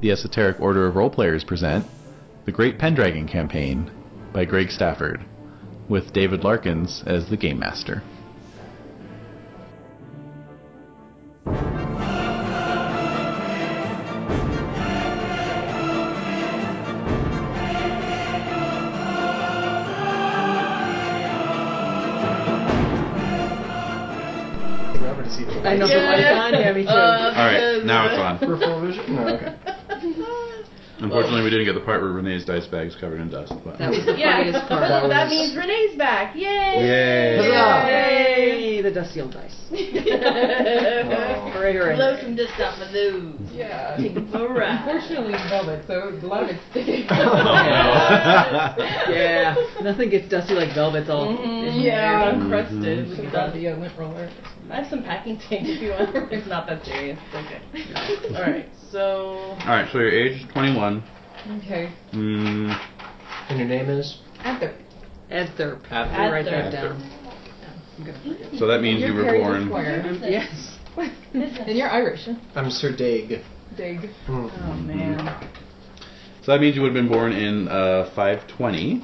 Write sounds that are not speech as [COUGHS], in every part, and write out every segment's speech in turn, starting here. The Esoteric Order of Roleplayers present The Great Pendragon Campaign by Greg Stafford, with David Larkins as the Game Master. Robert is eating. I know, ice. but why it's on here, me too. Uh, All right, now it's on. [LAUGHS] For full vision? No, [LAUGHS] okay. Unfortunately, we didn't get the part where Renee's dice bag's covered in dust. But [LAUGHS] That was the Yeah, funniest part. that, That was- means Renee's back. Yay! Yay. Huzzah! Yay! Yay, the dusty old dice. Blow [LAUGHS] Hooray, hooray, hooray. some dust off my nose. Yeah. Take a for a ride. Unfortunately, we held it, so a lot of [LAUGHS] it's sticking. [LAUGHS] Oh, Yeah, nothing gets dusty like velvet's all. in Mm-hmm. Yeah, Mm-hmm. there. uncrusted. Should Look have at got that. the uh, lint roller. I have some packing tape if you [LAUGHS] want. It's not that serious. It's okay. All right. So All right, so your age is 21. Okay. Mm, [LAUGHS] And your name is? Anther. Anthrop. Anthrop. I'll write Anthrop. that down. I'm gonna forget. so that means You're you were Perry's born. [LAUGHS] Esquire. Business. Um, Yes. and you're Irish. huh? I'm Sir Daig. Dig. Hmm. Oh man. So that means you would have been born in uh, 520.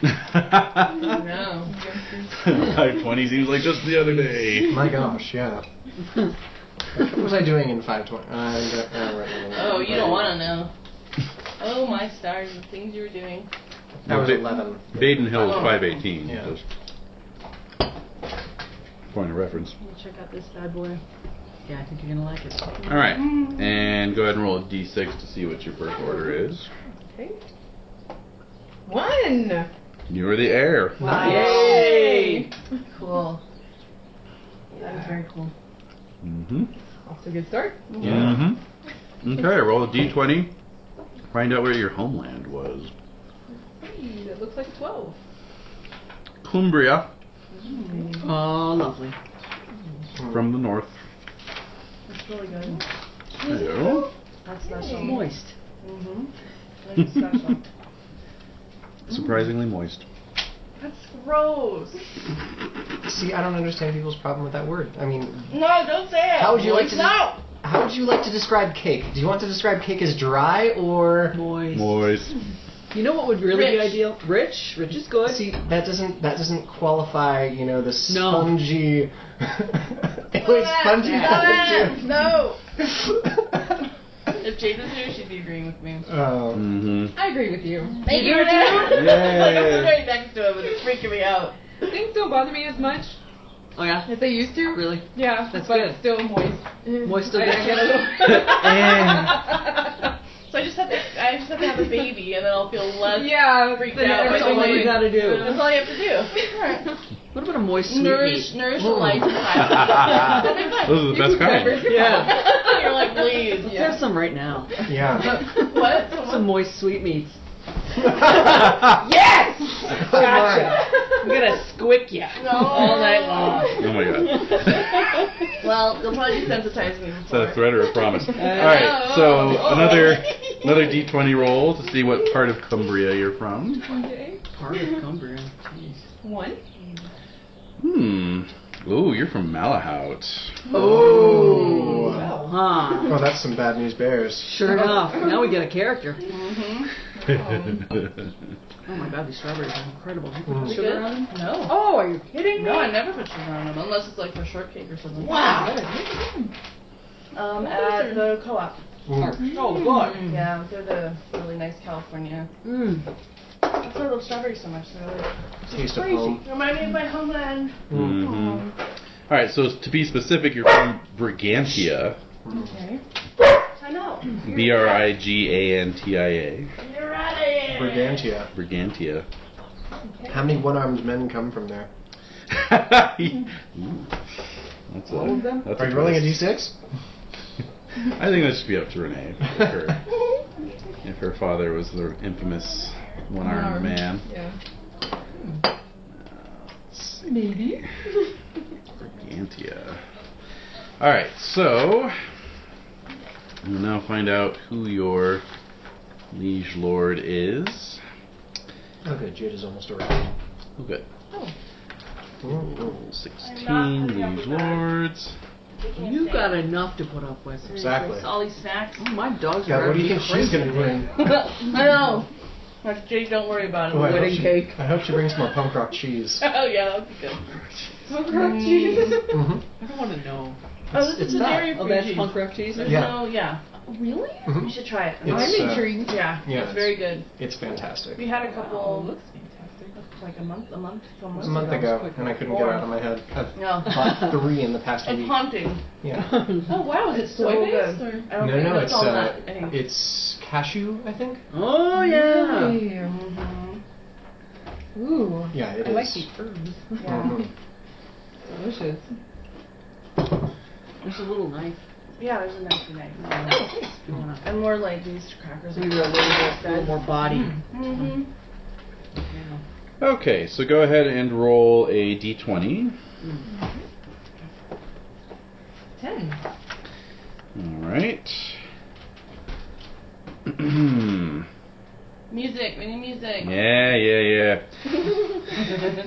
[LAUGHS] [LAUGHS] No. 520 seems like just the other day. [LAUGHS] My gosh, [LAUGHS] yeah. what was I doing in 520? Uh, I don't- I don't remember. Oh, you don't want to know. Oh my stars, the things you were doing. I was Ba- 11. Baden Hill is Oh. 518. Yeah. Just point of reference. Let me check out this bad boy. Yeah, I think you're gonna like it. All right, and go ahead and roll a d6 to see what your birth order is. Okay. One. You are the heir. Yay! Cool. That was very cool. Mm-hmm. Off to a good start. Yeah. hmm Okay, roll a d20. Find out where your homeland was. Hey, that looks like a 12. Cumbria Oh, lovely. from the north. That's really good. Yeah. That's special. Moist. [LAUGHS] Mm-hmm. That is special. [LAUGHS] Surprisingly moist. That's gross. See, I don't understand people's problem with that word. I mean, No, don't say it. How would you like to- No. how would you like to describe cake? Do you want to describe cake as dry or. Moist. Moist. You know what would really be Rich. ideal? Rich. Rich is good. See, that doesn't that doesn't qualify, you know, the No. spongy. [LAUGHS] it was spongy. No. No. positive. If Jade was here, she'd be agreeing with me. [LAUGHS] Oh. [LAUGHS] Mm-hmm. I agree with you. Thank you, Dad. Yay. [LAUGHS] like I'm right next to him, and it's freaking me out. Things don't bother me as much Oh yeah. as they used to. Really. Yeah. That's but good. it's still moist. Moist I, of I get a little. So I just have to, I just have to have a baby, and then I'll feel less. yeah. Freaked then out. That's Everything all you [LAUGHS] gotta everything- That's do. all you have to do. What about a moist sweet [LAUGHS] Nourish, meat? nourish the Mm. [LAUGHS] life inside. Those are the best kind. Yeah. [LAUGHS] [LAUGHS] You're like, please. Let's have some right now. [LAUGHS] Yeah. What? Some moist sweetmeats. [LAUGHS] Gotcha. I'm gonna squick ya No. all night long. [LAUGHS] Oh my god. Well, they'll probably desensitize me. Is that a threat or a promise? All right, no. so [LAUGHS] another another d20 roll to see what part of Cumbria you're from. Okay. Part of Cumbria. Jeez. One. Hmm. Ooh, you're from Malahout. Oh. Wow. Huh. Oh, that's some bad news bears. Sure enough. Now we get a character. Mm-hmm. [LAUGHS] Oh my god, these strawberries are incredible. Have you Mm. put Sugar on them? No. Oh, are you kidding me? No, I never put sugar on them unless it's like for shortcake or something. Um, at the co-op. Mm. Oh, good. Yeah, they're the really nice California. Mm. That's why I love strawberries so much. They're like Taste of home. remind me of my homeland. Mm. Mhm. All right, so to be specific, you're from Brigantia. Okay. I know. B R I G A N T I A. You're right. Brigantia. Brigantia. [LAUGHS] How many one-armed men come from there? Ooh. That's All of them? That's Are you rolling a first. d6? I think that should be up to Renee. If [LAUGHS] her, if her father was the infamous one armed man. One-armed. Uh, Yeah. Maybe. Brigantia. Alright, so. We'll now find out who your liege lord is. Oh, good. Jude is almost around. Oh, good. Mm. Oh, Roll 16, liege lords. We can't You say. got enough to put up with. Exactly. All these snacks. Oh, my dogs Yeah, are what do you gonna think be she's gonna be crazy. doing? [LAUGHS] I know. That's Jake, don't worry about it. Oh, I hope Wedding she- cake. I hope she brings more punk rock cheese. [LAUGHS] Oh yeah, that would be good. [LAUGHS] Mm-hmm. Mm. I don't want to know. oh, this it's is an not. area Oh, for that's cheese. punk rock cheese. There's Yeah. no, yeah, Really? Mhm. you should try it. It's, I'm uh, intrigued. yeah, yeah, it's very good. It's We fantastic. had a couple, Oh, looks like a month, a month, two It months was a month ago. ago, and I couldn't get it out of my head. I've No, [LAUGHS] bought three in the past Oh. it's week. haunting. Yeah. Oh wow, is it soy based good? I No, don't think no, it's all uh, nut, I think. it's cashew, I think. [LAUGHS] Oh yeah. Mhm. Ooh. Yeah, it I is. like the herbs. Mhm. Delicious. There's a little knife. Yeah, there's a nice knife. Oh, you wanna- And more like these crackers. Maybe a little more, a little more body. Mm-hmm. Yeah. Okay, so go ahead and roll a d20. Ten. All right. [CLEARS THROAT] Music, we need music. yeah, yeah, yeah.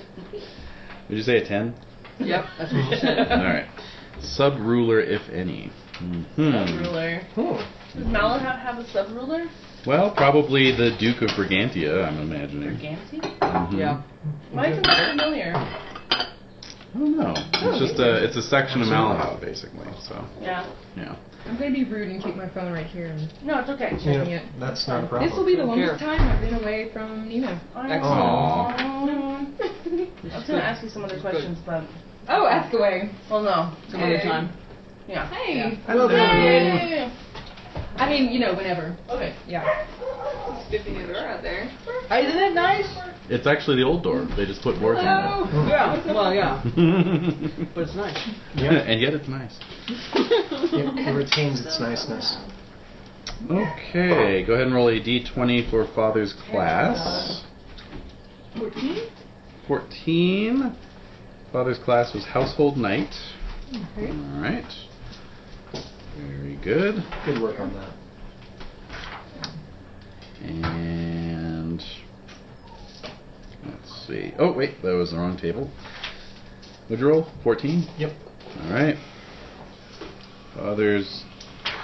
Did you say a 10? [LAUGHS] Yep, that's what she said. [LAUGHS] All right. Sub ruler, if any. Sub hmm ruler. Hmm. Does Malahat have a sub ruler? Well, probably the Duke of Brigantia, I'm imagining. Ganty? Mhm. Yeah. Why is it not familiar? I don't know. It's just a it's a section of Malahal, basically. So Yeah. yeah. I'm gonna be rude and keep my phone right here. And No, it's okay. You know, Checking it. that's not a problem. this will be the Here. longest time I've been away from Nina. Aw. Um, I was gonna ask you some other questions, but Oh, ask away. well, no. Some other time. Yeah. Hey. Hello there. I mean, you know, whenever. Okay. Yeah. Good thing you're out there. Uh, Isn't it nice? It's actually the old door. They just put boards on Yeah, well, yeah, it. but it's nice. Yep. [LAUGHS] and yet it's nice. It, it retains its niceness. Okay, go ahead and roll a d20 for father's class. hmm? 14. 14. Father's class was household knight. Okay. All right. Very good. Good work on that. And let's see. Oh wait, that was the wrong table. Would you roll? Fourteen. Yep. All right. Father's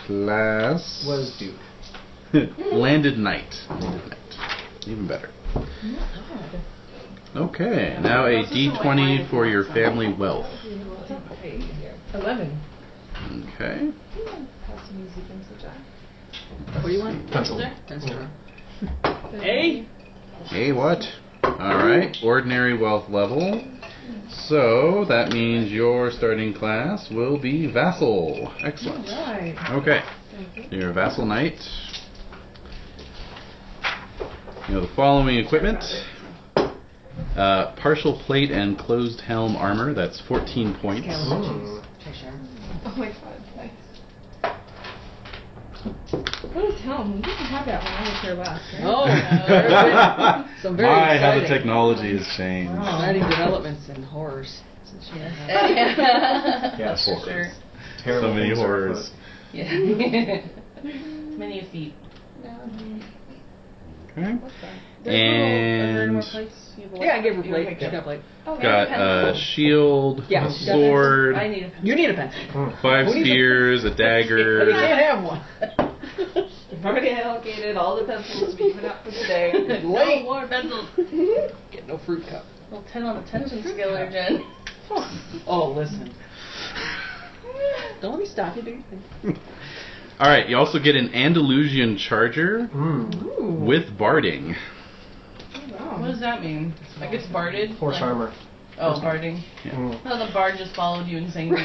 class Was Duke. [LAUGHS] landed knight. Landed knight. Even better. Okay, now a d20 for your family wealth. Eleven. Okay. What do you want? Pencil. That's true. Hey. Hey, what? All right, ordinary wealth level. So that means your starting class will be vassal. Excellent. Right. Okay, you're a vassal knight. You know the following equipment: uh, partial plate and closed helm armor. That's 14 points. [LAUGHS] Mm. Oh my god. Nice. What is helm? We didn't have that when I was here last. right? Oh, [LAUGHS] some very My, how the exciting- technology has changed. Exciting developments and horrors. [LAUGHS] Yes. Horrors. Sure. Terrible So many things are horrors. afoot. Yeah. Many a feat. Okay. There's little- are there any And- more plates? You have a [LAUGHS] Yeah, I gave her a you have a plate. She picture. got a plate. Got uh, shield, Yeah. sword, I need a pencil. You need a pencil. Mm. five Who needs a- spears, a [LAUGHS] But you dagger. can't have one. You've already allocated all the pencils we put out for [LAUGHS] today. no Late. more pencils. Get no fruit cup. Well, 10 on the tension scale there, Jen. Oh, listen. Don't let me stop you, dude. All right, you also get an Andalusian charger Mm. Ooh. with barding. Wow. What does that mean? Like it's barded? Horse Like- armor. Oh, barding. Mm. Oh, the bard just followed you and sang to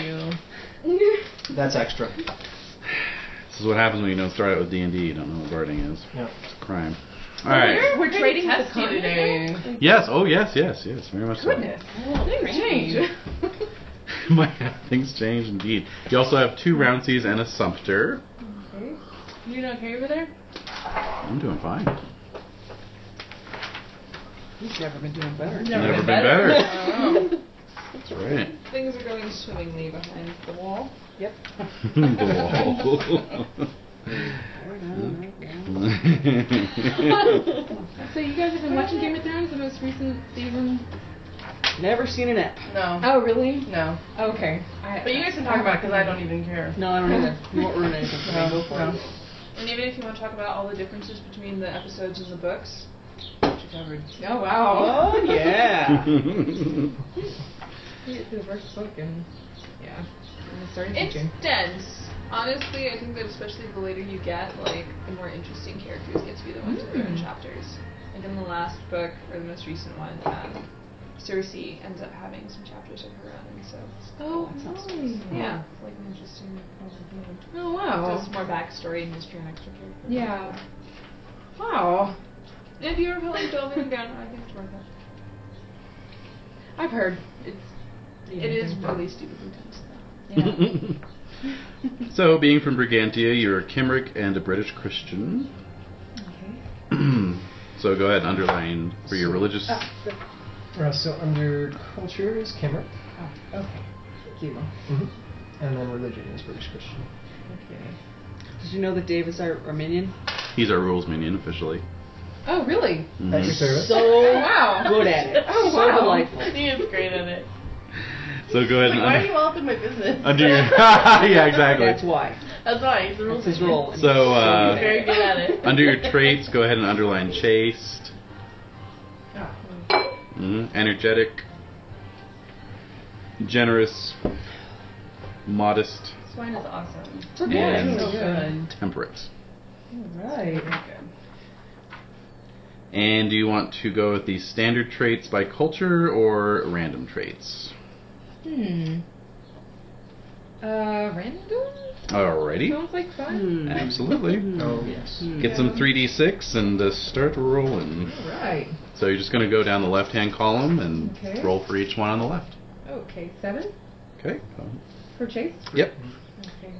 you. That's extra. This is what happens when you don't start out with D and D. You don't know what barding is. Yeah. It's a crime. All right. We're trading with the testy today. Yes. Oh, yes. Yes. Yes. Very much so. Goodness. Oh, Things change. [LAUGHS] My God, things change indeed. You also have two Rouncies and a Sumpter. Okay. You okay over there? I'm doing fine. He's never been doing better. Never, been better. That's right. [LAUGHS] [LAUGHS] Things are going swimmingly behind the wall. The wall. [LAUGHS] [LAUGHS] [LAUGHS] So you guys have been watching Game of Thrones, the most recent season [LAUGHS] Never seen an app. No. Oh, really? No. Okay. I, But you guys can talk about it because I don't even care. No, I don't either. You won't ruin anything for me. No, Go for no. it. And even if you want to talk about all the differences between the episodes and the books, which you covered. Oh, wow. Oh [LAUGHS] [LAUGHS] yeah. You get through the first book and, yeah. And it started It's teaching. dense. Honestly, I think that especially the later you get, like the more interesting characters get to be the ones with their own chapters. Like in the last book or the most recent one, um, Cersei ends up having some chapters of her own, and so it's Oh, yeah, it's like an interesting overview. Oh, So wow. it's more backstory and history and extra character. Yeah. Wow. If you ever feel like delving down, I think it's worth it. I've heard it's. It is really stupidly dense. Yeah. [LAUGHS] so, being from Brigantia, you're a Kimric and a British Christian. [CLEARS THROAT] okay. so go ahead and underline for your religious. Uh, so under culture is Kimmer, Oh, okay. Thank you. and then religion is British Christian. Mm-hmm. Okay. Did you know that David's our Armenian? He's our rules minion officially. Oh, really? At your Mhm. service. So Wow. good at it. Oh, so wow. delightful. He is great at it. So go ahead Like, and why are under- you all up in my business? under your. [LAUGHS] yeah, That's exactly. why. That's why he's the rules. That's his man. role. and So, he's uh, good He's at very it. good at it. Under your traits, go ahead and underline chaste, hmm energetic, generous, modest, This wine is awesome. We're good. Yeah. We're good. temperate. Right. And do you want to go with the standard traits by culture or random traits? Hmm. Uh, random? Alrighty. Sounds like fun. Hmm. Absolutely. Oh yes. Hmm. Get some 3d6 and uh, start rolling. Hmm. All right. So you're just going to go down the left hand column and Okay. roll for each one on the left. Okay, seven Okay. for Chase? [LAUGHS] Yep. Okay.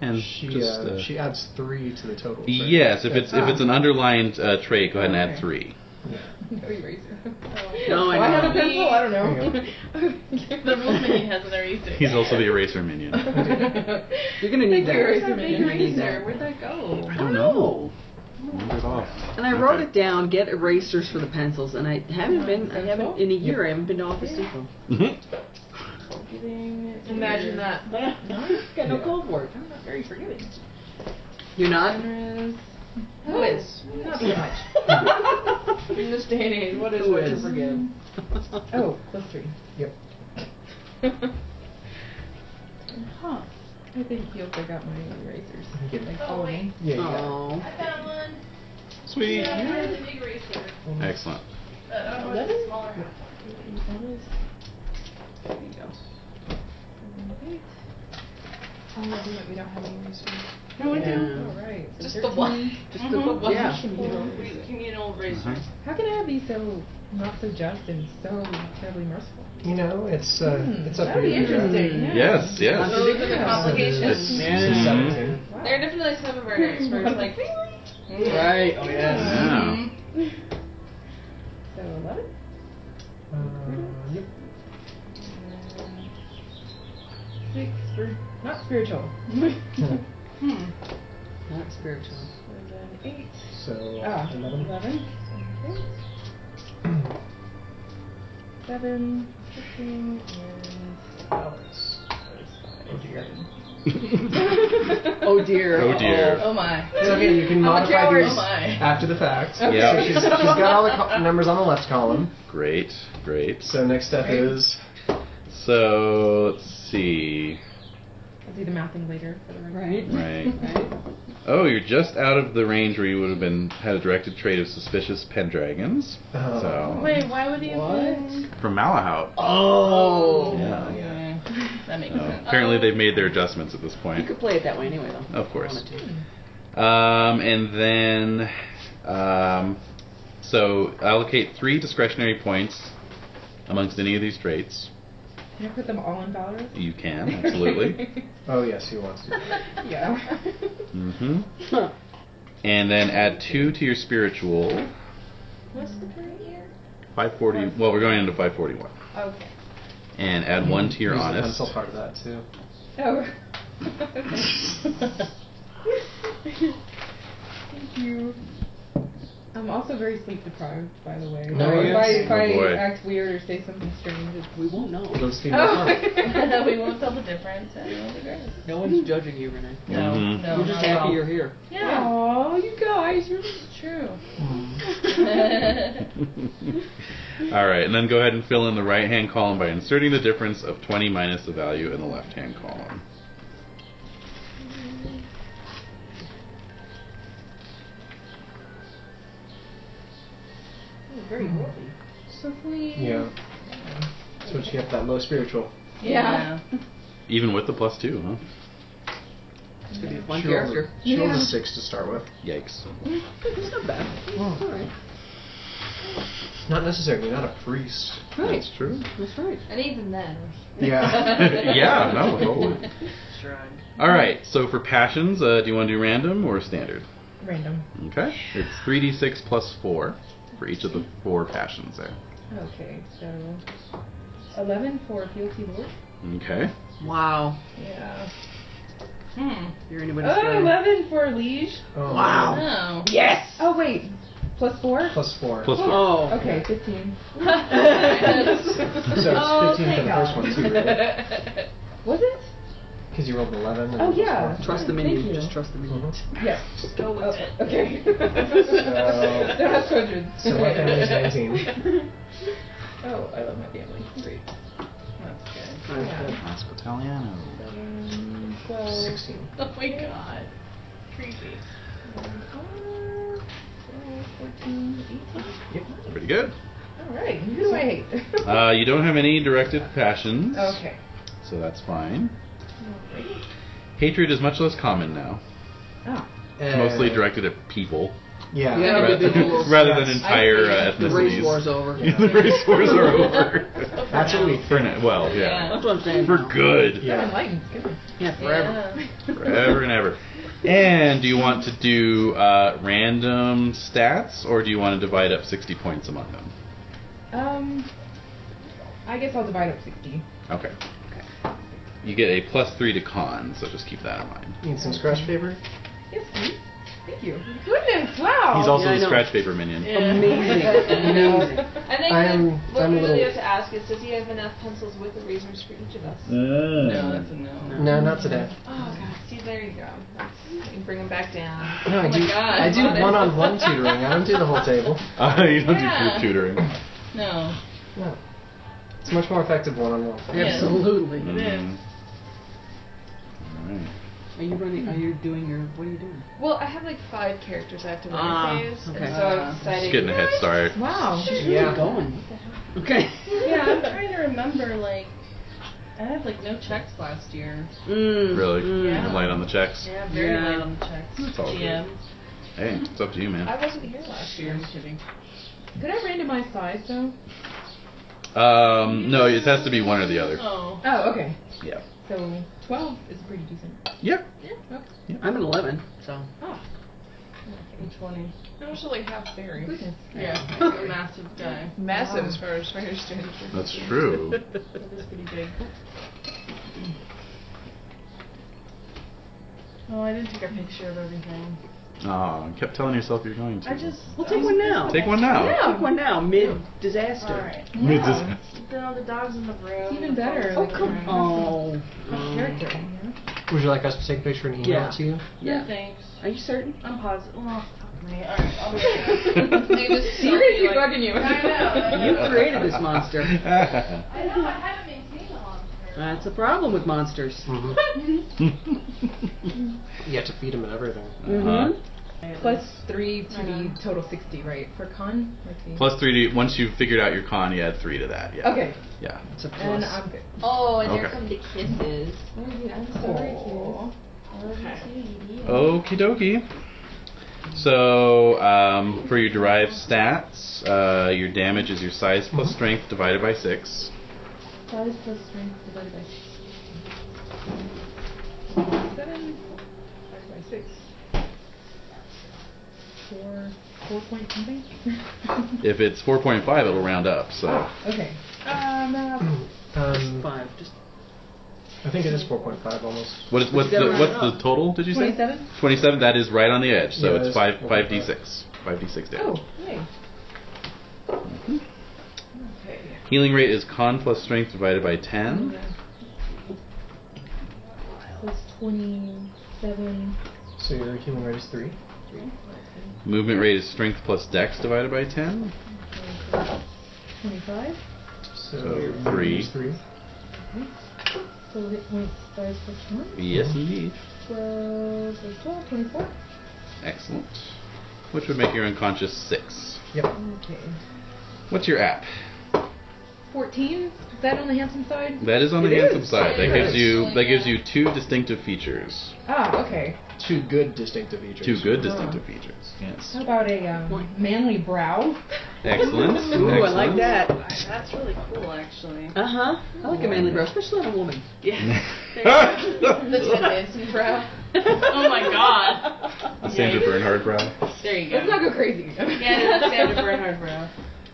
And She just, uh, uh, she adds three to the total. right? Ah. yes, if it's if it's an underlined uh, trait, go ahead and add Okay. three. No eraser. No, I had I a know. pencil. I don't There The rules know. minion has an eraser. He's also the eraser [LAUGHS] minion. [LAUGHS] You're gonna need Big eraser, that. big eraser. Where'd that go? I don't Oh. know. Wandered off. And I wrote it down. Get erasers for the pencils. And I haven't been. I haven't in a year. I haven't been to Office Depot. Mm-hmm. [LAUGHS] Imagine [LAUGHS] that. Got no cold for it. I'm not very forgiving. You're not. Generous. Who is? Not so much. [LAUGHS] [LAUGHS] In this day and age, what Who what to is? forgive? Oh, plus three. Yep. [LAUGHS] huh. I think you forgot my erasers. Get Like, all of them. Yeah. you got it. Oh. found one. Sweet. a big eraser. Oh. Excellent. Uh, I don't know what's a smaller half. There you go. Oh, no, we don't have any erasers. No, I Yeah. do. All right. Just [LAUGHS] the one. Just the book. Yeah. Communal, communal eraser. How can I be so not so just and so terribly merciful? You know, it's uh, Hmm, it's up that'd to be you. interesting. Mm. Yes, [LAUGHS] yes. Those are the Yeah. complications. Mhm. Seventeen. Wow. There are definitely some of [LAUGHS] our [LAUGHS] erasers where it's like, Mm-hmm. Right. Uh, Oh yes. Yeah. So eleven. Uh, yep. Six for [LAUGHS] not spiritual. Hmm. Not spiritual. And then eight. So Ah, eleven. eleven. Okay. Seven, fifteen, and flowers. There's Oh, dear. five. Oh dear. Oh, dear. [LAUGHS] Oh my. It's okay. You can I'm a modify coward. these Oh [LAUGHS] my. after the fact. Yeah. So she's, she's got all the co- numbers on the left column. Great, great. So next step is So let's see. I'll do the mathing later for the Right. record. Right. [LAUGHS] Right. Oh, you're just out of the range where you would have been had a directed trait of suspicious pendragons. uh, So Wait, why would he have What? [LAUGHS] been- from Malahout. Oh. Yeah. That makes So, sense. apparently they've made their adjustments at this You point. could play it that way anyway, though. Of course. If you wanted to. Um, and then, um, so allocate three discretionary points amongst any of these traits. Can I put them all in Valorous? You can [LAUGHS] absolutely. Oh yes, he wants to. [LAUGHS] yeah. mm-hmm. And then add two to your spiritual. What's the current year? 540. Well, we're going into 541. Okay. And add one to your Use the honest. pencil part of that too. [LAUGHS] Oh. Thank you. I'm also very sleep deprived, by the way. No, if I, yes. if I Oh, boy. act weird or say something strange, it's We won't know. Those people. Oh. [LAUGHS] we won't tell the difference. and it'll be great. No one's judging you, Renee. No, Mhm. no, We're just not at happy all. you're here. Yeah. Aw, you guys, you're True. [LAUGHS] [LAUGHS] All right, and then go ahead and fill in the right-hand column by inserting the difference of 20 minus the value in the left-hand column. Very worldly. So please. Yeah. That's when she got that low spiritual. Yeah. Even with the plus two, huh? It's gonna be a fun She rolled- character. She rolls Yeah. a six to start with. Yikes. It's not bad. All right. Not necessarily. Not a priest. That's true. That's right. And even then. Yeah. [LAUGHS] [LAUGHS] yeah, no, totally. Shrine. All right, so for passions, uh, do you want to do random or standard? random. Okay. It's 3d6 plus 4 for each of the four passions there. Okay, so 11 for guilty wolf. Okay. Wow. Yeah. Hmm. You're anybody's Oh, friend. 11 for liege. Oh, Wow. Oh. Yes. Oh wait, plus four. Plus four. Plus 4. Oh. Okay, 15. so it's 15 Oh, for the thank first God. one, too. Was it? Because you rolled an 11. and Oh then plus yeah. four. Trust the Thank minion. you. Just trust the minion. Yes. Just go with Oh, it. okay. So- Don't have children. So my family's [LAUGHS] 19. Oh, I love my family. Great. That's good. Yeah. Ask Italiano. Um, so 16. Oh my god. Creepy. 14, 18. Pretty good. All right. Who do I hate? Uh, you don't have any directed passions, okay. so that's fine. Hatred is much less common now. It's mostly Uh, directed at people Yeah. Yeah. rather, individuals. rather than Yes. entire uh, The race ethnicities. war's over. Yeah, [LAUGHS] the race wars are [LAUGHS] over. That's what we For now- well, yeah. That's what I'm saying. For good. I'm Yeah. enlightened. Good. Yeah, forever. Forever and ever. And do you want to do uh, random stats, or do you want to divide up 60 points among them? Um, I guess I'll divide up 60. Okay. You get a plus three to con, so just keep that in mind. Need some scratch paper? Mm-hmm. Yes, please. Thank you. Goodness, wow. He's also yeah, I the know. scratch paper minion. Amazing. [LAUGHS] Amazing. I think I'm- that what I'm a we really little- have to ask is does he have enough pencils with the razors for each of us? Mm. [LAUGHS] No, that's a no. No, not today. Oh god, see there you go. That's, you bring him back down. No, I oh do. my god. I do [LAUGHS] honest. one-on-one tutoring. I don't do the whole table. Uh, you don't Yeah. do group tutoring. No. No, it's much more effective one-on-one. Absolutely. Mm. Alright. Are you running? Are you doing your? What are you doing? Well, I have like five characters I have to Ah, memorize, okay. and so I'm Just excited. getting a head start. Wow. Where are you going? [LAUGHS] Okay. Yeah, I'm trying to remember, like, I had, like, no checks last year. Mm, Really? mm. I'm light on the checks. Yeah, very Yeah. light on checks. It's all good. GM. Hey, it's up to you, man. I wasn't here last year. I'm kidding. Could I randomize size though? Um, no, it has to be one or the other. Oh. Oh, okay. Yeah. So 12 is pretty decent. Yep. I'm an 11, so. I'm 20. I'm also like half fairy. Goodness. Yeah, I'm a massive guy. Massive as far as I understand. That's true. That is pretty big. Oh, I didn't take a picture of everything. Aw, kept telling yourself you're going to. I just. [LAUGHS] We'll I take was- one now. Take one now. [LAUGHS] Yeah. Take one now, mid disaster. Alright. It's just- No, the dog's in the room. Even The better. phone's like, in the [LAUGHS] room. Oh. a Character. you know? Would you like us to take a picture and email Yeah. it to you? No, Yeah. thanks. Are you [LAUGHS] certain? I'm positive. Oh, fuck me. Alright, I'll make [LAUGHS] it. They just Seriously like, bugging you. I know. You created this monster. I know. I haven't been seeing a lot. That's a problem with monsters. Mm-hmm. You have to feed him and everything. Uh-huh. Mm-hmm. Plus three to the total 60, right? For con? Let's see. [LAUGHS] Plus three to once you've figured out your con, you add three to that. Yeah. Okay. Yeah. It's a And plus. I'm good. Oh, and Okay. here come the kisses. I'm sorry, Aw. Okie dokie. So um, for your derived stats, uh, your damage is your size plus strength divided by six. Size plus strength divided by seven divided by six. Four, four point something. [LAUGHS] If it's 4.5, it'll round up. So Okay. Um, [CLEARS THROAT] uh, Um, Five. Just I think it is 4.5 almost. what is what's gotta the round what's up. the total? Did you say? twenty-seven. 27. That is right on the edge. So Yeah, it's that's five four five point five. d6. 5d6 damage. Oh, yay. Mm-hmm. Okay. Healing rate is con plus strength divided by 10. Plus 27. So your healing rate is three. Movement rate is strength plus dex divided by 10. 25. So So, your movement three. is three. So hit points stars plus 1. Yes, Mm-hmm. indeed. 12. So 12, 24. Excellent. Which would make your unconscious 6. Yep. Okay. What's your app? 14. Is that on the handsome side? That is on the It handsome is. side. That It gives is. you that Yeah. gives you two distinctive features. Ah, okay. Two good distinctive features. Two good distinctive features. Yes. How about a um, manly brow? Excellent. [LAUGHS] Ooh, I like Excellent. that. That's really cool, actually. Uh huh. I like a manly bro, especially on a woman. Yeah. [LAUGHS] [LAUGHS] The Ted Danson brow. oh my god. The Sandra Bernhard brow. There you Let's go. not go [LAUGHS] [LAUGHS] crazy. Yeah, that's Sandra Bernhard brow.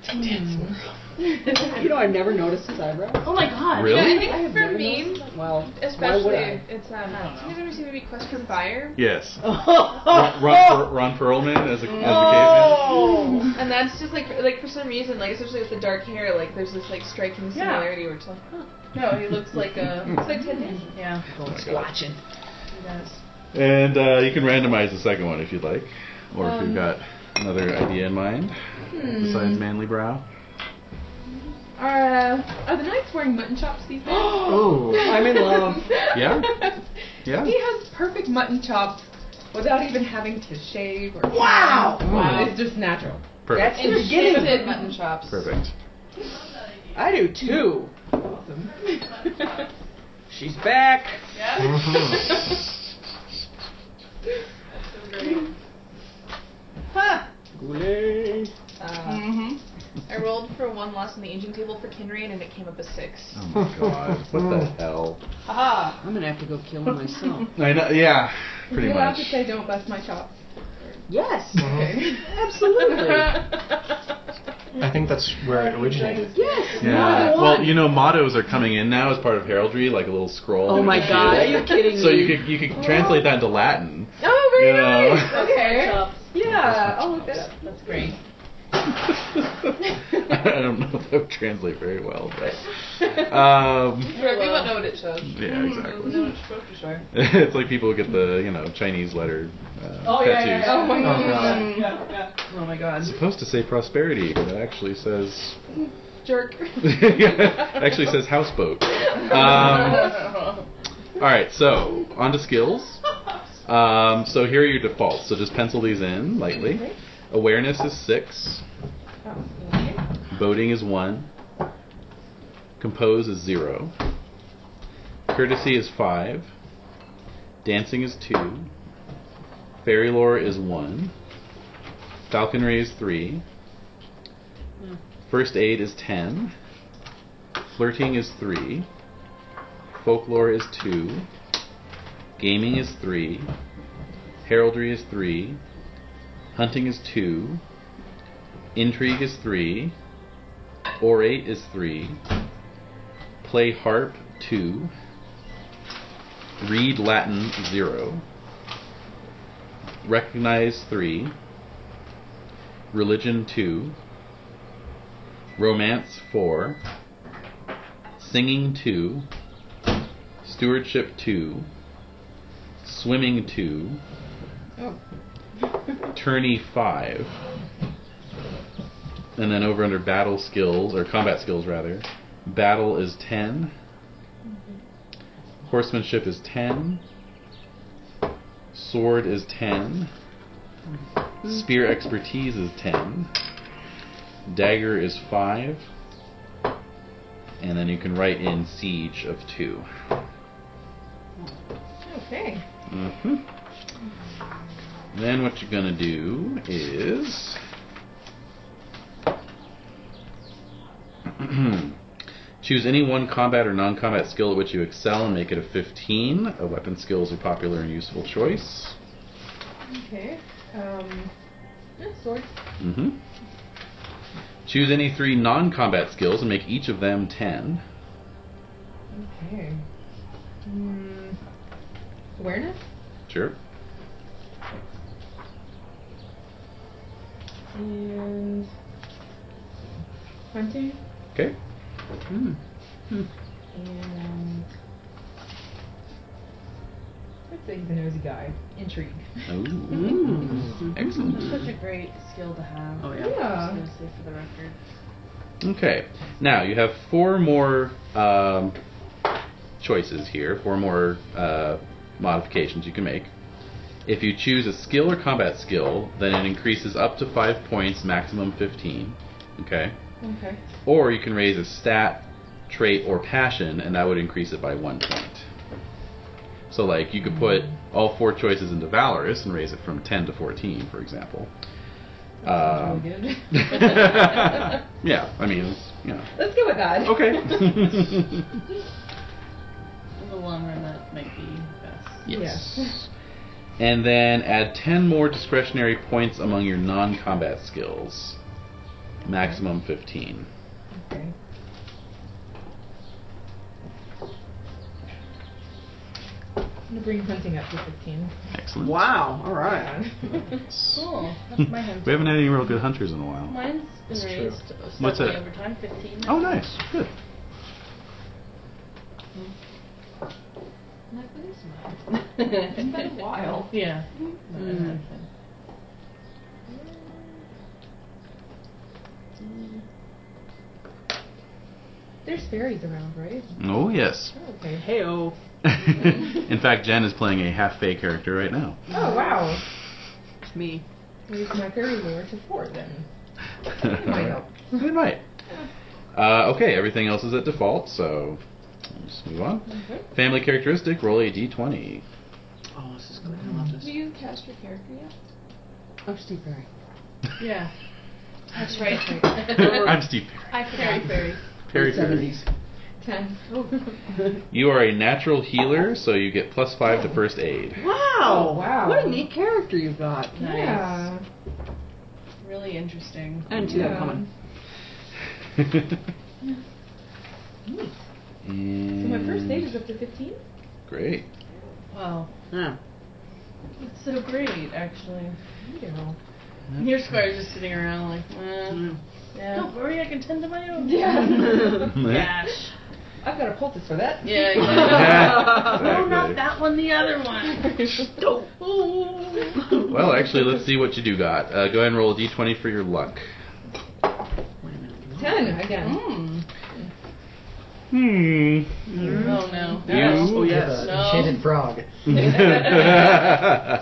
[LAUGHS] You know, I never noticed his eyebrow. Oh my god. Really? Yeah, I I think have for never me, noticed- Well, especially, I? it's um. I don't Have you guys ever seen the movie Quest for Fire? Yes. Ron, Oh, Ron, Ron Perlman as a, as a caveman. Oh. And that's just like, like for some reason, like especially with the dark hair, like there's this like striking similarity where it's like, huh. No, he looks like a. Looks like Ted Danson. Yeah. [GASPS] squatching. He does. And uh, you can randomize the second one if you'd like, or if Um, you've got another idea in mind hmm. besides manly brow. Are, uh, Are the knights wearing mutton chops [GASPS] these days? Oh. I'm in love. Yeah. Yeah. He has perfect mutton chops without even having to shave or. wow! Wow. It's just natural. Perfect. And shifted [LAUGHS] mutton chops. [LAUGHS] Perfect. I do too. Awesome. She's back. Yeah. Mm-hmm. Huh. Mm-hmm. Uh, hmm I rolled for one loss on the aging table for Kinrain and it came up as six. Oh my god. What the hell? Haha. I'm gonna have to go kill him myself. I know. Yeah. Pretty you allowed much. to say don't bust my [LAUGHS] chops. yes, [LAUGHS] Mhm. absolutely. I think that's where it originated. Yes. Yeah. number Well, one. you know, mottos are coming in now as part of heraldry, like a little scroll. Oh that my you god, are shield. you kidding me? So you could you could translate that into [LAUGHS] Latin. [LAUGHS] Oh, very You know. nice. [LAUGHS] Okay. Yeah, I'll look that up. That's great. I don't know if that would translate very well, but [LAUGHS] um, Sure, we won't know what it shows. yeah, exactly. Mm. No, it's supposed to show. [LAUGHS] it's like people who get the you know Chinese letter uh, Oh, yeah, tattoos. yeah, Oh my Oh, god. God. Yeah, yeah. Oh my god. It's supposed to say prosperity, but it actually says [LAUGHS] [LAUGHS] Jerk. it actually says houseboat. Um, [LAUGHS] all right, so on to skills. Um, so here are your defaults. So just pencil these in lightly. Mm-hmm. Awareness is six. Boating is one. Compose is zero. Courtesy is five. Dancing is two. Fairy lore is one. Falconry is three. First aid is ten. Flirting is three. Folklore is two. Gaming is three. Heraldry is three. Hunting is two. Intrigue is three. Orate is three. Play harp two. Read Latin zero. Recognize three. Religion two. Romance four. Singing two. Stewardship two. Swimming two. Tourney five. And then over under battle skills, or combat skills rather, battle is 10. Horsemanship is 10. Sword is 10. Spear expertise is 10. Dagger is 5. And then you can write in siege of 2. Okay. hmm Then what you're gonna do is [CLEARS THROAT] choose any one combat or non-combat skill at which you excel and make it a 15. A weapon skill is a popular and useful choice. Okay. Um, yeah, swords. hmm Choose any three non-combat skills and make each of them 10. Okay. Mm, awareness? Sure. and hunting Okay. Mm. and I'd say he's a nosy guy. Intrigue. Ooh. Mm. Excellent. Such a great skill to have. Oh yeah. I'm Yeah. just gonna say for the record. Okay. Now you have four more um, choices here, four more uh, modifications you can make. If you choose a skill or combat skill, then it increases up to five points, maximum 15. Okay. Okay. Or you can raise a stat, trait, or passion, and that would increase it by one point. So, like, you could put all four choices into Valorous and raise it from 10 to 14, for example. Um, [LAUGHS] Sounds really good. [LAUGHS] yeah, I mean, it's, you know. Let's go with that. Okay. In the long run, that might be [LAUGHS] best. yes. And then add 10 more discretionary points among your non combat skills. Maximum 15. Okay. I'm gonna bring hunting up to 15. Excellent. Wow. All right. Cool. [LAUGHS] That's my hunter. We haven't had any real good hunters in a while. Mine's been It's true. raised slightly What's that? over time, 15. Oh, [LAUGHS] nice. Good. I'm like, what is mine? it's It's been a while. Yeah. No, it Mm. has been. [LAUGHS] There's fairies around, right? Oh, [LAUGHS] yes. Oh, okay. Heyo. In fact, Jen is playing a half fey character right now. Oh, wow. It's me. Raise my fairy lore to four then. That might help. It might. Uh, okay, everything else is at default, so let's move on. Family characteristic, roll a d20. Oh, this is good. I love Do this. you cast your character yet? Oh, Steve Barry. Yeah. That's right. [LAUGHS] I'm Steve I carry fairy. Perry. Perry Perry. Seventies. Ten. You are a natural healer, so you get plus five to first aid. Wow. Oh, wow. What a neat character you've got. Nice. Yeah. Really interesting. I didn't see Yeah. that coming. Neat. So And my first stage is up to 15? Great. Wow. Yeah. That's so great, actually. You know. Your squire's just sitting around like, eh, Mm. yeah. [LAUGHS] Don't worry, I can tend to my own. [LAUGHS] Yeah. Gosh. I've got a poultice for that. Yeah. Exactly. no, not that one. The other one. Dope. Well, [LAUGHS] actually, let's see what you do got. Uh, go ahead and roll a d20 for your luck. Wait a minute. 10 again. Mm. [LAUGHS] Hmm. Mm. Oh no. You- Oh, yes. With a No. enchanted frog. That's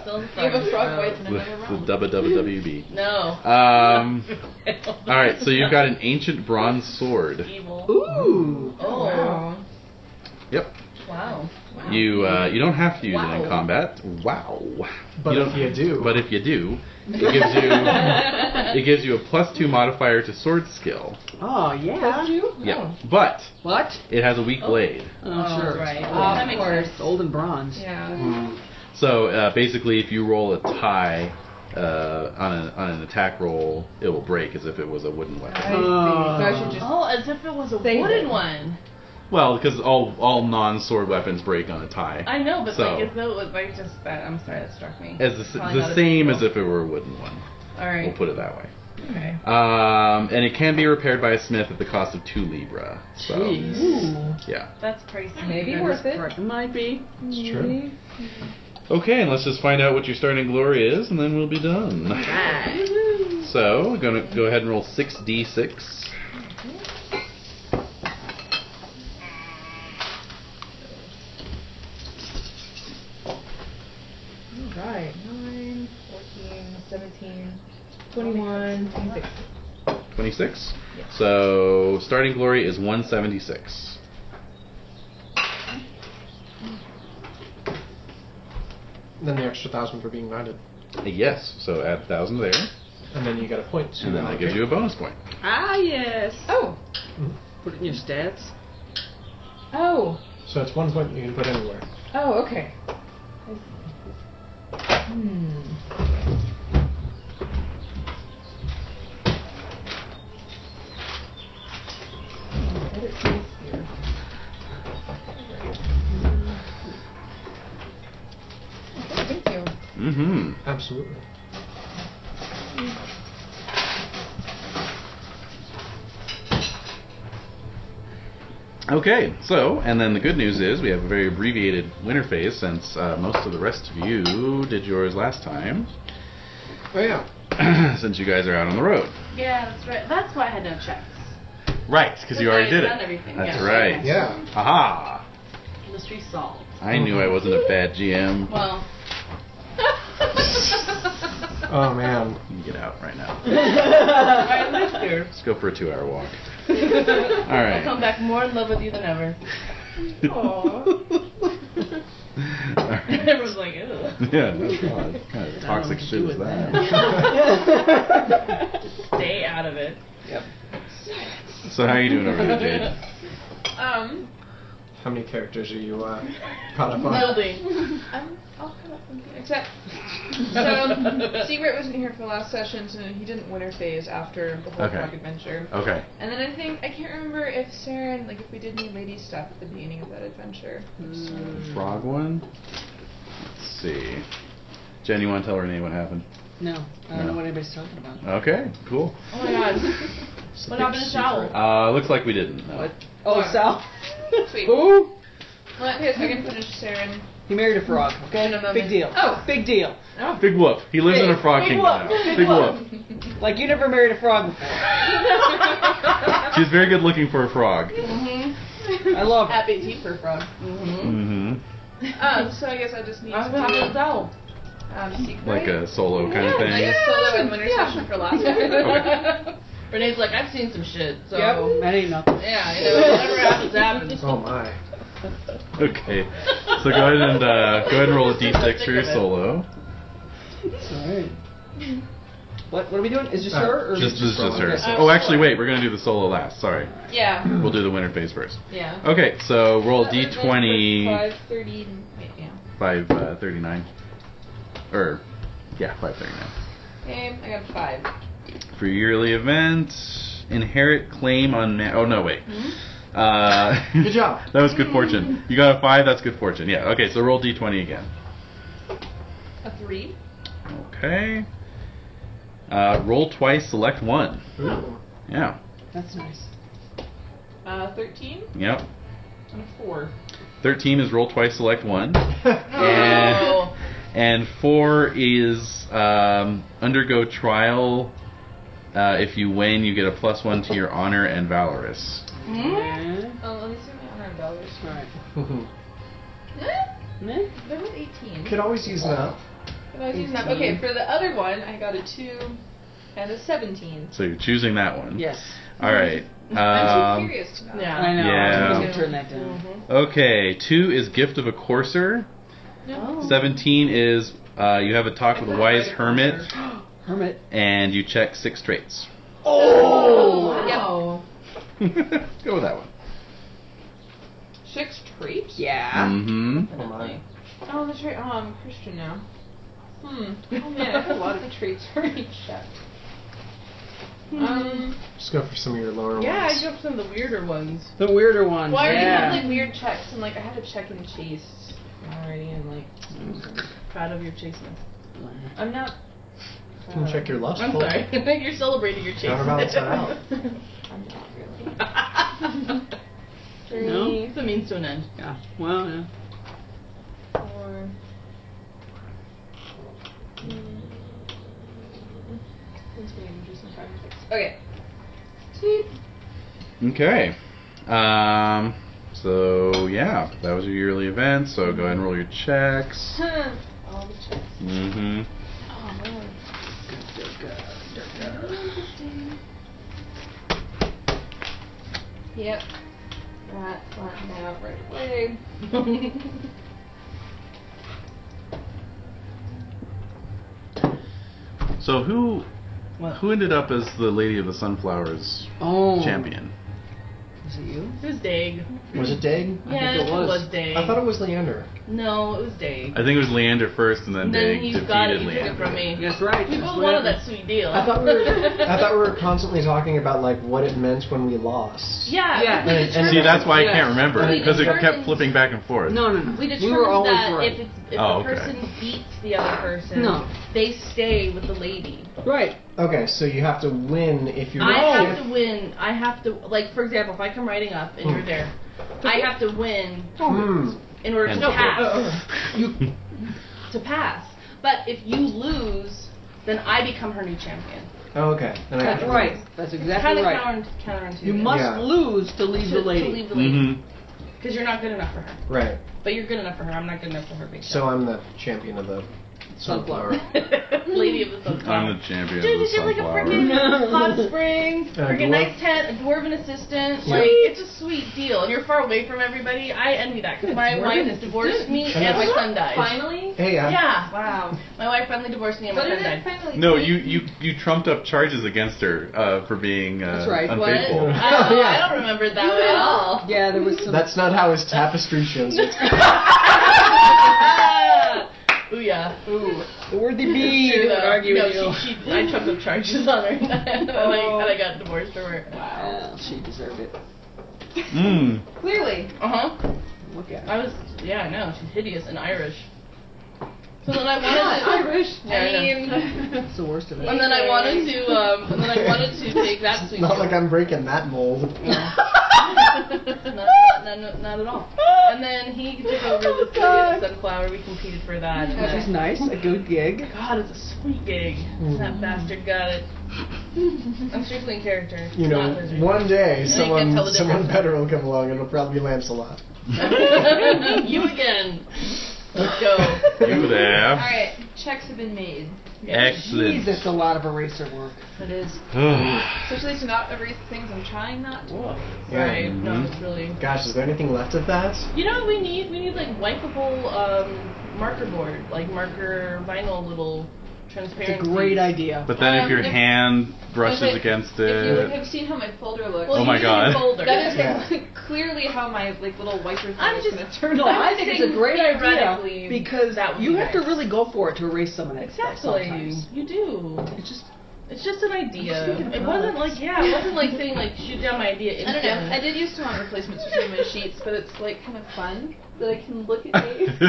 Still the You have a fire. frog wife and the another round. dubba dubba WB. No. Um, all right, so you've got an ancient bronze sword. Evil. Ooh. Oh. wow. Yep. Wow. You uh, you don't have to use it in Wow. combat. Wow. But you if don't- you do, But if you do, it gives [LAUGHS] [LAUGHS] you it gives you a plus two modifier to sword skill. Oh, yeah. Yeah. But What? it has a weak blade. Oh, Oh, sure. right. Oh, That of makes course. sense. Gold and bronze. Yeah. Mm. So uh, basically, if you roll a tie uh, on, a, on an attack roll, it will break as if it was a wooden I weapon. see. So I Uh, should just. Oh, as if it was a Save wooden it. one. Well, because all all non-sword weapons break on a tie. I know, but So- like as though it was like just that. I'm sorry, that struck me. As the, Probably not the as same cool. as if it were a wooden one. All right. We'll put it that way. okay. Um, and it can be repaired by a smith at the cost of two libra. So Jeez. Ooh. yeah. That's pricey. Maybe Goodness worth it. gra- Right. Might be. It's true. Okay, and let's just find out what your starting glory is, and then we'll be done. [LAUGHS] Ah. So, gonna go ahead and roll six d six. Alright. 9, 14, 17, 21, 26. 26. Yes. So starting glory is 176. Then the extra thousand for being knighted. A Yes, so add 1,000 there, And then you got a point. So and then you're that like, gives you a bonus point. Ah, yes. Oh! Put it in your [LAUGHS] stats. Oh! So it's one point you can put anywhere. Oh, okay. I see. Hmm. What it says [LAUGHS] here. Okay, Thank you. Mm hmm. Absolutely. Okay, so, and then the good news is we have a very abbreviated winter phase since uh, most of the rest of you did yours last time, [CLEARS THROAT] Oh yeah. since you guys are out on the road. Yeah, that's right. That's why I had no checks. Right, because you I already had did done it. everything. That's yeah. right. Yeah. Haha! Mystery solved. I knew I wasn't a bad GM. [LAUGHS] Well, Oh man. You can get out right now. I live here. Let's go for a two hour walk. All right. come back more in love with you than ever. [LAUGHS] [LAUGHS] Oh. Alright. Everyone's like, ew. [LAUGHS] Yeah, that's odd. What kind of Um, toxic to shit do is with that? [LAUGHS] Stay out of it. So how you doing over there, Jade? Um, How many characters are you uh, caught up on? Building. I'm all caught up on except so Secret wasn't here for the last session, so he didn't winter phase after the whole Okay. Frog adventure. Okay. And then I think I can't remember if Saren like if we did any lady stuff at the beginning of that adventure. Hmm. Frog one? Let's see. Jen, you want to tell Renee what happened? [LAUGHS] No, I don't No. know what anybody's talking about. Okay, cool. Oh my god. What happened to [LAUGHS] Shaul? Uh, looks like we didn't. No. What? Oh, Alright. Sal. Sweet. Who? Well, in that case, I can finish Saren. He married a frog. Okay, In a moment. big deal. Oh. big deal. Big whoop. He lives in a frog Big kingdom whoop. now. Big Big whoop. whoop. Like you never married a frog before. She's very good looking for a frog. I love her. Happy teacher frog. Mm-hmm. Um, so I guess I just need I was to talking to do Shaul. um secret. Like a solo kind of like thing. a solo and winter session for last time. [LAUGHS] Renee's like, I've seen some shit, so Yep, that ain't nothing. yeah, you know, whatever happens, happens. Oh my. [LAUGHS] Okay. So go ahead and uh, go ahead and roll a d6 for your solo. It's alright. What, what are we doing? Is this Uh, her? Or Just this is just hers. Okay. Oh, actually, wait. We're gonna do the solo last. Sorry. Yeah. We'll do the winter phase first. Yeah. Okay. So roll d20. Five thirty. Yeah. Five uh, thirty-nine. Or yeah, five thirty-nine. Okay, Um, I got a five. For yearly event, inherit claim on. Ma- oh no, wait. Hmm? Uh, Good job. [LAUGHS] that was good fortune. You got a five. That's good fortune. Yeah. Okay. So roll d20 again. A three. Okay. Uh, roll twice. Select one. Ooh. Yeah. That's nice. Uh, thirteen. Yep. And a four. Thirteen is roll twice. Select one. Oh. And four is um, undergo trial. Uh, if you win, you get a plus one to your honor and valorous. Yeah. Oh, let me see my honor and dollars. Alright. There was eighteen. Could always use an up. But I was using that. Okay, for the other one, I got a two and a seventeen. So you're choosing that one. Yes. All right. [LAUGHS] I'm too Um, curious to know. I Yeah. know. I was Yeah. going to turn that down. Mm-hmm. okay. Two is gift of a courser. Oh. No. Seventeen is uh, you have a talk with a wise hermit, Hermit. and you check six traits. [LAUGHS] Oh, yeah. Go with that one. Six traits. Yeah. Mm-hmm. Oh my. Oh, that's right. Oh, I'm a Christian now. [LAUGHS] Hmm. Oh man, I have a lot of traits already checked. Hmm. Um. Just go for some of your lower Yeah, I ones. jumped some of the weirder ones. The weirder ones. Why are you yeah. have like weird checks? I'm like, I had to check in chase already, and like, Proud of your chaseness. I'm not. You can check your lust. I'm pull. sorry. I think you're celebrating your Counterbalance that out. chaseness. [LAUGHS] I'm not [LAUGHS] really. Three, No? It's a means to an end. Yeah. Well, yeah. four. Mm. That's pretty interesting. Five, six. [LAUGHS] [LAUGHS] Okay. Sweet. Okay. Um, so yeah, that was your yearly event. So go ahead and roll your [LAUGHS] checks. All the checks. Mm-hmm. Oh man. Yep. That flattened out right away. So who What? who ended up as the Lady of the Sunflowers Oh. champion? Is it you? It was Dag. Was it Dag? Yeah, it was. Dag. I thought it was Leander. no, it was Dag. I think it was Leander first, and then, And then Dag you defeated got it. You took it Leander. from me. That's right. We that's both what wanted happened. that sweet deal. I thought we were. I thought we were constantly talking about like what it meant when we lost. [LAUGHS] Yeah. Yeah. We And- and- determined, See, that's why I Yes. can't remember We because it kept determined- flipping back and forth. [LAUGHS] No, no, no. we determined were always that right. if, it's, if Oh, the okay. person beats the other person, No. they stay with the lady. right. Okay, so you have to win if you're. I not Oh. have to win. I have to like, for example, if I come riding up and you're there, I have to win Hmm. in order And to okay. pass. Mm-hmm. Oh. to pass. But if you lose, then I become her new champion. Oh, okay. Then I That's got right. That's kind exactly of right. counter, counterintuitive. You must Yeah. lose to to, leave the to lady. leave the lady. Mm-hmm. Because you're not good enough for her. Right. But you're good enough for her. I'm not good enough for her. Big [LAUGHS] [LAUGHS] So I'm the champion of the sunflower. shot. lady of the I'm sunflower. the champion Dude, of the it's like a sunflower. freaking hot spring, Uh, freaking dwarf. nice tent, a dwarven assistant. Yeah. Like, it's a sweet deal. And you're far away from everybody. I envy that because my wife has divorced me And and my that's- son died. Finally? hey, uh, I, Yeah. Wow. My wife finally divorced me and my But son it died. finally No, you, you you trumped up charges against her uh, for being uh, That's right. What? unfaithful. [LAUGHS] Yeah. I don't, [LAUGHS] know, Yeah. I don't remember it that way at all. Yeah, there was some. that's not how his tapestry [LAUGHS] shows it. [LAUGHS] Ooh, yeah. Ooh. We're the bee. Don't True, though. argue no, with you. she, she, I trumped up charges on her. [LAUGHS] and, I, and I got divorced from her. Wow, she deserved it. Mm. Clearly. Uh huh. Look at her. I was, yeah, I know. She's hideous and Irish. So then I Not wanted Irish. Yeah, I [LAUGHS] I mean, That's the worst of to, it. and then I wanted [LAUGHS] to, um, and then I wanted to take that It's sweet not deal. like I'm breaking that mold. not, not, not, not at all. [LAUGHS] And then he took over Oh, the city of Sunflower. We competed for that. And Which is then, nice. A good gig. God, it's a sweet gig. That bastard got it. I'm strictly in character. You know, not lizard. one day you can someone tell the someone difference. better will come along and it'll probably be Lancelot. [LAUGHS] you again. Let's go. [LAUGHS] You there. Alright, checks have been made. Excellent. Jeez, that's a lot of eraser work. It is. Especially to not erase the things I'm trying not to. Yeah. Right. No, it's really. Gosh, is there anything left of that? You know what we need? We need like wipeable um, marker board, like marker vinyl little transparent. It's a great idea. [SIGHS] but then if Um, your if- hand brushes if it- against If you would it, [LAUGHS] [LAUGHS] have seen how my folder looked. Oh my God. Folder. That is Yeah. like, [LAUGHS] clearly how my like little wiper thing I'm is [LAUGHS] just- gonna turn No, out. I think it's a great theoretically, idea because that would you be have nice. to really go for it to erase some of that stuff Exactly. sometimes. You do. It's just It's just an idea. Just thinking It about wasn't it. like yeah, it wasn't like saying like shoot down my idea. I don't [LAUGHS] know. I instantly. did used to want replacements for some of my sheets, but it's like kind of fun that I can look [LAUGHS] at these. [LAUGHS] [LAUGHS]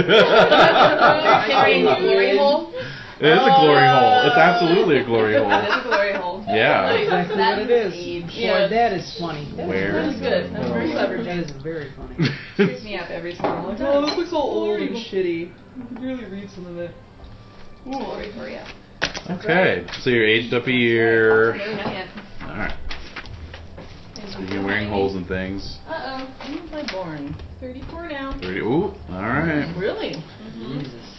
Carrying the glory hole. it is a glory Oh. hole. It's absolutely a glory [LAUGHS] That hole. is a glory hole. Yeah. exactly That what it is is. Boy, Yeah. that is funny. That is Where? That was good. That was very clever. That Jen. is very funny. [LAUGHS] Freaks me up every single time. looks so old and shitty. You could really read some of it. Glory for you. okay. So you're aged up a year. No, not yet. All right. Speaking of wearing holes and things. Uh oh. When was I born? 34 now. Thirty- Ooh. All right. Really? Jesus.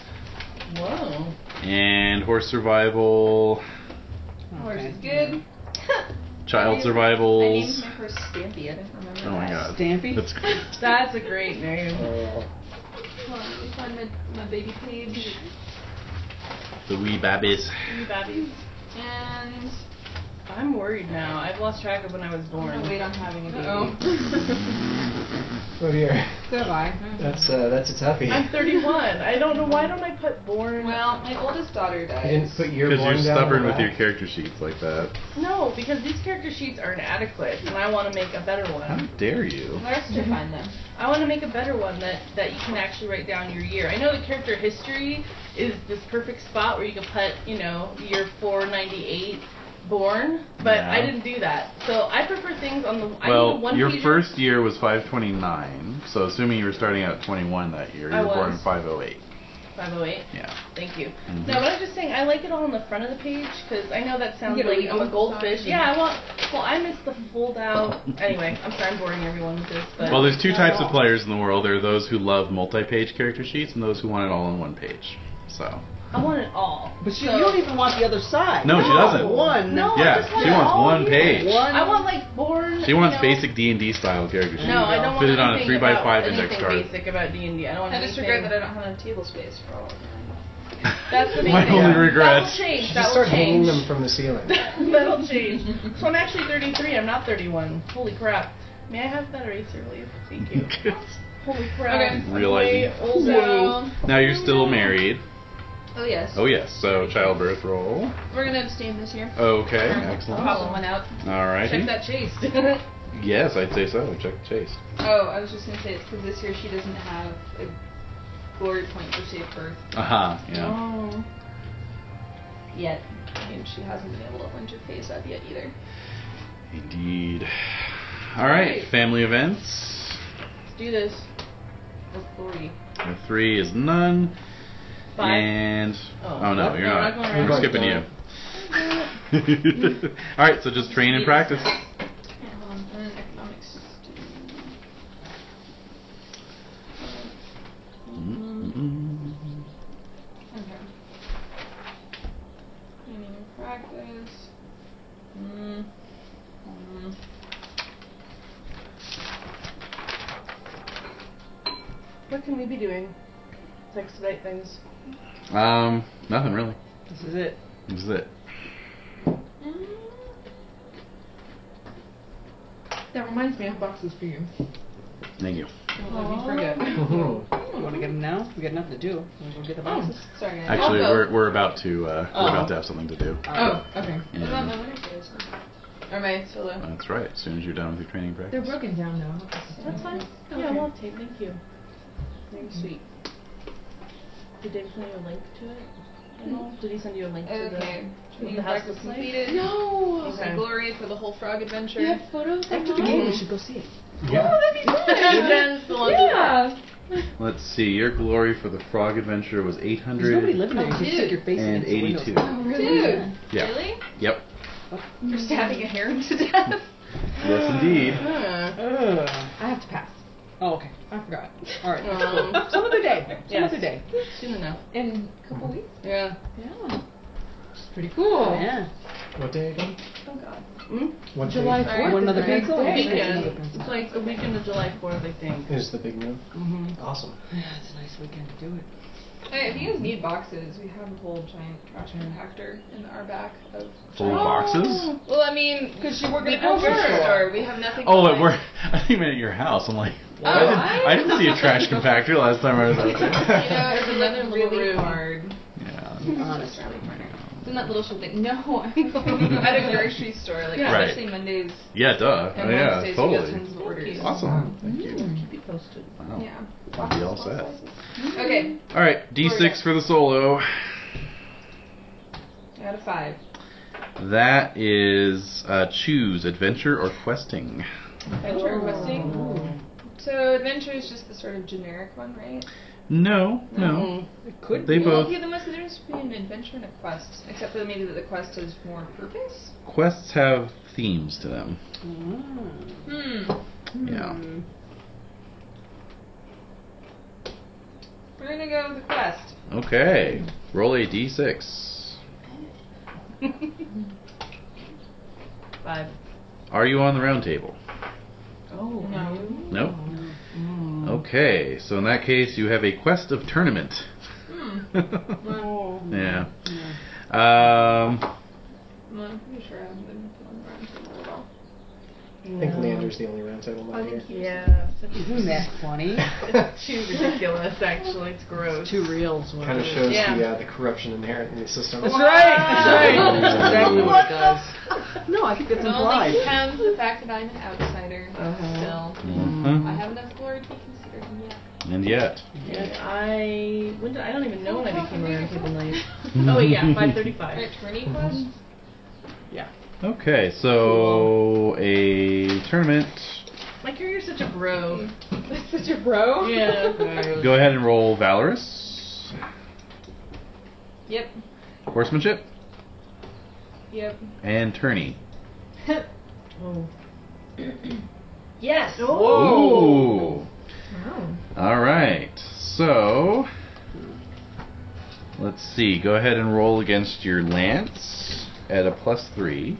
Whoa. And horse survival, Horse is Okay. good. child I named survivals. my horse Stampy. I didn't remember Oh my that. god. Stampy? That's great. That's a great name. Uh, Hold on, let me find my, my baby page. The wee babbies. You babbies. And I'm worried now. I've lost track of when I was I'm born. gonna wait on having a baby. oh dear, Goodbye. that's uh, that's a toughie. I'm 31. I don't know why don't I put born. Well, my oldest daughter I died. didn't put your Because one you're down stubborn on with that. your character sheets like that. no, because these character sheets are inadequate, and I want to make a better How one. dare you? The rest are fine though. I want to make a better one that that you can actually write down your year. I know the character history is this perfect spot where you can put, you know, year 498 born, but I Yeah. didn't do that. So I prefer things on the. I need a Well, one your pager. first year was 529, so assuming you were starting out at 21 that year, you I were born in was. 508. 508. Yeah. Thank you. Mhm. No, but I'm just saying I like it all on the front of the page because I know that sounds You get like a I'm a little goldfish. side. Yeah, I want. Well, I miss the fold out. Anyway, I'm sorry I'm boring everyone with this, but Well, there's two types of players in the world. There are those who love multi-page character sheets and those who want it all on one page. So, I want it all. But you, So- you don't even want the other side. No, she doesn't. One. No, I yeah, just want she it wants all one here. page. One. I want like born. She wants you know- basic D&D style character sheets. No, I don't want Fit it on a anything three by about five index anything card. basic about D and D. I don't want I just anything. regret that I don't have enough table space for all of them. That's the big [LAUGHS] My thing. only That will regret. change. Just That start will hanging change. them from the ceiling. [LAUGHS] That'll change. So I'm actually 33. I'm not 31. Holy crap. May I have that eraser, please? Thank [LAUGHS] you. Holy crap. Okay. I'm [LAUGHS] Realizing- Way older. So, Now you're still married. oh yes. Oh yes, so childbirth roll. We're gonna abstain this year. Okay, Um, excellent. Pop one out. All right. Check that [LAUGHS] chase. Yes, I'd say so. Check chase. oh, I was just gonna say it's because this year she doesn't have a glory point for safe birth Aha, uh-huh, yeah. Oh. yet, and she hasn't been able to lend her face up yet either. Indeed. All right, Right. family events. do this. With three. And three is none. Five. And Oh. oh, no, Nope, you're no, not. I'm not going We're around. skipping you. [LAUGHS] All right, so just train and practice. Okay, hold on. And then economics. Okay. Meaning of practice. Mm. Mm. What can we be doing to expedite things? Um, nothing really. This is it. This is it. That reminds me, I have boxes for you. Thank you. Don't let me forget. Mhm. You want to get them now? We got nothing to do. We'll go get the boxes. Sorry, guys. Actually, I'll go. we're, we're about to uh, we're Oh. about to have something to do. Oh, okay. What about And my winter days? Or my solo? that's right. As soon as you're done with your training and They're practice. broken down though. That's fine. Mm-hmm. Yeah, Okay. I'll have tape. Thank you. Very sweet. Did Dave send you a link to it? No. Did he send you a link to Okay. the, Meaning the of house practice was completed. No. Use my glory for the whole frog adventure. You have photos After the game, we should go see it. Yeah. That's the one. Yeah. Let's see. Your glory for the frog adventure was eight There's nobody hundred living there. You can stick your face and against the eighty-two. windows. Dude. Yeah. Really? Yep. For stabbing a heron to death? Yes, indeed. Huh. Ugh. I have to pass. Oh, okay. I forgot. All right. Um, Some other day. Some Yes. other day. soon enough. In a couple weeks. Yeah. Yeah. It's pretty cool. Yeah. What day again? Oh god. What July day fourth. One is another the big pencil. day. Another Weekend. pencil. It's like the weekend of July 4th, I think. is the big move? Mm-hmm. Awesome. Yeah, it's a nice weekend to do it. Hey, if you guys need boxes, we have a whole giant trash compactor in our back of. Full of boxes. Well, I mean, because you work at a Oh, grocery store, we have nothing. Oh, but, at work. [LAUGHS] I think at your house. I'm like, Oh, I didn't. I- I didn't see a trash compactor last time I was out there. You know, it's There's [LAUGHS] another another little really room. hard. Yeah. Honest. It's in that little shop thing. No, at [LAUGHS] a grocery store, like Yeah. Right. especially Mondays Yeah. Duh. Oh, and yeah. Wednesdays, we have Totally. tons of orders. Awesome. Thank you. Keep you posted. Wow. Yeah. I'll be all set. Okay, All right. D6 for the solo. out of five. That is uh, choose adventure or questing. Adventure requesting. So adventure is just the sort of generic one, right? No. No. Mm-hmm. Mm. It could They be. Well, both okay, then what's the difference between an adventure and a quest? Except for maybe that the quest has more purpose? quests have themes to them. Ah. Hmm. Yeah. Hmm. We're gonna go with the quest. Okay. Roll a d6. Five. Are you on the round table? Oh, No. Nope. Okay. So in that case, you have a quest of tournament. Hmm. [LAUGHS] yeah. Um, Well, I'm pretty sure I haven't been on the round table at all. [LAUGHS] I think Leander's the only roundtable I not here. think [LAUGHS] he Yeah. [LAUGHS] Isn't that funny? It's too ridiculous, actually. It's [LAUGHS] gross. Two reels. what Kind of it is. shows Yeah. the uh, the corruption inherent in the system. That's right. [LAUGHS] That's right. That's exactly what What it does. No, I think that's It only implied. comes the fact that I'm an outsider. Uh-huh. Still. mhm. I have enough glory to be considered him yet. And yet. And I when did, I don't even know when I became a round table knight. [LAUGHS] Oh yeah, five Alright, thirty-five. tourney Mm-hmm. quest? Okay, so a tournament. My character's such a bro. That's such a [LAUGHS] [LAUGHS] bro. Yeah. Go ahead and roll Valorous. Yep. Horsemanship Yep. and tourney. Oh. Yes. Oh. Wow. All right. So let's see. Go ahead and roll against your lance at a plus three.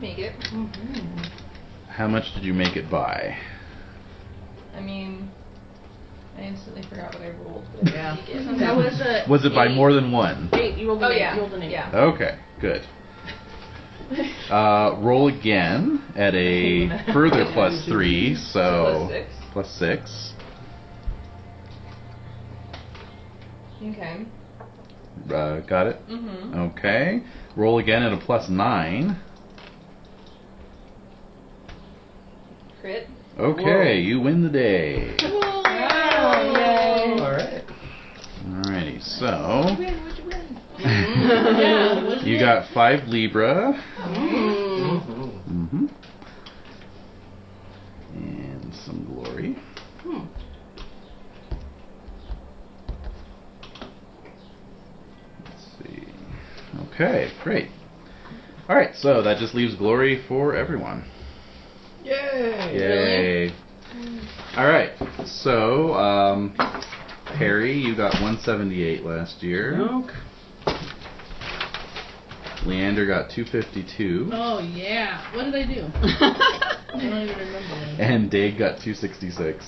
Make it. How much did you make it by? I mean, I instantly forgot what I rolled. [LAUGHS] Yeah. Make it. That was a Was it by eight. more than one? Eight. You rolled an Oh eight. yeah. You rolled an eight. Yeah. Okay. Good. Uh, roll again at a [LAUGHS] further plus three. So So plus six. plus six. Okay. Uh, got it. Mm-hmm. Okay. Roll again at a plus nine. Crit. Okay, Whoa. you win the [LAUGHS] day. Oh, Wow. Yay. All right. Alrighty, so Win, would you win? [LAUGHS] Yeah, what [LAUGHS] you got five Libra. Mm. Mhm. Mm-hmm. And Okay, great. All right, so that just leaves glory for everyone. Yay! Yay! All right, so um, Harry, you got 178 last year. Nope. Leander got 252, Oh yeah. What did I do? I don't even remember. and Dave got 266.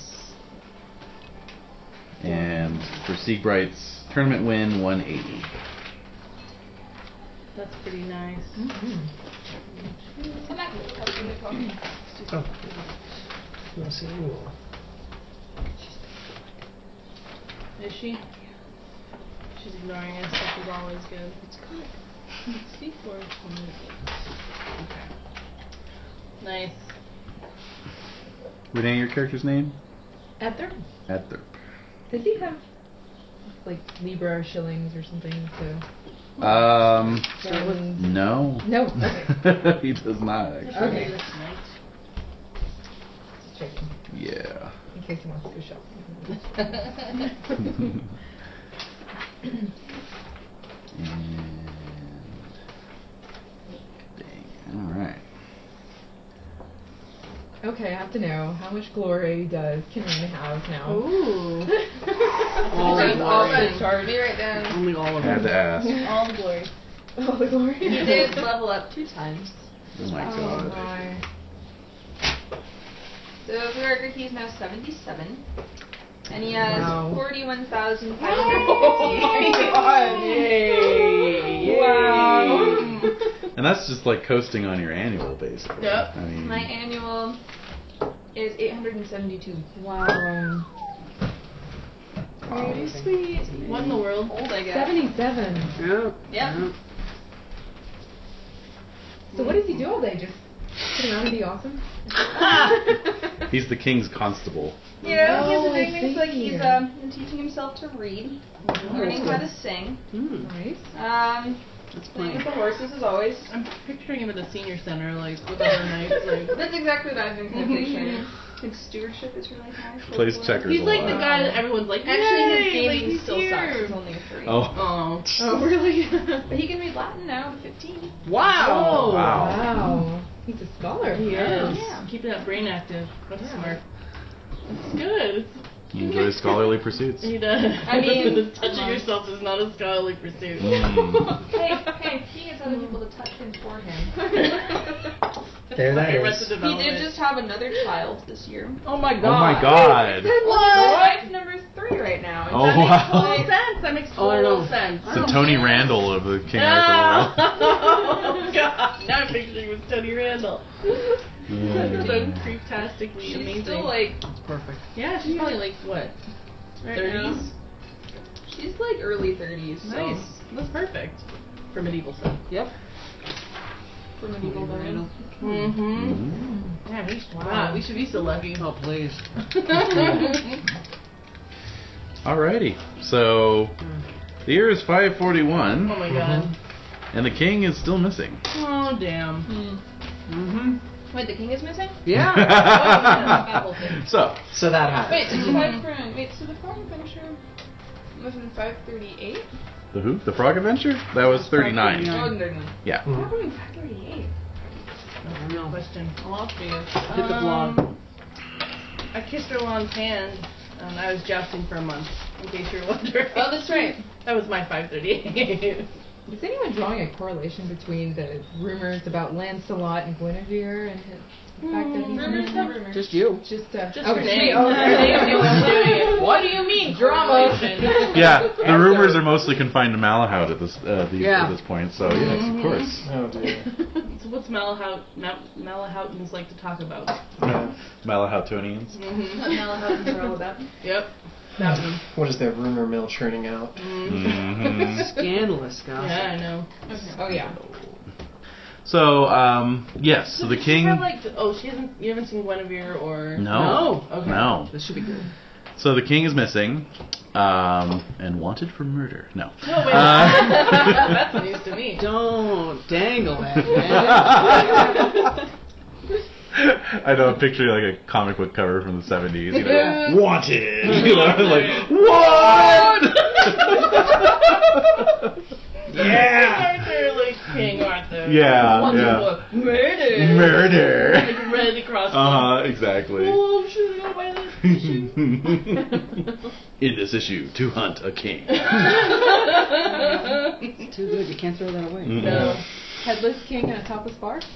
And for Siegbright's tournament win, 180. That's pretty nice. Come back. Have a good coffee. Let's see. Ooh. Is she? She's ignoring us, which is always good. It's good. Speak for it. Nice. Renee, your character's name? Ether? Ether. Does he have like Libra or shillings or something? So Um, Shillings. no. [LAUGHS] No. Okay. he does not actually. Okay. This night. Just checking. Yeah. In case he wants to go shopping. And dang. All right. Okay, I have to know how much glory does Karina have [LAUGHS] now? Ooh. All Just the all glory. that charge. Be [LAUGHS] right down. [LAUGHS] Only all of Had them. to ask. All the glory. All the glory. [LAUGHS] You did level up two times. Oh my Oh god. my. So Gregor, he's now 77. And he has Wow. [LAUGHS] 41,558. Wow. And that's just like coasting on your annual, basically. Yep. I mean, My annual is 872. Wow. Pretty sweet. Won the world. Old, I guess. Seventy-seven. Yep. Yep. Yep. So what does he do all day? Just sit around and be awesome? [LAUGHS] he's the king's constable. You know, he's Oh, the big things like thank he's you. um, teaching himself to read, learning how to sing, Mm, Nice. um, that's playing with plenty. the horses as [LAUGHS] always. I'm picturing him at a senior center, like with all the knights. Like. That's exactly what I was going to picture. Like stewardship is really nice. Plays Like, checkers He's a like lot. the guy that everyone's like, Actually, his "Yay, like, gaming he's still sucks. here." He's only a three. [LAUGHS] oh. Oh. Oh, really? but he can read Latin now at 15. Wow. Wow. Wow. He's a scholar. Yes. Yeah. Keeping that brain active. That's Yeah. smart. That's good. He enjoys scholarly [LAUGHS] pursuits. He does. I [LAUGHS] mean, touching come on. yourself is not a scholarly pursuit. Mm. hey, hey, he gets other people to touch him for him. [LAUGHS] There that Fucking is. Arrested he did Development. just have another child this year. [LAUGHS] Oh my Oh my god. god. [LAUGHS] Well, his wife number's three right now. [LAUGHS] Oh That makes total wow. sense. That makes Oh, I know. total sense. It's a Tony Randall of the King Oh, Arthur. god. [LAUGHS] Now I'm picturing it was Tony Randall. That's so [LAUGHS] Mm. creeptastically She's amazing. still like, That's perfect. yeah, she's probably like what? right 30s? now, she's like early 30s. so- Nice. That's perfect. For medieval stuff. Yep. For medieval times. Mm-hmm. Mm. Yeah, we should, wow, we should be so [LAUGHS] lucky. Oh please. Alrighty. So the year is 541. Oh my god. And the king is still missing. Oh damn. Mm-hmm. Wait, the king is missing? Yeah. [LAUGHS] so, So that happened. [LAUGHS] Wait, so the five from, wait, so the frog adventure was in 538? the who? The Frog Adventure? That was 39. Oh, no, no. Yeah. What happened in 538? I don't know. Question. I lost me. Hit the blog. Um, I kissed Erlon's hand, and I was jousting for a month, in case you're wondering. Oh, that's right. [LAUGHS] That was my 538. Is anyone drawing a correlation between the rumors about Lancelot and Guinevere and his, the fact that he's Rumors, not Mm-hmm. rumors. Just you. just uh, Mm, Just oh, her she- name. [LAUGHS] oh, Her name knew what she was doing. What do you mean, drama? Yeah, the rumors are mostly confined to Malahout at this uh, these, Yeah. at this point. So yes, of course, Oh dear. so what's Malahout, Ma- Malahoutans like to talc about? Yeah. [LAUGHS] Malahoutonians. Mm-hmm. Malahutans are all about. Yep, that one. What is that rumor mill churning out? Mhm. Scandalous Yeah, gossip. I know. oh yeah. So um, yes, so the Does she have, king. like, the- oh, she hasn't. You haven't seen Guinevere or. No, No, okay. no. This should be good. So the king is missing, um, and wanted for murder. [LAUGHS] No. No, wait. [LAUGHS] Uh, That's news to me. Don't dangle that, man. I know. I'm picturing like a comic book cover from the 70s. You know, wanted. [LAUGHS] You know, like what? yeah. Entirely. murder. Yeah, One yeah. book, murder. Murder. Like red across. Uh huh. Exactly. [LAUGHS] [LAUGHS] Oh, I'm shooting all my other issues. In this issue, to hunt a king. It's too good. You can't throw that away. Mm-mm. No. Headless king and a topless bar. [LAUGHS]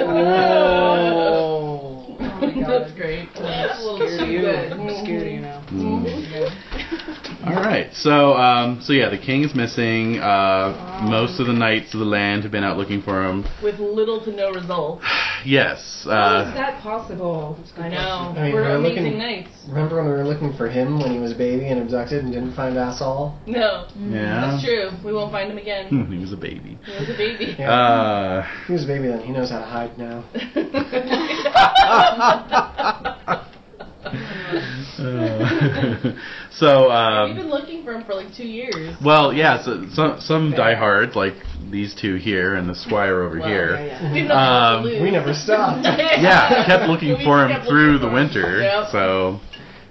Oh. Oh my God. That's great. That's a little Scared of too you. good. [LAUGHS] I'm scared of you now. Mm. Good. All right. So, um, so yeah, the king is missing. Uh, most of the knights of the land have been out looking for him. With little to no result. Yes. How is Uh, that possible? I know. I mean, We're we're amazing looking- knights. Remember when we were looking for him when he was a baby and abducted and didn't find us all? No, yeah. Hmm, that's true. We won't find him again. He was a baby. He was a baby. Yeah. Uh, [LAUGHS] he was a baby then. He knows how to hide now. Hmm. [LAUGHS] [LAUGHS] uh, so, We've been um, looking for him for like two years. well, yeah. So, some some diehards like these two here and the squire over Well, here. Yeah, yeah. [LAUGHS] We've nothing else Um, to lose. We [LAUGHS] never stopped. yeah, kept looking We for him kept through looking the for him. winter. Yep. So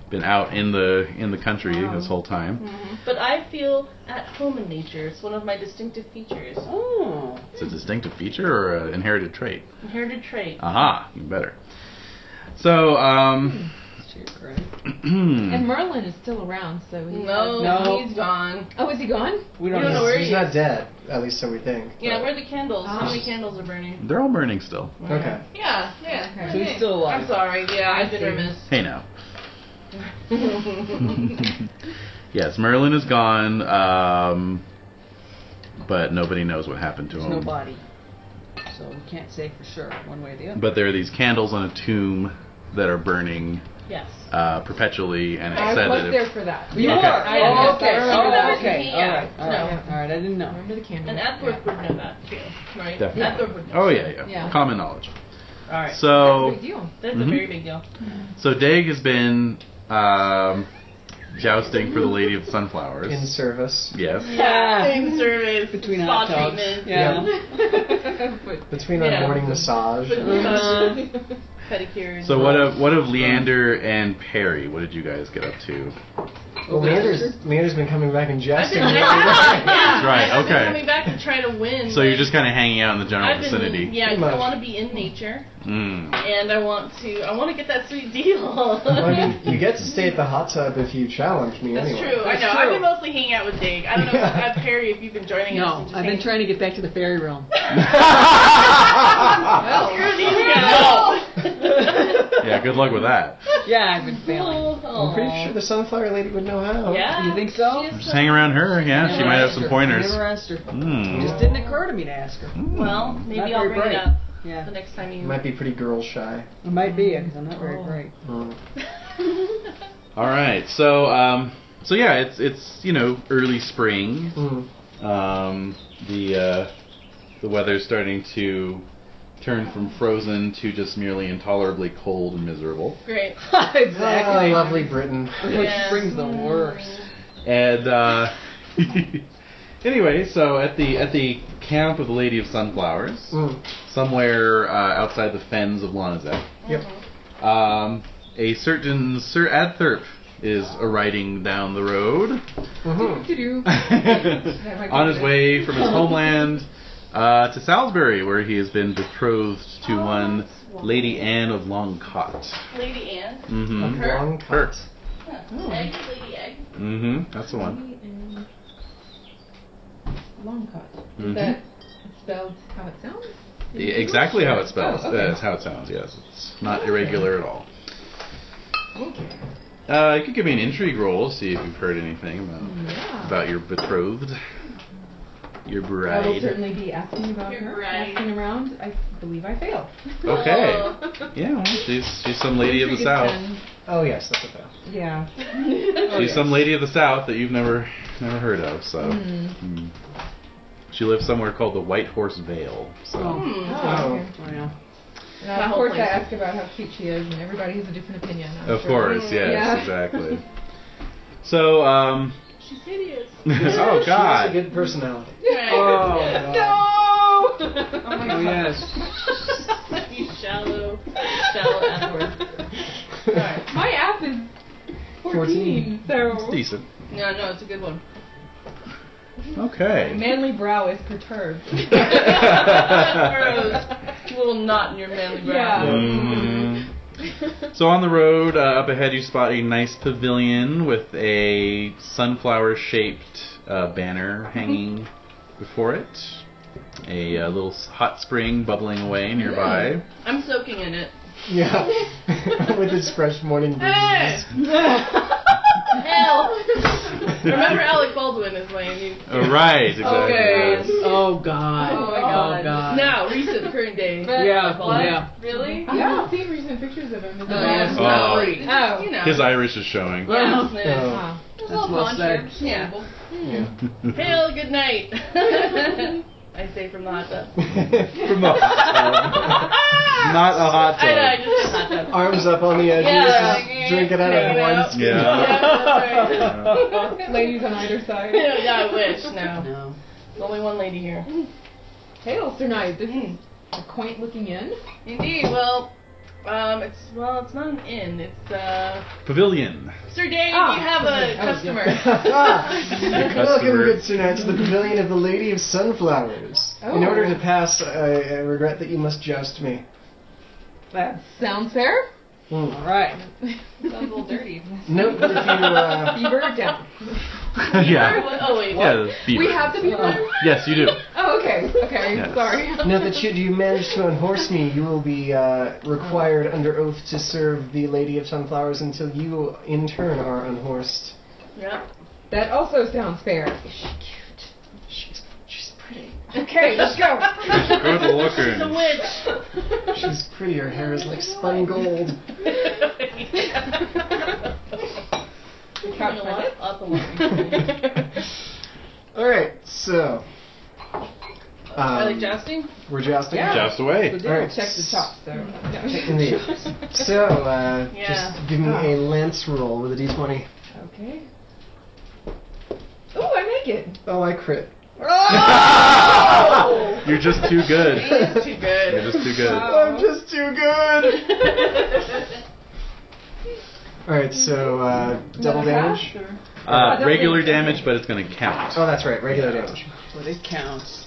been out in the in the country this whole time. But I feel at home in nature. It's one of my distinctive features. Oh. It's a distinctive feature or an inherited trait. Inherited trait. Aha, even better. So, um, [CLEARS THROAT] Shit, right. And Merlin is still around, so he No, No. he's gone. Oh, is he gone? We We don't don't know know. where He's he not is. dead, at least so we think. Yeah, but- where are the candles? Ah. How many candles are burning? they're all burning still. Okay. Yeah, yeah. Okay. So he's still I'm alive. sorry. Yeah, I've been see. remiss. Hey now. yes, Merlin is gone, um, but nobody knows what happened to There's him. no body. So we can't say for sure, one way or the other. But there are these candles on a tomb that are burning [LAUGHS] Yes. uh, perpetually, and it I said was that if there for that. You Okay. were. I am. Oh, okay. I Oh, remember that. okay. All Yeah. right. All right. All right. I didn't know. Remember the candle. And Epworth would know that too, right? Definitely. Epworth would know. Oh yeah, yeah, Yeah. Common knowledge. All right. That's a So big deal. That's Mhm. a very big deal. so Dag has been um, jousting for the Lady of the Sunflowers. In service. yes. Yeah. [LAUGHS] Same service. Between hot spa tubs. treatment. Yeah. [LAUGHS] uh, [LAUGHS] Between Yeah. our morning massage. But, uh, pedicures. So what of what of Leander and Perry? What did you guys get up to? Well, [LAUGHS] Leander's, Leander's been coming back and I've jesting. [LAUGHS] [LAUGHS] been, yeah, yeah. Right, I've been okay. coming back to try to win. So you're like, just kind of hanging out in the general I've been, vicinity. Yeah, 'cause I Pretty much. want to be in nature, Mm. and I want to. I want to get that sweet [LAUGHS] deal. Well, I [LAUGHS] mean, you get to stay at the hot tub if you challenge me That's anyway. [LAUGHS] true. I That's know. true. I've been mostly hanging out with Dig. I don't know, Yeah. if, uh, Perry, if you've been joining us. and No, just I've been hanging- trying to get back to the fairy realm. Hmm. "Oh, Oh, Screw [LAUGHS] these guys. Yeah. Good luck with that. Yeah, I've [LAUGHS] been failing. I'm pretty sure the sunflower lady would know how. Yeah. You think so? She is Just so- hang around her. Yeah. She Never might have asked some her. pointers. Hmm. Never asked her. It Mm. just didn't occur to me to ask her. Well, maybe Not I'll very bring it bright. up the Yeah, next time you. Might be pretty girl shy. it might be because I'm not very great. Mm. All right. So um, so yeah, it's it's you know early spring. Mm. Um, the uh, the weather's starting to turn from frozen to just merely intolerably cold and miserable. [LAUGHS] Great. Oh, Ah, exactly. lovely Britain. Which brings the worst. And uh, [LAUGHS] anyway, so at the at the camp of the Lady of Sunflowers, Mm. somewhere uh, outside the fens of Lanazet, Yep. um, a certain Sir Adthurp is riding down the road [LAUGHS] Mhm. Doo-doo. on his way from his homeland uh, to Salisbury, where he has been betrothed to Oh, one that's wonderful. Lady Anne of Longcott. Lady Anne. Mm-hmm. Her? Long Her. cut. Hmm. Egg, Lady Egg. Mm-hmm. That's the one. Long cut. Mhm. Is that spelled how it sounds? Yeah, E, Exactly how it spells. Oh, okay. That's how it sounds. Yes, it's not irregular at all. Okay. Uh, you could give me an intrigue roll, see if you've heard anything about Yeah. about your betrothed, your I will bride. certainly be asking about You're her, right. asking around. I believe I failed. [LAUGHS] Okay. Oh. Yeah, well, she's she's some lady of the Intrigue is south. done. Oh, yes, that's a fail. Yeah. She's some lady of the south that you've never never heard of. So Mm. Mm. she lives somewhere called the White Horse Vale. So Oh, Hmm. Oh, okay. well. And of That whole course, I place. ask about how cute she is, and everybody has a different opinion. I'm of Oh, sure. course, yes, Yeah. exactly. So um. [LAUGHS] She's hideous. oh That's a God. good personality. [LAUGHS] Oh, No. oh yes. you shallow, shallow Edward. Alright. My app is 14, so It's decent. No, no, it's a good one. [LAUGHS] Okay. Manly brow is perturbed. Gross. Little knot in your manly brow. Yeah. Mm. So on the road uh, up ahead, you spot a nice pavilion with a sunflower-shaped uh, Mm-hmm. banner hanging before it. A uh, little s- hot spring bubbling away nearby. I'm soaking in it. Yeah. [LAUGHS] With its fresh morning breeze. Hey! Hell! [LAUGHS] Remember Alec Baldwin is my new. Oh, right, exactly. Okay. yes. Oh God. Oh, my Oh God. God. Now, recent current day. But- Yeah, What? yeah. Really? [LAUGHS] I haven't seen recent pictures of him. Is No, it bad? it's Oh. not pretty. Oh. You know. His Irish is showing. Yeah. So, Ah. It's That's all well blonde said. hair. Yeah. Believable. yeah. Hail, good night. [LAUGHS] I say from the hot tub. From a [LAUGHS] hot tub. Not a hot I know, I tub. just said hot tub. Arms up on the edges, Yeah. just drink it out Hang of it one out. scoop. Yeah. Yeah, that's right. Oh. [LAUGHS] Ladies on either [LAUGHS] side. Yeah, yeah, I wish. No. No. There's only one lady here. Hail, Sir Knight. This is a quaint looking inn. Indeed. Well, um, it's well, it's not an inn. It's uh, [LAUGHS] [LAUGHS] Pavilion. Sir Dave, Ah, you have a okay. Oh, Ah. customer. [LAUGHS] Welcome, Customer. [LAUGHS] good Sunats, to the pavilion of the Lady of Sunflowers. In Oh. order to pass, I, I regret that you must joust me. That sounds fair. Hmm. All right. Sounds a little dirty. Note that if you, uh, Beaver it down. Or [LAUGHS] yeah. what- Oh wait. Yeah, the beaver. We have to be one. yes, [LAUGHS] you do. Oh, okay. Okay. Yes. [LAUGHS] Sorry. note that should you manage to unhorse me, you will be uh, required under oath to serve the Lady of Sunflowers until you, in turn, are unhorsed. Yeah. That also sounds fair. She's, she's pretty. Okay, let's [LAUGHS] go. Good She's a looking. witch. [LAUGHS] She's pretty. Her hair is like spun gold. Couch my [LAUGHS] Couch my up along. All right, so Are they um, jousting? we're jousting. Yeah. Joust away. We did Alright. check the chops, though. [LAUGHS] [LAUGHS] Yeah. Indeed. So, uh, Yeah. just give me a lance roll with a d20. Okay. Oh, I make it. Oh, I crit. [LAUGHS] [LAUGHS] You're just too [LAUGHS] good. Oh! She's too You're good. just too good. I'm just too good. All right, so uh, double damage. Uh, regular damage, but it's going to count. Oh, that's right, regular damage. But it counts.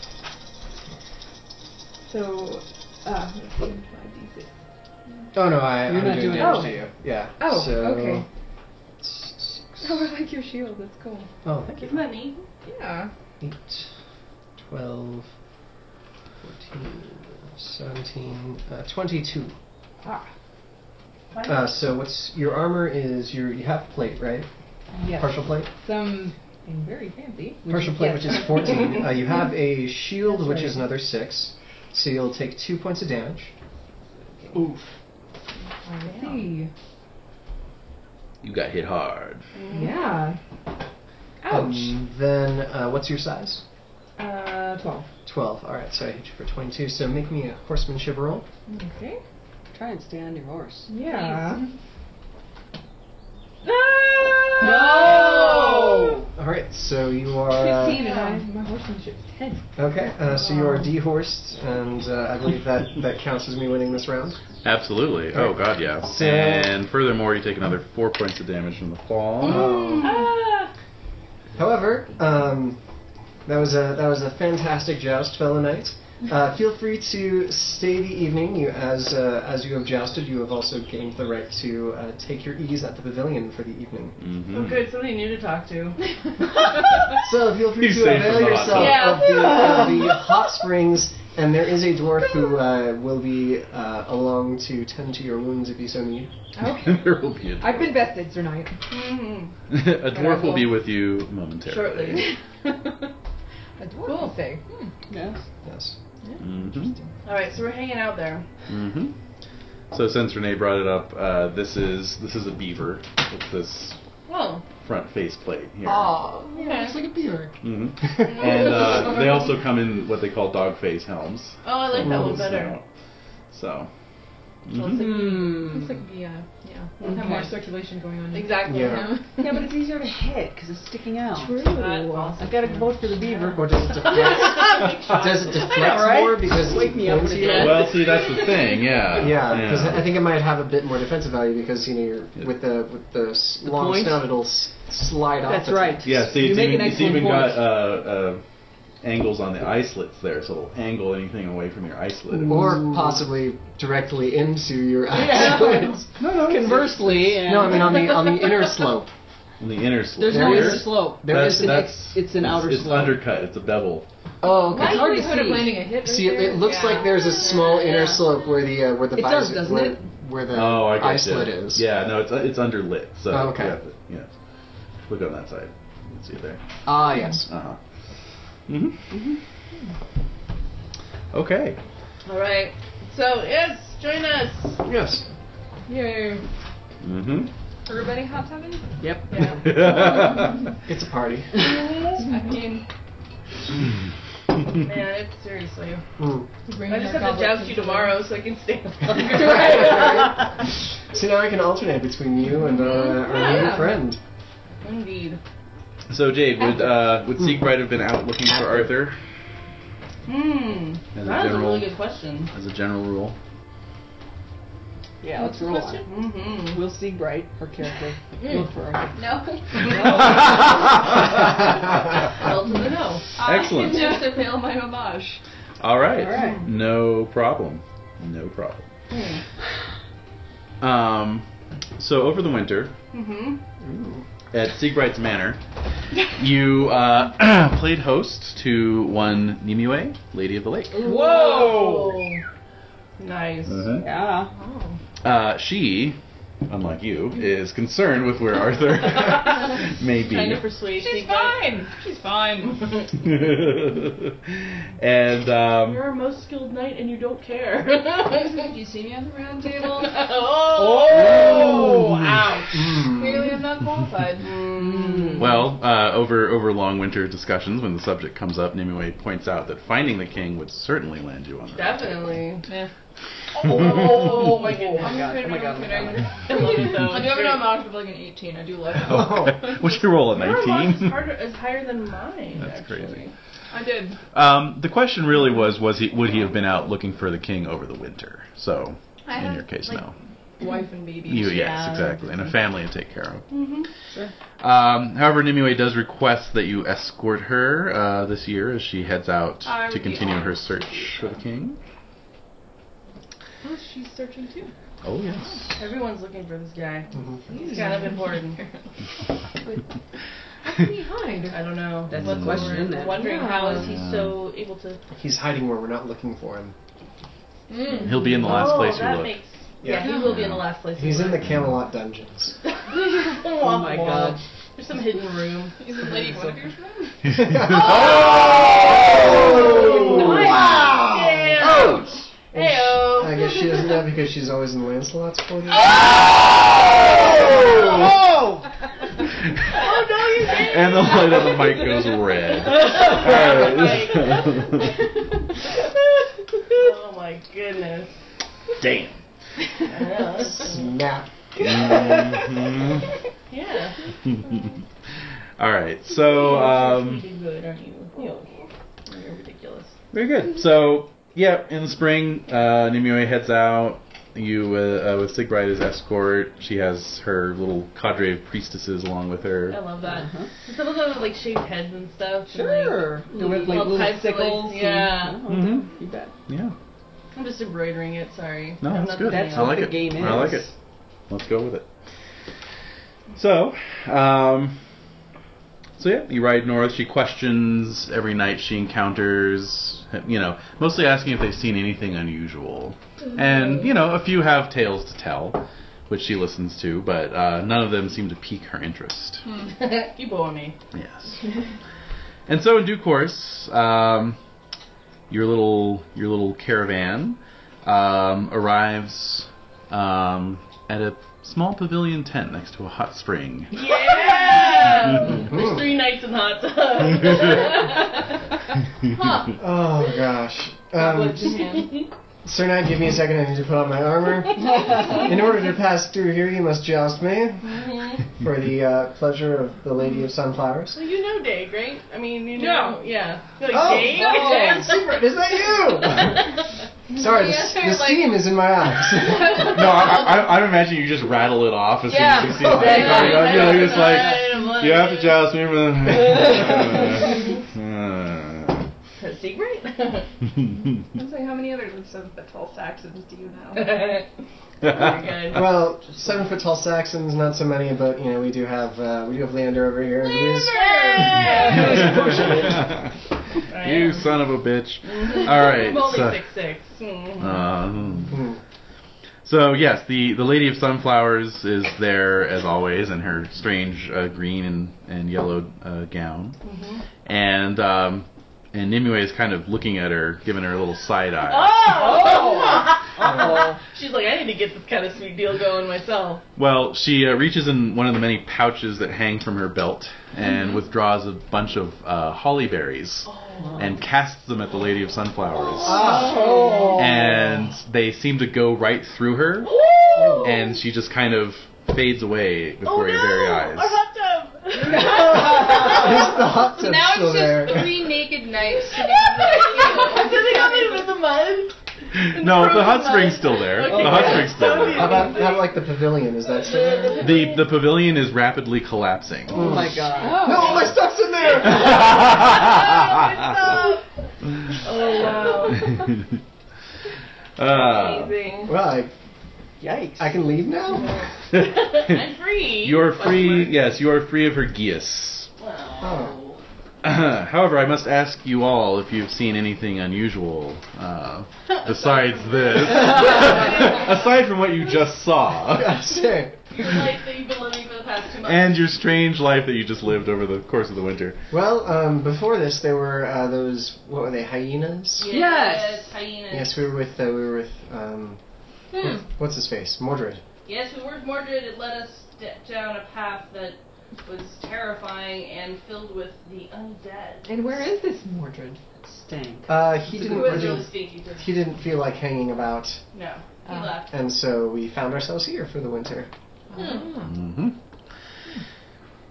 So, uh, let's see, my D6. Oh no, I, You're I'm not doing doing damage it. to you. Yeah. Oh, so, okay. [LAUGHS] Oh, I like your shield. That's cool. Oh, thank you. Isn't that neat? Yeah. 8, 12, 14, 17, uh, 22. Ah, Uh, so what's your armor is your you have plate right? yes. Partial plate. Some very fancy. Partial plate, which is yes. [LAUGHS] 14. uh, you have a shield, That's which right. is another six. So you'll take two points of damage. Oof. I see. You got hit hard. Mm-hmm. Yeah. Ouch. And Um, then uh, what's your size? Um, uh, 12. Twelve. All right. So I hit you for 22. So make me a horsemanship roll. Okay. Try and stay on your horse. Yeah. No. All right. So you are. Uh, 15 and I, my horsemanship's 10. okay. Uh, so you are dehorsed, and uh, I believe that that counts as me winning this round. Absolutely. Oh god, yeah. So- and furthermore, you take another four points of damage from the Oh, fall. [LAUGHS] Um, Ah. However, um, that was a that was a fantastic joust, fellow knight. Uh, feel free to stay the evening. You, as uh, as you have jousted, you have also gained the right to uh, take your ease at the pavilion for the evening. Oh, Mhm. good. Somebody new to talk to. So feel free You to saved avail the hot yourself tub. of, the, of the hot springs. And there is a dwarf who uh, will be uh, along to tend to your wounds if you so need. [LAUGHS] Okay. [LAUGHS] there will be a dwarf. I've been bested, Sir Knight. hmm [LAUGHS] a dwarf will will- be with you momentarily. Shortly. A dwarf cool. say. Hmm. [LAUGHS] Yes. [LAUGHS] Yes. [LAUGHS] Mhm. All right, so we're hanging out there. Mhm. So since Renee brought it up, uh, this is this is a beaver with this Oh. front faceplate here. Aw. Okay. It's like a beaver. hmm And uh, they also come in what they call dog face helms. Oh, I like that one better. So, mm-hmm. So it's like, Mm. it's like the, uh, yeah, we'll have more Okay. circulation going on. [LAUGHS] Exactly. Yeah. Yeah, but it's easier to hit because it's sticking out. Oh, True. That's awesome. I've got to vote for the beaver. Or does it [LAUGHS] deflect? does it deflect know, right? more because Wake it's me up when it pointier? does. Well, see, that's the thing. Yeah. Yeah, because I think it might have a bit more defensive value because you know you're, with the with the, s The long point? snout it'll s- slide off. That's the top. right. Yeah, see, You it's make even, an it's even got excellent uh, uh, angles on the eye slits there, so it'll angle anything away from your eye slit. Or possibly directly into your [LAUGHS] Mm. [LAUGHS] Yeah. eyes. no, no, it's- Conversely, and no, I mean on the on the inner [LAUGHS] slope. on the inner slit. there's there no is- inner slope. there that's, is an that's, ex- it's an outer It's slope. undercut. It's a bevel. Oh, okay. Why It's hard to you would have see. landing a hit right See, it, there? it looks like there's a small inner slope where the uh, where the It does, visor- doesn't where, it? where the oh, I eye guess slit is. Yeah, no, it's it's underlit. So Oh, okay. you have to- yeah, look on that side. You can see it there. Ah, yes. Uh huh. hmm Mm-hmm. Okay. All right. So yes, join us. Oh. Yes. Yay. hmm Everybody hot tubbing? Yep. [LAUGHS] [LAUGHS] Yeah. It's a party. I mean, Man, it's seriously. Mm. Bring I in just our have to goblets joust you and- tomorrow so I can stay up [LAUGHS] So now I can alternate between you and uh, our new Yeah. [LAUGHS] friend. [LAUGHS] Indeed. so Jade, would uh, would Siegfried have been out looking for Arthur Hmm. As a That is a general- really good question. as a general [LAUGHS] rule? Yeah, let's roll on it. Mm-hmm. Will Siegbright, her character, Mm. look for her. no. Well to the no. Excellent. I just avail my homage. [LAUGHS] All right. All right. No problem. No problem. Hmm. Um, so over the winter Mm-hmm. at Siegbright's [LAUGHS] Manor, you uh, [CLEARS THROAT] played host to one Nimue, Lady of the Lake. Whoa. Nice. Uh-huh. Yeah. Uh, she, unlike you, is concerned with where [LAUGHS] Arthur [LAUGHS] [LAUGHS] may be. Trying to persuade She's Siegfried. fine. She's fine. [LAUGHS] and um, You're our most skilled knight and you don't [LAUGHS] care. Have you seen me at the round table? [LAUGHS] oh! Ouch. Clearly, I'm not qualified. Mm. well, uh, over over long winter discussions, when the subject comes up, Nimue points out that finding the king would certainly land you on the right Definitely. [LAUGHS] Oh my Oh my goodness. god, oh my god, oh my god. [LAUGHS] I love it though. I do have an homage of like an 18. I do love it. Oh, okay. What's your roll at Your watch is, 19? harder, is higher than mine. That's actually. crazy. I did. [LAUGHS] Um, the question really was, was he would he have been out looking for the king over the winter? So I in have, your case, like, no. Wife and baby. You, yes, yeah, exactly, and a family to take care of. Mhm. Um, however, Nimue does request that you escort her uh, this year as she heads out I to would be continue her honored to search for the king. Oh, she's searching too. Oh yes. Everyone's looking for this guy. Mhm. He's kind of important. How can he hide? [LAUGHS] I don't know. That's What the question, isn't it? Wondering Yeah. how is he Mm. Yeah. so able to? He's hiding where we're not looking for him. Mm. He'll be in the last oh, place you that look. makes. Yeah, Yeah. he will be in the last place. He's you in the look. Camelot [LAUGHS] dungeons. [LAUGHS] Oh my god. There's some hidden room. Is it Lady Guinevere's room? Oh! Wow. Yeah. Heyo. I guess she doesn't know because she's always in Lancelot's quarters. oh no, you didn't. [LAUGHS] And the light on the mic goes red. All right. [LAUGHS] oh my goodness. Damn. Snap. Mm-hmm. [LAUGHS] Yeah. All right. So um, you good, aren't you? You- You're ridiculous. very good. So yeah, in the spring, uh, Nimue heads out. You uh, uh, with Siegbrite as escort. She has her little cadre of priestesses along with I her. love that. Just Some of them have like shaved heads and stuff. And, like, Uh-huh. Sure. Do it like All little types of, like, sickles. and- yeah. Oh, Mhm. Mm-hmm. You [LAUGHS] bet. Yeah. I'm just embroidering it. Sorry. No, I'm that's not good. that That's I what like the it. game is. I like it. Let's go with it. So, um, so yeah, you ride north. She questions every night she encounters, you know, mostly asking if they've seen anything unusual. Mm-hmm. And, you know, a few have tales to tell, which she listens to, but uh, none of them seem to pique her interest. nail. you bore me. Yes. and so, in due course, um, your little your little caravan um, arrives um, at a small pavilion tent next to a hot spring. Yeah. There's Ooh. three nights in hot [LAUGHS] tub. Oh gosh. Um, Just- [LAUGHS] Sir Knight, give me a second. I need to put on my armor. Oh. [LAUGHS] In order to pass through here, you must joust me for the uh, pleasure of the Lady of Sunflowers. So you know Dag, right? I mean, you No. know. Yeah. You're like, Oh, Dag? oh, Dan Seabrook, is [LAUGHS] that you? Sorry, the, Yes, s- sir, the like- steam is in my eyes. [LAUGHS] No, I, I, I'm imagining you just rattle it off as Yeah. soon as you see it. Yeah. Like, you're just [LAUGHS] like, I'm like, you have to joust me. [LAUGHS] A [LAUGHS] secret? I was like, how many other lists of the tall Saxons do you know? oh my [LAUGHS] Uh, god. well, seven foot tall Saxons, not so many, but you know we do have uh, we do have Leander over here. who is- you son of a bitch. All right, I'm only so- six six. Mm. Um, Hmm. So yes, the the Lady of Sunflowers is there as always in her strange uh, green and and yellow uh, gown, and um, and Nimue is kind of looking at her, giving her a little side eye. Oh! She's like, I need to get this kind of sweet deal going myself. Well, she uh, reaches in one of the many pouches that hang from her belt and withdraws a bunch of uh, holly berries and casts them at the Lady of Sunflowers, Ah. [LAUGHS] Oh. and they seem to go right through her, and she just kind of fades away Oh, before your very eyes. [LAUGHS] [LAUGHS] Is the hot tub now still it's there? just three naked knights. in with the [LAUGHS] mud? No, the hot spring's still there. Okay. The hot spring's still How there. about how about like the pavilion? Is that still there? The the pavilion is rapidly collapsing. Oh [LAUGHS] my god. No, my stuff's in there. [LAUGHS] Ah. [LAUGHS] Oh wow. Ah. Amazing. well, I, Oh. Yikes. I can leave now. [LAUGHS] [LAUGHS] [LAUGHS] I'm free. you are free. Yes, you are free of her geas. Oh. [CLEARS THROAT] However, I must ask you all if you've seen anything unusual uh, besides this, [LAUGHS] aside from what you just [LAUGHS] saw, Yes, sir. Like that you've been living for the past two months. and your strange life that you just lived over the course of the winter. Well, um, before this, there were uh, those. What were they? Hyenas. Yes. Hyenas. Yes, we were with. Uh, we were with. Um, Hmm. What's his face? Mordred. Hmm. Yes, we were with Mordred. It led us d- down a path that was terrifying and filled with the undead. And where is this Mordred? Stank. Uh, he He didn't wasn't really. really speaking to He didn't feel like hanging about, No, he Ah. left. and so we found ourselves here for the winter. Ah. hmm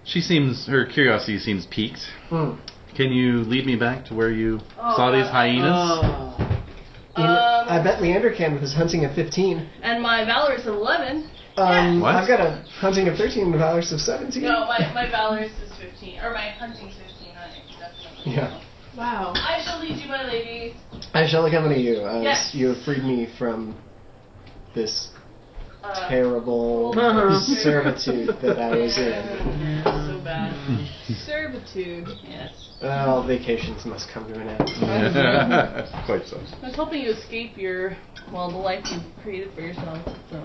She seems her curiosity seems piqued. Hmm. Can you lead me back to where you Oh, saw these God. hyenas? Oh. You know, Um, I bet Leander can with his hunting of fifteen. And my valor is 11. Um, What? I've got a hunting of thirteen and valorous of seventeen. No, my, my valor is 15. Or my hunting's 15. I definitely. Yeah. Wow. I shall lead you, my lady. I shall accompany you as Yes. you have freed me from this Uh, terrible Uh-huh. servitude that I was in. [LAUGHS] Yeah, so bad. Servitude. Yes. Well, vacations must come to an end. [LAUGHS] Quite so. I was hoping you escape your, well, the life you've created for yourself. So.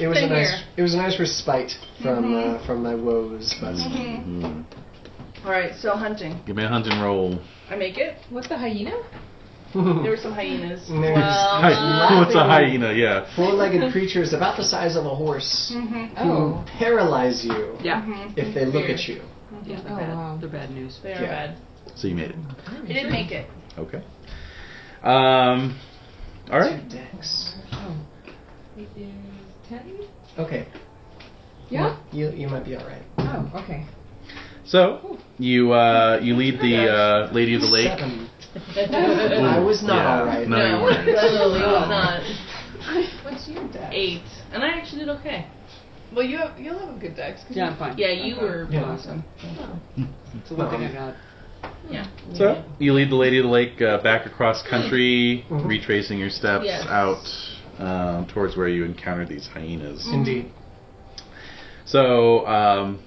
It was Same a nice, here. Mm-hmm. it was a nice respite from uh, from my woes. But Mhm. Alright, so hunting. Give me a hunt and roll. I make it. What's a hyena? [LAUGHS] There were some hyenas. And there's Well, Hi- uh, Mm-hmm. [LAUGHS] what's a hyena? Yeah. four-legged creatures about the size of a horse Mhm. who Oh. paralyze you Yeah. Mhm. if they look Weird. at you. Yeah, they're Oh, bad. wow. They're bad news. They are Yeah. [LAUGHS] bad. So you made it. I did make it. Okay. Um. All right. Two decks. Oh. It is ten? Okay. Yeah? You you might be all right. Oh, okay. So you uh, you lead the uh, lady of the lake. Seven. [LAUGHS] Ooh, I was Oh, not yeah. all right. Oh. No, you weren't. definitely Oh. [LAUGHS] not. What's your deck? Eight. And I actually did okay. Well, you have, you'll have a good dex. 'cause Yeah, I'm fine. Yeah, you were Yeah. awesome. Oh. It's the one thing I got. So you lead the lady of the lake uh, back across country, Mhm. retracing your steps Yes. out um, towards where you encountered these hyenas. Indeed. So, um,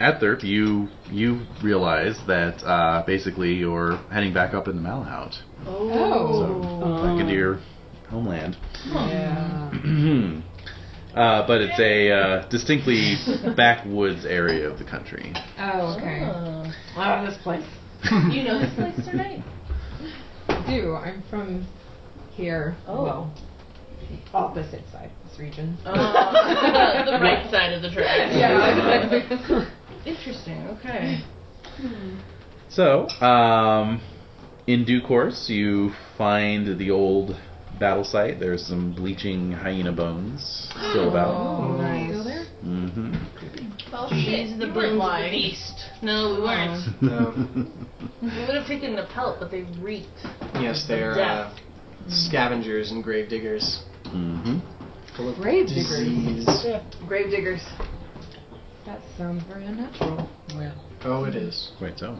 at Thirp, you you realize that uh, basically you're heading back up in the Malhout, Oh. so back into your homeland. [CLEARS THROAT] Oh. Yeah. uh, but it's a uh, [LAUGHS] distinctly backwoods area of the country. Oh, okay. Ah. Wow, this place. You know this place tonight. I do. I'm from here. Oh. Well, the opposite side of this region. Oh, the right side of the [LAUGHS] track. Yeah. [LAUGHS] Interesting. Okay. So, um, in due course, you find the old battle site. There's some bleaching hyena bones still about. Oh, nice. Still there? hmm Well, shit, She's you the weren't with blind. the beast. No, we weren't. Mm-hmm. We would have taken the pelt, but they reeked. Yes, they are uh, scavengers and gravediggers. hmm Full of Gravediggers. disease. Grave diggers. That sounds very unnatural. Oh, it is. Quite so.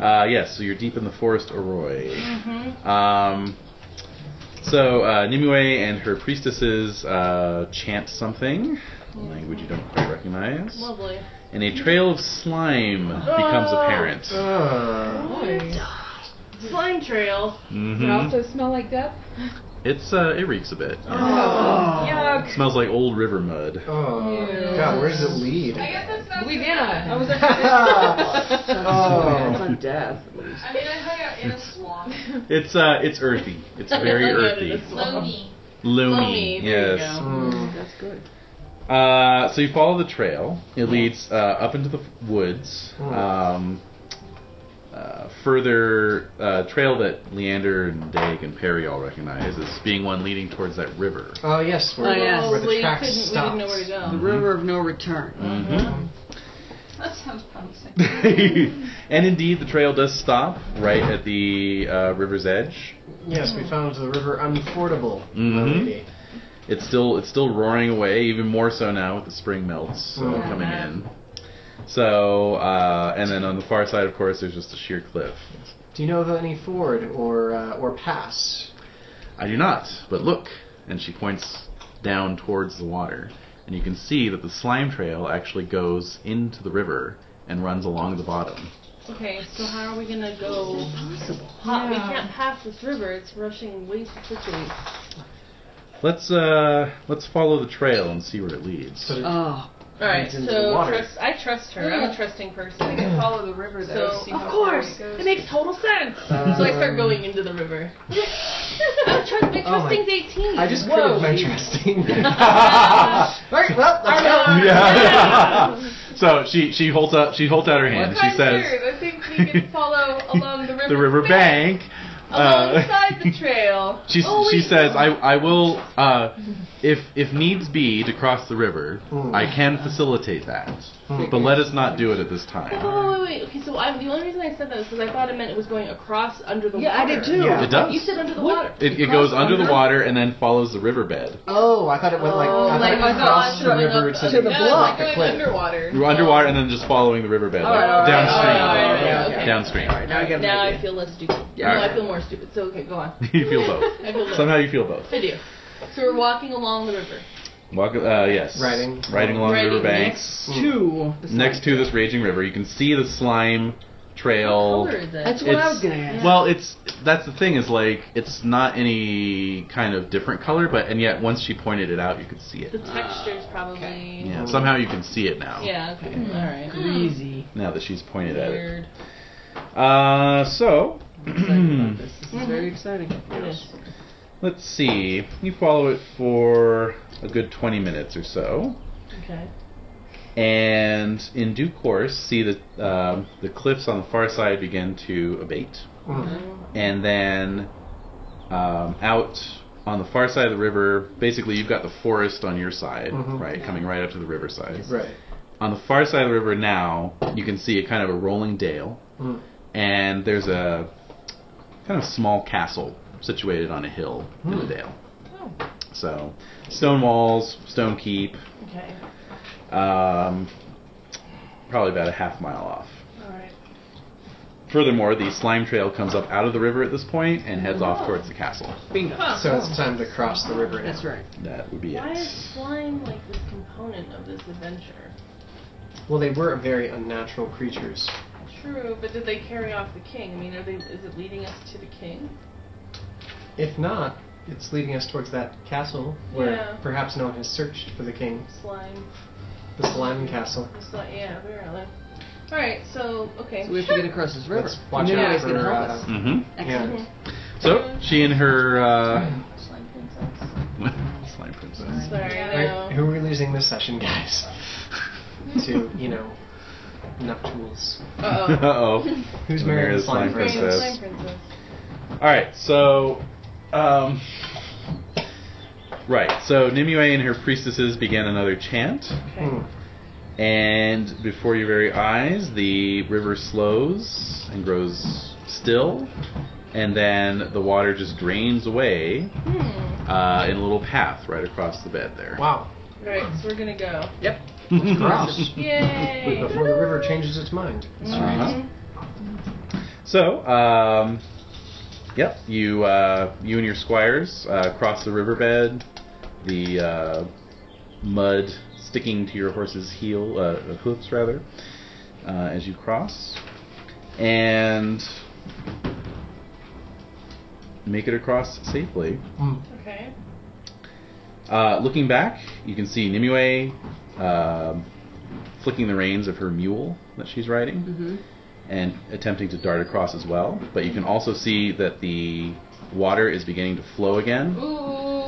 Uh, yes, so you're deep in the forest, Arroy. Mm-hmm. Um, so uh, Nimue and her priestesses uh, chant something, a language you don't quite recognize, Lovely. and a trail of slime becomes apparent. Ah. Uh, Slime trail. Does it Mm-hmm. hmm also smell like death? It's uh, it reeks a bit. Yuck. Oh. It smells like old river mud. Ah. oh, Yeah. God, where does it lead? [LAUGHS] I guess that's not. Louisiana. [LAUGHS] I was. like, That's oh. not death. at least. I mean, I hung out in a swamp. It's uh, it's earthy. It's [LAUGHS] very earthy. Slimy. Loamy. Loamy, there you Yes. go. Mm. That's good. Uh, so you follow the trail. It leads uh, up into the f- woods. Mm. Um, uh, further uh, trail that Leander and Dag and Perry all recognize as being one leading towards that river. Oh, yes, where, Oh, yes. where the we, tracks couldn't, stopped. we didn't know where to go. The river of no return. Mm-hmm. [LAUGHS] That sounds promising. and indeed, the trail does stop right at the uh, river's edge. Yes, Mm-hmm. we found the river unfordable, my Mhm. lady. It's still it's still roaring away, even more so now with the spring melts uh, Mm. coming in. So uh, and then on the far side, of course, there's just a sheer cliff. Do you know of any ford or uh, or pass? I do not, but look. And she points down towards the water. And you can see that the slime trail actually goes into the river and runs along the bottom. Okay, so how are we gonna go? Pa- We Yeah. can't pass this river. It's rushing way too quickly. Let's uh let's follow the trail and see where it leads. [LAUGHS] So Uh, [LAUGHS] Oh, All right, It's into the so water. trust, I trust her. I'm a [LAUGHS] trusting I think person. I follow the river though. So see of how far course, it goes. it makes total sense. so I start going into the [LAUGHS] river. I'm trust, my Oh my- trusting's 18. I just Whoa. quit my trusting. [LAUGHS] [LAUGHS] Alright, well, let's go. [LAUGHS] Yeah. so she she holds out she holds out her hand and she says I think we can follow along the river. the Uh. river bank. Oh, [LAUGHS] Alongside the trail. She Oh, she wait. says, I, I will, uh, if if needs be, to cross the river, Mm. I can facilitate that. Mm. But let us not do it at this time. Oh, wait, wait, wait. Okay, so I'm, the only reason I said that is because I thought it meant it was going across under the yeah, I water. did too. Yeah. It does. You said under the water. It, it goes under the water and then follows the riverbed. Oh, I thought it went like, I Oh, thought like it I went thought across the running river up to, to the the- No, block. Going underwater. We're underwater and then just following the riverbed like, Alright, alright, downstream. alright, alright, alright, okay. Downstream. All right, now I get an Now I idea. feel less stupid. Yeah. No, I feel more stupid. So okay, go on. [LAUGHS] you feel both. I feel less. Somehow you feel both. I do. So we're walking along the river. Walk, uh, yes. Riding. Riding along Riding the riverbanks. Two. Next, to this raging river, you can see the slime trail. What color is it? That's what I It's- was gonna ask. Well, it's that's the thing is like it's not any kind of different color, but and yet once she pointed it out, you could see The it. texture's probably. Yeah, somehow you can see it now. Yeah, okay. [CLEARS THROAT] Alright. Greasy. Now that she's pointed at it. Weird. Uh, so [CLEARS THROAT] This is very exciting. let's see. You follow it for a good twenty minutes or so, Okay. and in due course, see the um the cliffs on the far side begin to abate. Mm. and then um, out on the far side of the river, basically you've got the forest on your side, Mhm. right, coming right up to the riverside. Right. On the far side of the river now, you can see a kind of a rolling dale, Mm. and there's a kind of small castle situated on a hill in the dale. So, stone walls, stone keep, Okay. um, probably about a half mile off. Alright. Furthermore, the slime trail comes up out of the river at this point and heads off towards the castle. Bingo. So it's time to cross the river now. That's right. That would be Why it. is slime like this component of this adventure? Well, they were very unnatural creatures. True, but did they carry off the king? I mean, are they? Is it leading us to the king? If not, it's leading us towards that castle where Yeah. perhaps no one has searched for the king, Slime. the slime castle. It's like yeah, apparently. All right, so okay. So we have to get across this river. Let's watch and then out he's gonna for, help uh, us. hmm Excellent. So she and her uh, Slime princess. [LAUGHS] slime princess. Sorry, Yeah. Right, I who know. are we losing this session, guys? [LAUGHS] to, you know, nuptials. Uh Uh oh. oh. [LAUGHS] Who's Mary marrying the the slime slime princess? Slime princess. All right. So Um, right. So Nimue and her priestesses began another chant, Hmm. and before your very eyes, the river slows and grows still, and then the water just drains away Hmm. uh, in a little path right across the bed there. Hmm. Wow. Right, so we're gonna go. [LAUGHS] Gross. Yay! Before the river changes its mind. Mm-hmm. Uh-huh. So, um, yep, you uh, you and your squires uh, cross the riverbed, the uh, mud sticking to your horse's heel uh, hoofs rather, uh, as you cross, and make it across safely. Hmm. Okay. Uh, looking back, you can see Nimue um flicking the reins of her mule that she's riding Mm-hmm. Mhm. and attempting to dart across as well. But you can also see that the water is beginning to flow again,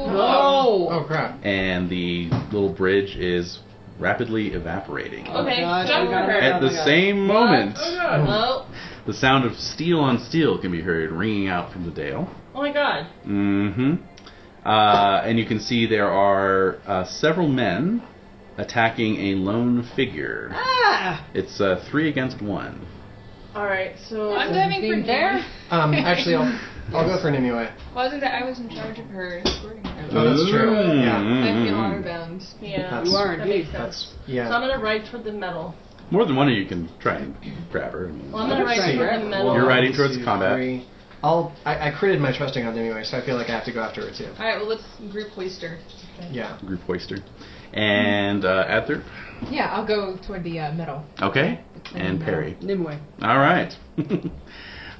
Oh crap. and the little bridge is rapidly evaporating. Oh Okay, God, jump we over gotta- her. At the same moment, Oh, the sound of steel on steel can be heard ringing out from the dale. oh my god. hmm Uh, and you can see there are uh, several men attacking a lone figure. Ah! It's uh, three against one. Alright, so. I'm diving for Nimue. [LAUGHS] Um, actually, I'll, I'll go for Nimue. Wasn't that I was in charge of her escorting her? Oh, that's true. Mm, Yeah. mm, I feel mm, honor mm. bound. Yeah. That's- You are that indeed. Makes sense. That's So I'm yeah. gonna ride toward the metal. More than one of you can try and grab her. I mean, Well, I'm gonna Let's ride see. toward the metal. You're One, riding towards two, combat. three. I'll. I, I critted my trusting on Nimue, so I feel like I have to go after her too. Alright, well, let's group hoist her. Yeah. group hoister. And uh, Adther. Yeah, I'll go toward the uh, metal. Okay. And Perry. Nimue. All right. [LAUGHS]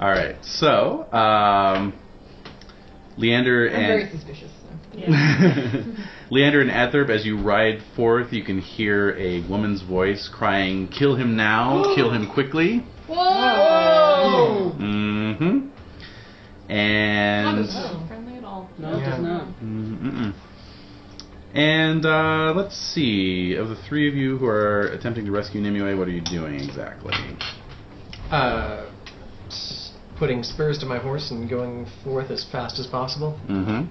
All right. So, um, Leander I'm very and suspicious. So. [LAUGHS] Leander and Adtherb, as you ride forth, you can hear a woman's voice crying, "Kill him now! kill him quickly!" Whoa! Mm-hmm. And Oh. Friendly at all. No, it Yeah. does not. Mm-mm. And uh, let's see. Of the three of you who are attempting to rescue Nimue, what are you doing exactly? Uh, s- putting spurs to my horse and going forth as fast as possible. Mm-hmm.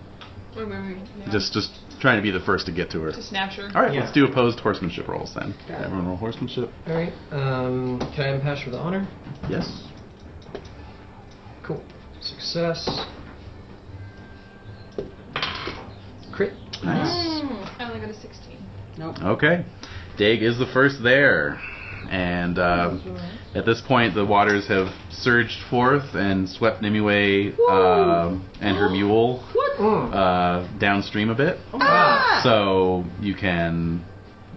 We're moving. Yeah. Just, just trying to be the first to get to her. to snatch her. All right, Yeah. let's do opposed horsemanship rolls then. Got it. Everyone roll horsemanship. All right. Um, can I impash for the honor? Yes. Cool. Success. Crit. Nice. I only got a 16. Mm. Okay. Dig is the first there, and um, at this point the waters have surged forth and swept Nimue um, and her mule Mm. uh, downstream a bit. Wow. So you can,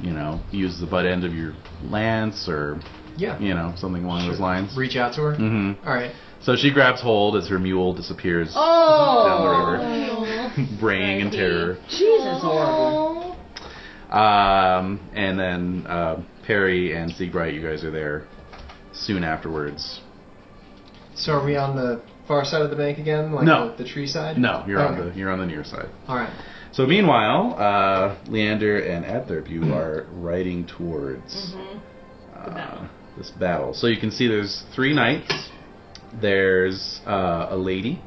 you know, use the butt end of your lance or, Yeah. you know, something along those Sure. lines. Reach out to her. hmm All right. So she grabs hold as her mule disappears Oh. down the river, [LAUGHS] braying in terror. Jesus, horrible. Oh. Um, and then uh, Perry and Siegbright, you guys are there soon afterwards. So are we on the far side of the bank again, like No. the, the tree side? No, you're on Okay. the you're on the near side. All right. So meanwhile, uh, Leander and Adtherb, you are riding towards. Mm-hmm. The battle. uh, this battle. So you can see there's three knights. There's uh, a lady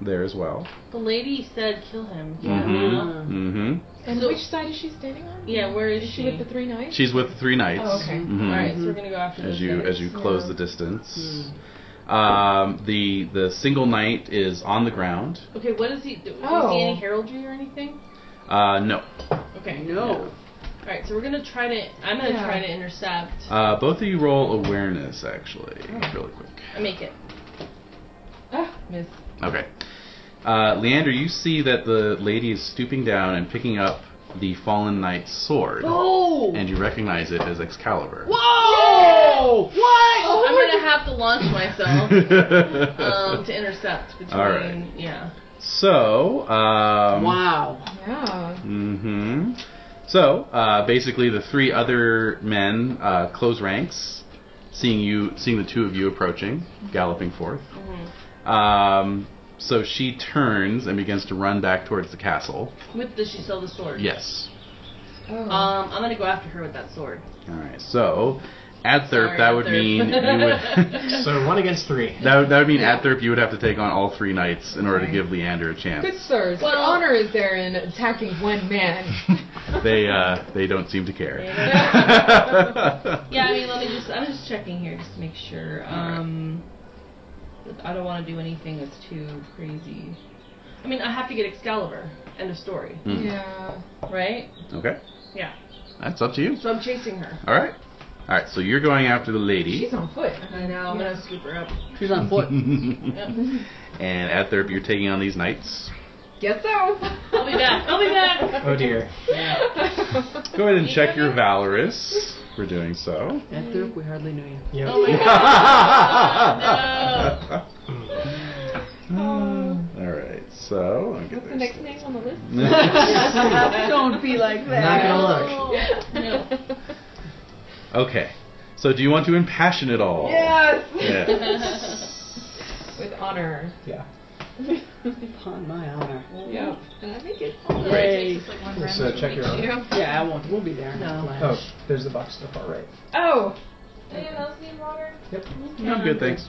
there as well. The lady said kill him. Yeah. hmm And So- which side is she standing on? Yeah, where is Is she she? with the three knights? She's with three knights. Oh, okay. Mhm. Alright, so we're gonna go after As those you guys. as you close the distance, um, the the single knight is on the ground. Okay, what is he? Do, Is Oh. he any heraldry or anything? Uh, no, Okay. No. Alright, so we're gonna try to. I'm gonna Yeah. try to intercept. uh, both of you roll awareness actually, really quick. I make it. Ah, miss. Okay. Uh, Leander, you see that the lady is stooping down and picking up the fallen knight's sword. Oh! And you recognize it as Excalibur. Whoa! What? Oh, I'm gonna have to launch [LAUGHS] myself um, to intercept between. Alright. Yeah. so, Oh. um, wow. Yeah. hmm So, uh, basically, the three other men uh, close ranks, seeing you, seeing the two of you approaching, galloping forth. Um, so she turns and begins to run back towards the castle. With the she saw the sword. Yes. Oh. Um, I'm gonna go after her with that sword. All right. So, At Thurp, Sorry, that would Adtherp. mean you would. [LAUGHS] [LAUGHS] So one against three. That, would- that would mean at Thurp you would have to take on all three knights in order to Right. give Leander a Good chance. sirs, what Well- honor is there in attacking one man? [LAUGHS] They uh, they don't seem to care. Yeah, I mean, let me just. I'm just checking here just to make sure. Um, I don't want to do anything that's too crazy. I mean, I have to get Excalibur. End of story. [LAUGHS] Hmm. Yeah. Right? [LAUGHS] Okay, Yeah. that's up to you. So I'm chasing her. All right, all right. So you're going after the lady, She's on foot. I know. I'm gonna scoop her up. She's on [LAUGHS] foot. and at Thurp you're taking on these knights. Guess so. I'll be back. I'll be back. [LAUGHS] Oh dear. Go ahead and check your valorous for doing so. At Thurp, we hardly knew you. [LAUGHS] Yep. Oh my god. No. All right, so I'll get What's the there. next name on the list? [LAUGHS] Don't be like Not that. gonna look. [LAUGHS] No. [LAUGHS] Okay, so do you want to impassion it all? Yes. Yeah. [LAUGHS] [LAUGHS] With honor. Yeah. Upon my honor. Yep. And I think it Yay. takes us like one round. So uh, check your honor. you. Yeah, I won't. We'll be there. No. Oh, there's the box to the far right. Oh. Anyone else need water? Yep. No, good, thanks.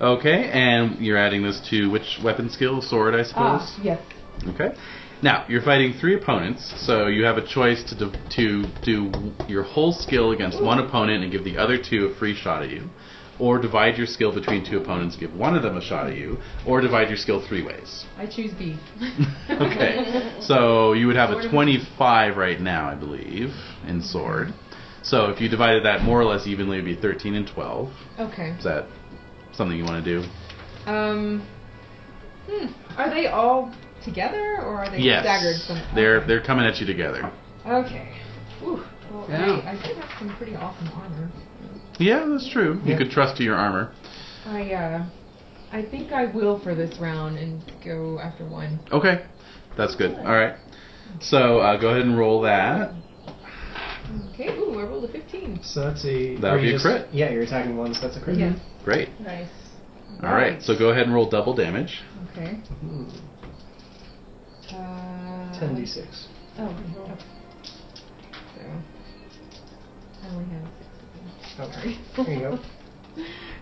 Okay, and you're adding this to which weapon skill? Sword, I suppose. Ah, yes. Okay. Now you're fighting three opponents, so you have a choice to do, to do your whole skill against one opponent and give the other two a free shot at you, or divide your skill between two opponents, give one of them a shot at you, or divide your skill three ways. I choose B. [LAUGHS] okay. So you would have a 25 right now, I believe, in sword. So if you divided that more or less evenly, it'd be 13 and 12. Okay. Is that something you want to do? Um. Hmm. Are they all together or are they yes. staggered? Some- They're they're coming at you together. Okay. Whew. Well, Yeah. I, I do have some pretty awesome armor. Yeah, that's true. You Yeah. could trust to your armor. I uh, I think I will for this round and go after one. Okay, that's good. All right. So uh, go ahead and roll that. Okay. Ooh, I rolled a 15. So that's a. That would or you be a just- crit. Yeah, you're attacking one, so that's a crit. Yeah. Great. Nice. All right. So go ahead and roll double damage. Okay. Hmm. Uh, 10d6. Oh. okay. So I only have six. Oh, Sorry. there you [LAUGHS] go.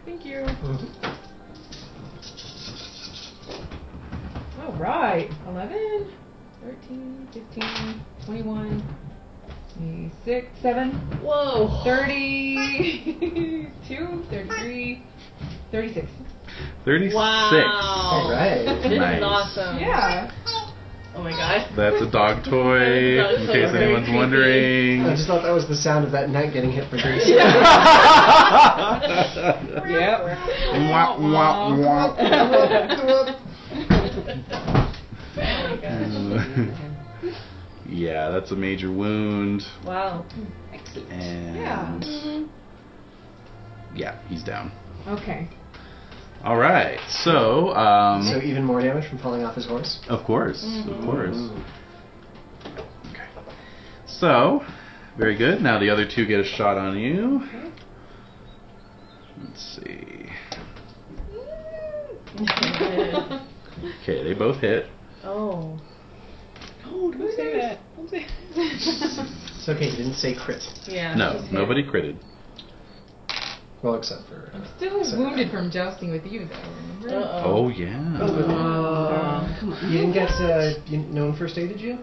Thank you. Mhm. Mm-hmm. All right. 11, 13, 15, 21, 26, 7, Whoa. [LAUGHS] 32, 33, 36. Thirty-six. All Wow. right. This Nice. is Um. awesome. Yeah. Oh my god. That's a dog toy, That is in so case very anyone's creepy. I wondering. just thought that was the sound of that knight getting hit for [LAUGHS] [LAUGHS] three Yep. Wah, wah, wah. [LAUGHS] Oh my gosh. [LAUGHS] yeah, that's a major wound, [LAUGHS] Wow. and Yeah. Mm-hmm. Yeah, he's down. [LAUGHS] Okay. All right. So, um, So even more damage from falling off his horse. of course, of Mm-hmm. course. So, very good. Now the other two get a shot on you. Let's see. Okay, they both hit. oh. Who's that? It's okay, you didn't say crit. Yeah. No, just hit. nobody critted. Well, except for. uh, I'm still Sorry. wounded from jousting with you, though. Remember? Oh Uh-oh. yeah. Uh, come You on. didn't get. Uh, you, no one first aided you?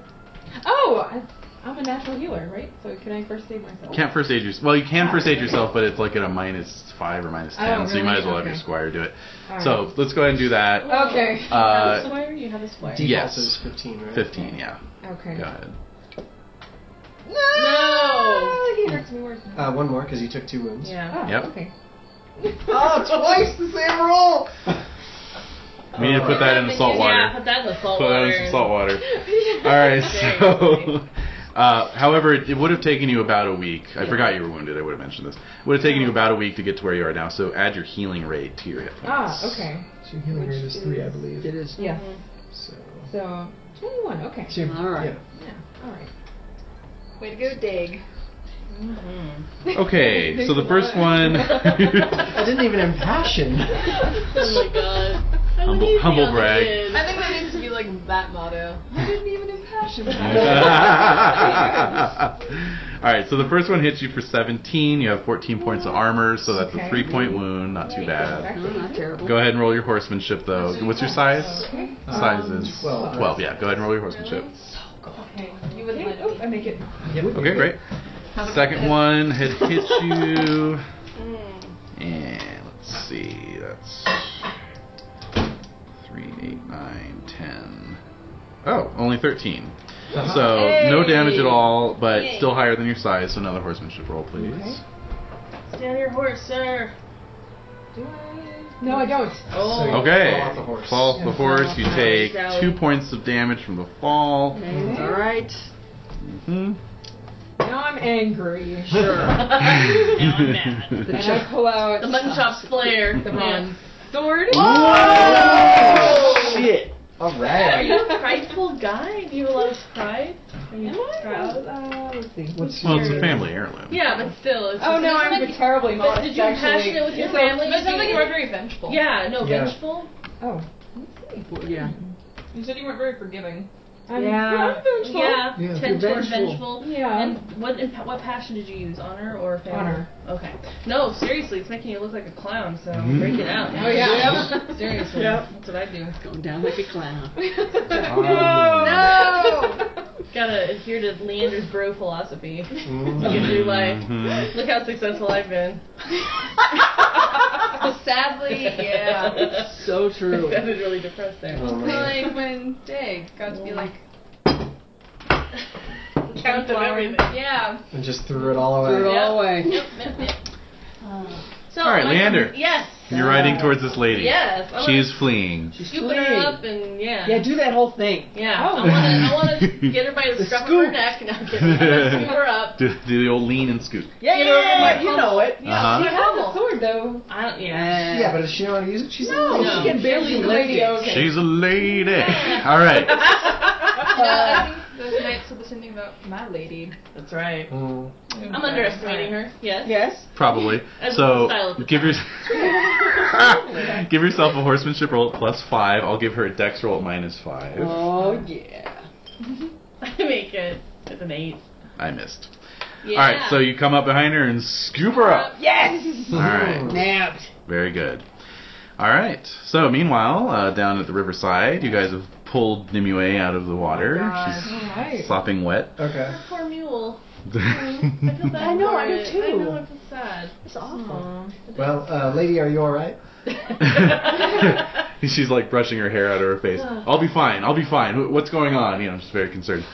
Oh, I, I'm a natural healer, right? So can I first aid myself? Can't first aid yourself. Well, you can first aid yourself, but it's like at a minus five or minus Oh, ten, so you really? might as well have Okay. your squire do it. All right. So let's go ahead and do that. Okay. Have a Uh, squire? You have a squire. Default Yes. is 15, right? Uh, fifteen. Yeah. Go Okay. ahead. No. Oh, he hurts me worse. now. Uh, one more, because you took two wounds. Yeah. Ah, Oh, Yep. [LAUGHS] Okay. [LAUGHS] Oh, twice the same [LAUGHS] roll! We Oh, need to put that in the salt water. Yeah, put that in the salt Put that water. in some salt [LAUGHS] water. All right. [LAUGHS] So, uh, however, it, it would have taken you about a week. I forgot you were wounded. I would have mentioned this. It would have taken you about a week to get to where you are now. So add your healing rate to your hit points. Ah, okay. So your healing rate is 3, I believe. It is. Yes. So. So 21. Okay. Two. All right. Yeah. Yeah. All right. Way to go, Dig. [LAUGHS] Okay. so the first one, [LAUGHS] [LAUGHS] I didn't even impassion. Oh my god. humble, humble brag. I think that needs to be like like that motto. I didn't even impassion [LAUGHS] All right, so the first one hits you for 17. You have 14 points of armor, so that's a Okay. three point wound. Not too bad. No, not terrible. Go ahead and roll your horsemanship, though. What's your size? Okay. Size Um, is 12. 12. Yeah, go ahead and roll your horsemanship. Okay. You wouldn't let Oh, I it make it. Okay, great. Second one had hit you. And let's see, that's 3, 8, 9, 10. Oh, only 13. Uh-huh. So no damage at all, but Yay. still higher than your size. So another horsemanship roll, please. Okay. Stand your horse, sir. Do I? No, I don't. Oh. Okay. Fall off the horse. Fall off the Yeah. horse. You Fall off the take horse, two Sally. points of damage from the fall. Okay, it's all right. Mhm. Now I'm angry. [LAUGHS] Sure. And I pull [LAUGHS] out The mutton chops flare. the wrong sword. Oh, shit. All Are [LAUGHS] you right. a prideful guy? Do you have a lot of pride? Are you Am I? Oh, proud? Uh, let's see. What's Well, it's your- a family heirloom. Yeah, but still. It's Oh just- no, it's I'm like- terribly but modest. Did you passion it with your family? But it sounds like you Did weren't very vengeful. you- Yeah, no, Yeah. vengeful. Oh, yeah. You said you weren't very forgiving. I'm, [LAUGHS] Yeah. I'm vengeful. Yeah, Yeah. tend toward Vengeful. vengeful. Yeah. And what imp- what passion did you use, honor or family? Honor. Okay. No, seriously, it's making you look like a clown, so break it out. [LAUGHS] Oh [LAUGHS] yeah. Seriously. Yep. That's what I do. Going down like a clown. [LAUGHS] [LAUGHS] Gotta adhere to Leander's bro philosophy. Mm. You do like, Mhm. look how successful I've [LAUGHS] been. [LAUGHS] Sadly, [LAUGHS] yeah. [LAUGHS] So true. Sounded really depressed there. Oh, man. like when Dig got to be like Count of everything. Yeah. And just threw it all Threw it away. all away. Yep, yep, yep. So, [LAUGHS] All right, my- Leander. Yes. You're riding towards this lady. Yes. I She's fleeing. She's scooping her fleeing. up and yeah. Yeah, do that whole thing. Yeah, Oh. I want to I [LAUGHS] wanna get her by the The scruff of her scoop. neck. No, I'm kidding. I wanna scoop her up. Do, do the old lean and scoot. Yeah, you know, Yeah. you know it. Yeah, [LAUGHS] Uh-huh. she I have has a a sword though. I don't, yeah. Yeah. Yeah, but does she know how to use it? She's No. a she can barely lift it. She's a lady. All right. You know, I think those knights said the same thing about my lady. That's right. Mm. I'm underestimating her. Yes. Yes. Probably. That's So the style of the give your give yourself a horsemanship roll at plus five. I'll give her a dex roll at minus five. Oh yeah. [LAUGHS] I make it with an eight. I missed. Yeah. All right. So you come up behind her and scoop her up. Yes. All right. Mm. Nabbed. Very good. All right. So meanwhile, uh, down at the riverside, you guys have pulled Nimue out of the water. Oh All She's right. slopping wet. Okay. Her poor [LAUGHS] mule. I feel All bad I know, for I do it. I too. know. I feel [LAUGHS] sad. [LAUGHS] It's awful. Well, uh, lady, are you all right? [LAUGHS] She's like brushing her hair out of her face. I'll be fine. I'll be fine. Wh- What's going on? You know, she's very concerned.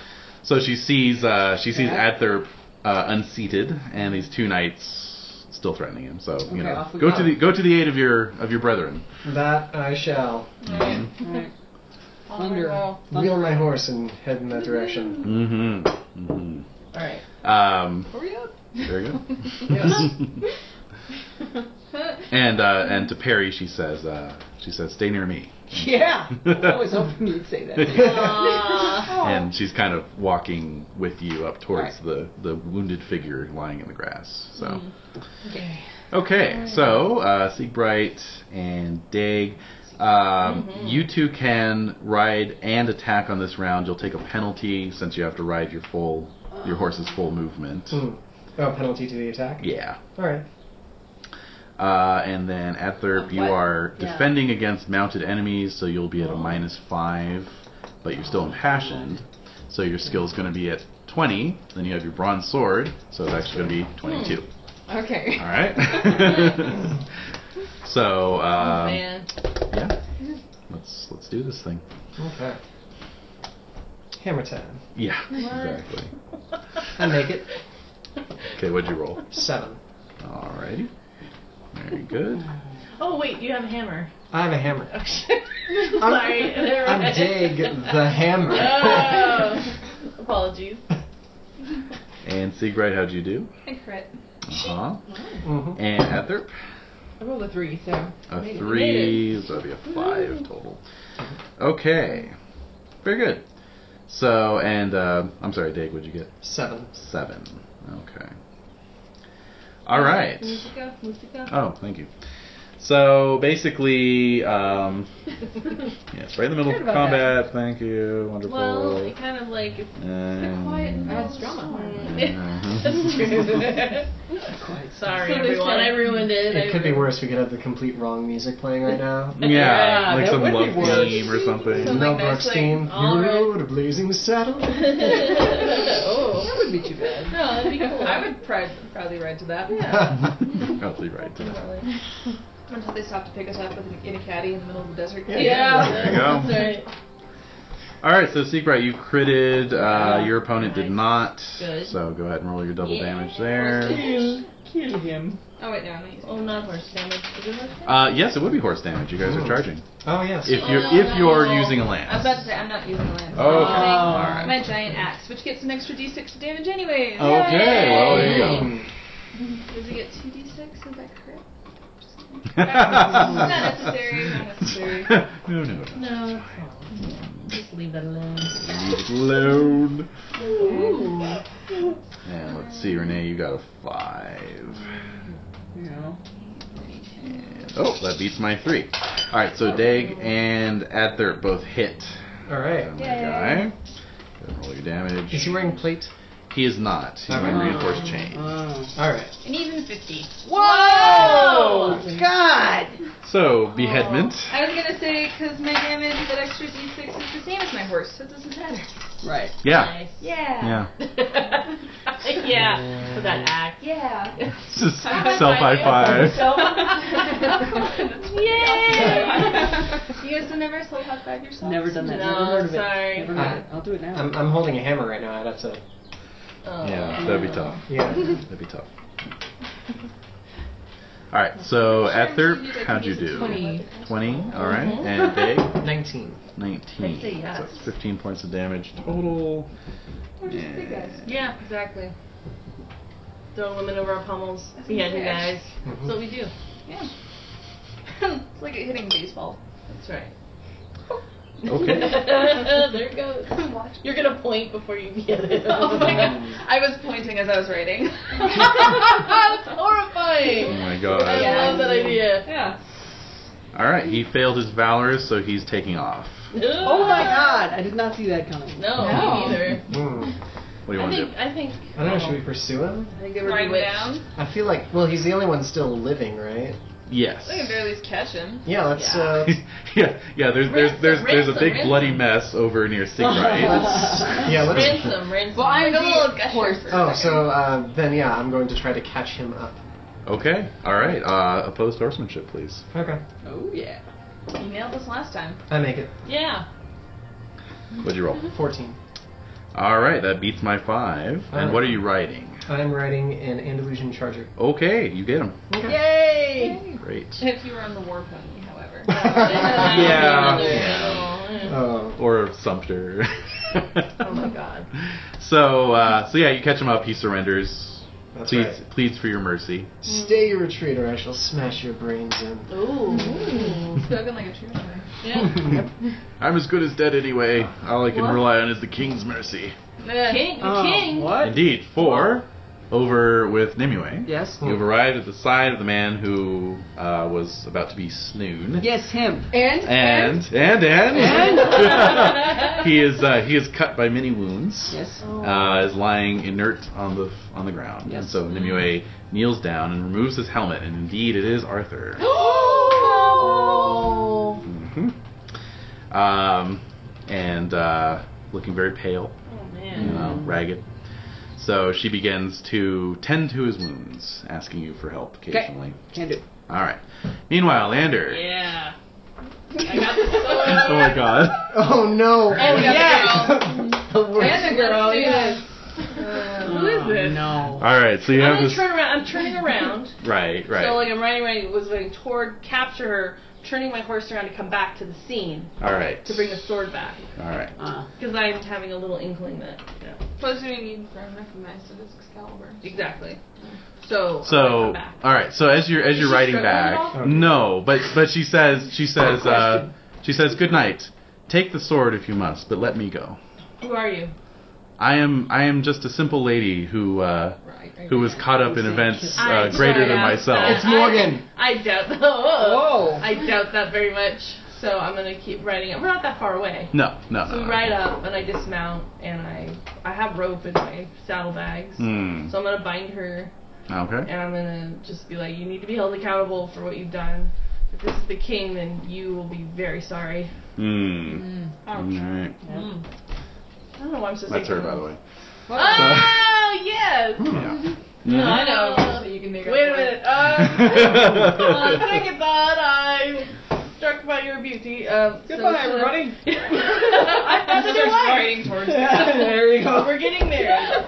So she sees uh, she sees Yeah. Adthorp uh, unseated and these two knights still threatening him. So you Okay, know, off we go go. to the go to the aid of your of your brethren. That I shall. Alright. Thunder. Wheel my horse and head in that direction. Mm-hmm. mm-hmm. All right. Um, Hurry up. there [LAUGHS] you go. [LAUGHS] and uh, and to Perry, she says uh, she says, "Stay near me." Yeah. I was hoping you'd say that. Oh. and she's kind of walking with you up towards the, the wounded figure lying in the grass. So, okay. so uh, Siegbright and Dag, um, you two can ride and attack on this round. You'll take a penalty since you have to ride your full your horse's full movement. Hmm. Oh, penalty to the attack? Yeah. All right. Uh, and then Atherp, you What? are Yeah. defending against mounted enemies, so you'll be at a minus five, but you're still impassioned, so your skill's going to be at 20. Then you have your bronze sword, so it's actually going to be 22. Okay. All right. [LAUGHS] so oh, um, man. yeah, let's let's do this thing. Okay. Hammer time. Yeah, exactly. I make it. Okay, what'd you roll? Seven. Alrighty, very good. Oh, wait, you have a hammer. I'm a hammer. Oh, [LAUGHS] shit. Sorry. I'm Dig the Hammer. [LAUGHS] [LAUGHS] Oh. Apologies. And Siegbright, how'd you do? [LAUGHS] I crit. Uh huh. hmm And Atherp. I rolled a three, [LAUGHS] so. A Made it. three, so that'd be a five total. Okay, very good. So, and uh, I'm sorry, Dave, what'd you get? Seven. Seven. Okay. All right. Musica, musica. Oh, thank you. So basically, um, yes, right in the middle of Heard about combat. Thank you. Wonderful. Well, it kind of like it's And- quiet [LAUGHS] and That's drama. Mhm. Sorry, everyone. I ruined it. I It could be ruined worse. We could have the complete wrong music playing right now. yeah, Yeah, like that some would be love worse. theme or Some- [LAUGHS] something. Mel like Brooks that's like, theme. all You right. rode a blazing [LAUGHS] saddle. [LAUGHS] it. [LAUGHS] oh. That wouldn't be too bad. No, that'd be [LAUGHS] cool. I would pride, proudly ride to that. [LAUGHS] Probably right. to that. Definitely. Until they stop to pick us up with in a caddy in the middle of the desert. Yeah. Yeah. There you go. That's right. All right, so Seabright, you critted. Uh, Yeah. your opponent did not. Good. So go ahead and roll your double Yeah. damage there. Kill, kill him. Oh wait, no, I'm not using. Oh, not horse damage. Is it horse damage? Uh, yes, it would be horse damage. You guys are Ooh. charging Oh yes. if you're if you're using a lance. I was about to say I'm not using a Okay. lance. Oh. I'm Alright. using my giant axe, which gets an extra d6 of damage anyways. Okay, well Oh, there you go. Mm. Does it get [LAUGHS] two d6? Is that correct? not necessary, not necessary. [LAUGHS] no, no, no. No, it's fine. Just leave that alone. Leave it alone. Ooh. And let's see, Renee, you got a five. No. And, oh, that beats my three. All right, so Dag and Adthirp both hit. All on that right. guy. Go ahead and Roll your damage. Is he wearing plate? He is not. He's wearing Oh. reinforced chain. Oh. All right. An even 50. Whoa! So beheadment. I was gonna say because my damage, that extra d6 is the same as my horse, so it doesn't matter. Right. Yeah. Yeah. Yeah. Nice. [LAUGHS] yeah. For that act. Yeah. It's just High five. self high five. So [LAUGHS] [LAUGHS] you guys have never slow high five yourself? Never done that. No, Never heard of sorry. it. Never heard of it. I'll do it now. I'm, I'm holding a hammer right now. I'd have to. Oh. Yeah, that'd be tough. Yeah. That'd be tough. All right, so Adthirp, how'd you do? 20. 20, all right. And Dag? [LAUGHS] [LAUGHS] Nineteen. 19. I'd say yes. So it's 15 points of damage total. Yeah. Yeah, exactly. Throw women over our pommels. Yeah, you guys. Mhm. That's what we do. [LAUGHS] it's like hitting baseball. [LAUGHS] That's right. Okay. [LAUGHS] there it goes. You're gonna point before you get it. Oh Mm. my god. I was pointing as I was writing. That's Oh horrifying. my I god. love that idea. [LAUGHS] yeah. All right, he failed his valorous, so he's taking off. Oh my god! I did not see that coming. No, No. me neither. What Mm. do you I want to think. do? I think. I don't know. Should we pursue him? I think they were Right bewitched. down. I feel like. Well, he's the only one still living, right? Yes. We can barely catch him. Yeah. Let's. Yeah. Uh, [LAUGHS] [LAUGHS] yeah, yeah. There's there's there's there's a Ransom, big ransom. bloody mess over near Sigbright. let's. Yeah. Let's. Ransom, ransom. Well, I'm Like a little the gusher horse. for a Oh, second. so uh, then yeah, I'm going to try to catch him up. okay. All right. Uh, opposed horsemanship, please. Okay. Oh yeah. You nailed this last time. [LAUGHS] I make it. [LAUGHS] yeah. What'd you Mm-hmm. roll? Fourteen. All right, that beats my five. Oh. And what are you riding? I'm riding an Andalusian charger. Okay, you get him. Okay. Yay! Great. If you were on the war [LAUGHS] pony, however. Yeah. Another- Yeah. Oh. Or Sumter. [LAUGHS] Oh [LAUGHS] my god. So, uh, so yeah, you catch him up. He surrenders. That's pleads, right. pleads for your mercy. Stay your retreat, or I shall smash your brains in. [LAUGHS] Ooh. Spoken like a true mother. Yeah. I'm as good as dead anyway. All I can What? rely on is the king's mercy. King, Oh, king. What? Indeed, for over with Nimue, Yes. you've arrived at the side of the man who uh, was about to be snoon. Yes, him. And And and and, [LAUGHS] he is uh, he is cut by many wounds. [GASPS] Yes. Uh, is lying inert on the on the ground. And Yes. so Nimue kneels down and removes his helmet, and indeed it is Arthur. Oh. Mm-hmm. hmm Um, and uh, looking very pale, Oh you man. Mm-hmm. know, ragged. So she begins to tend to his wounds, asking you for help occasionally. Can do. All right. Meanwhile, Lander. Yeah. I got the [LAUGHS] Oh sword. my God. Oh no! yeah. The worst. And a girl, yeah. Who is this? Oh, No. All right. So you I'm have gonna this. turn around. I'm turning [LAUGHS] around. Right. Right. So like I'm riding, riding, was going toward capture her, turning my horse around to come back to the scene All right. to bring the sword back All right. Uh, because I'm having a little inkling that yeah, Plus, you need from recognized it as Excalibur. exactly. So I'm gonna So come back. all right. So as you're as Is you're she riding struggling at back, all? no, but but she says she says uh, question. she says good night. Take the sword if you must, but let me go. Who are you? I am I am just a simple lady who uh, Right. right, who was right. caught up in events uh, I'm greater sorry, than I'm- myself. [LAUGHS] It's Morgan. I, I doubt [LAUGHS] that. Uh, Whoa. I doubt that very much. So I'm gonna keep riding up. We're not that far away. No, no, no. So we no. ride up, and I dismount, and I I have rope in my saddlebags. Hmm. So I'm gonna bind her, Okay. and I'm gonna just be like, you need to be held accountable for what you've done. If this is the king, then you will be very sorry. Hmm. Mm. All right. I don't know why I'm so. That's her, by the [LAUGHS] way. Oh yes. Yeah. [LAUGHS] No, I know. So you can make Wait a up for it. [LAUGHS] minute. Um, [LAUGHS] uh, second thought, I'm struck by your beauty. Um, so- [LAUGHS] Goodbye, everybody. [LAUGHS] I thought that Starts was. riding towards there you go. [LAUGHS] We're getting [LAUGHS] there. [LAUGHS]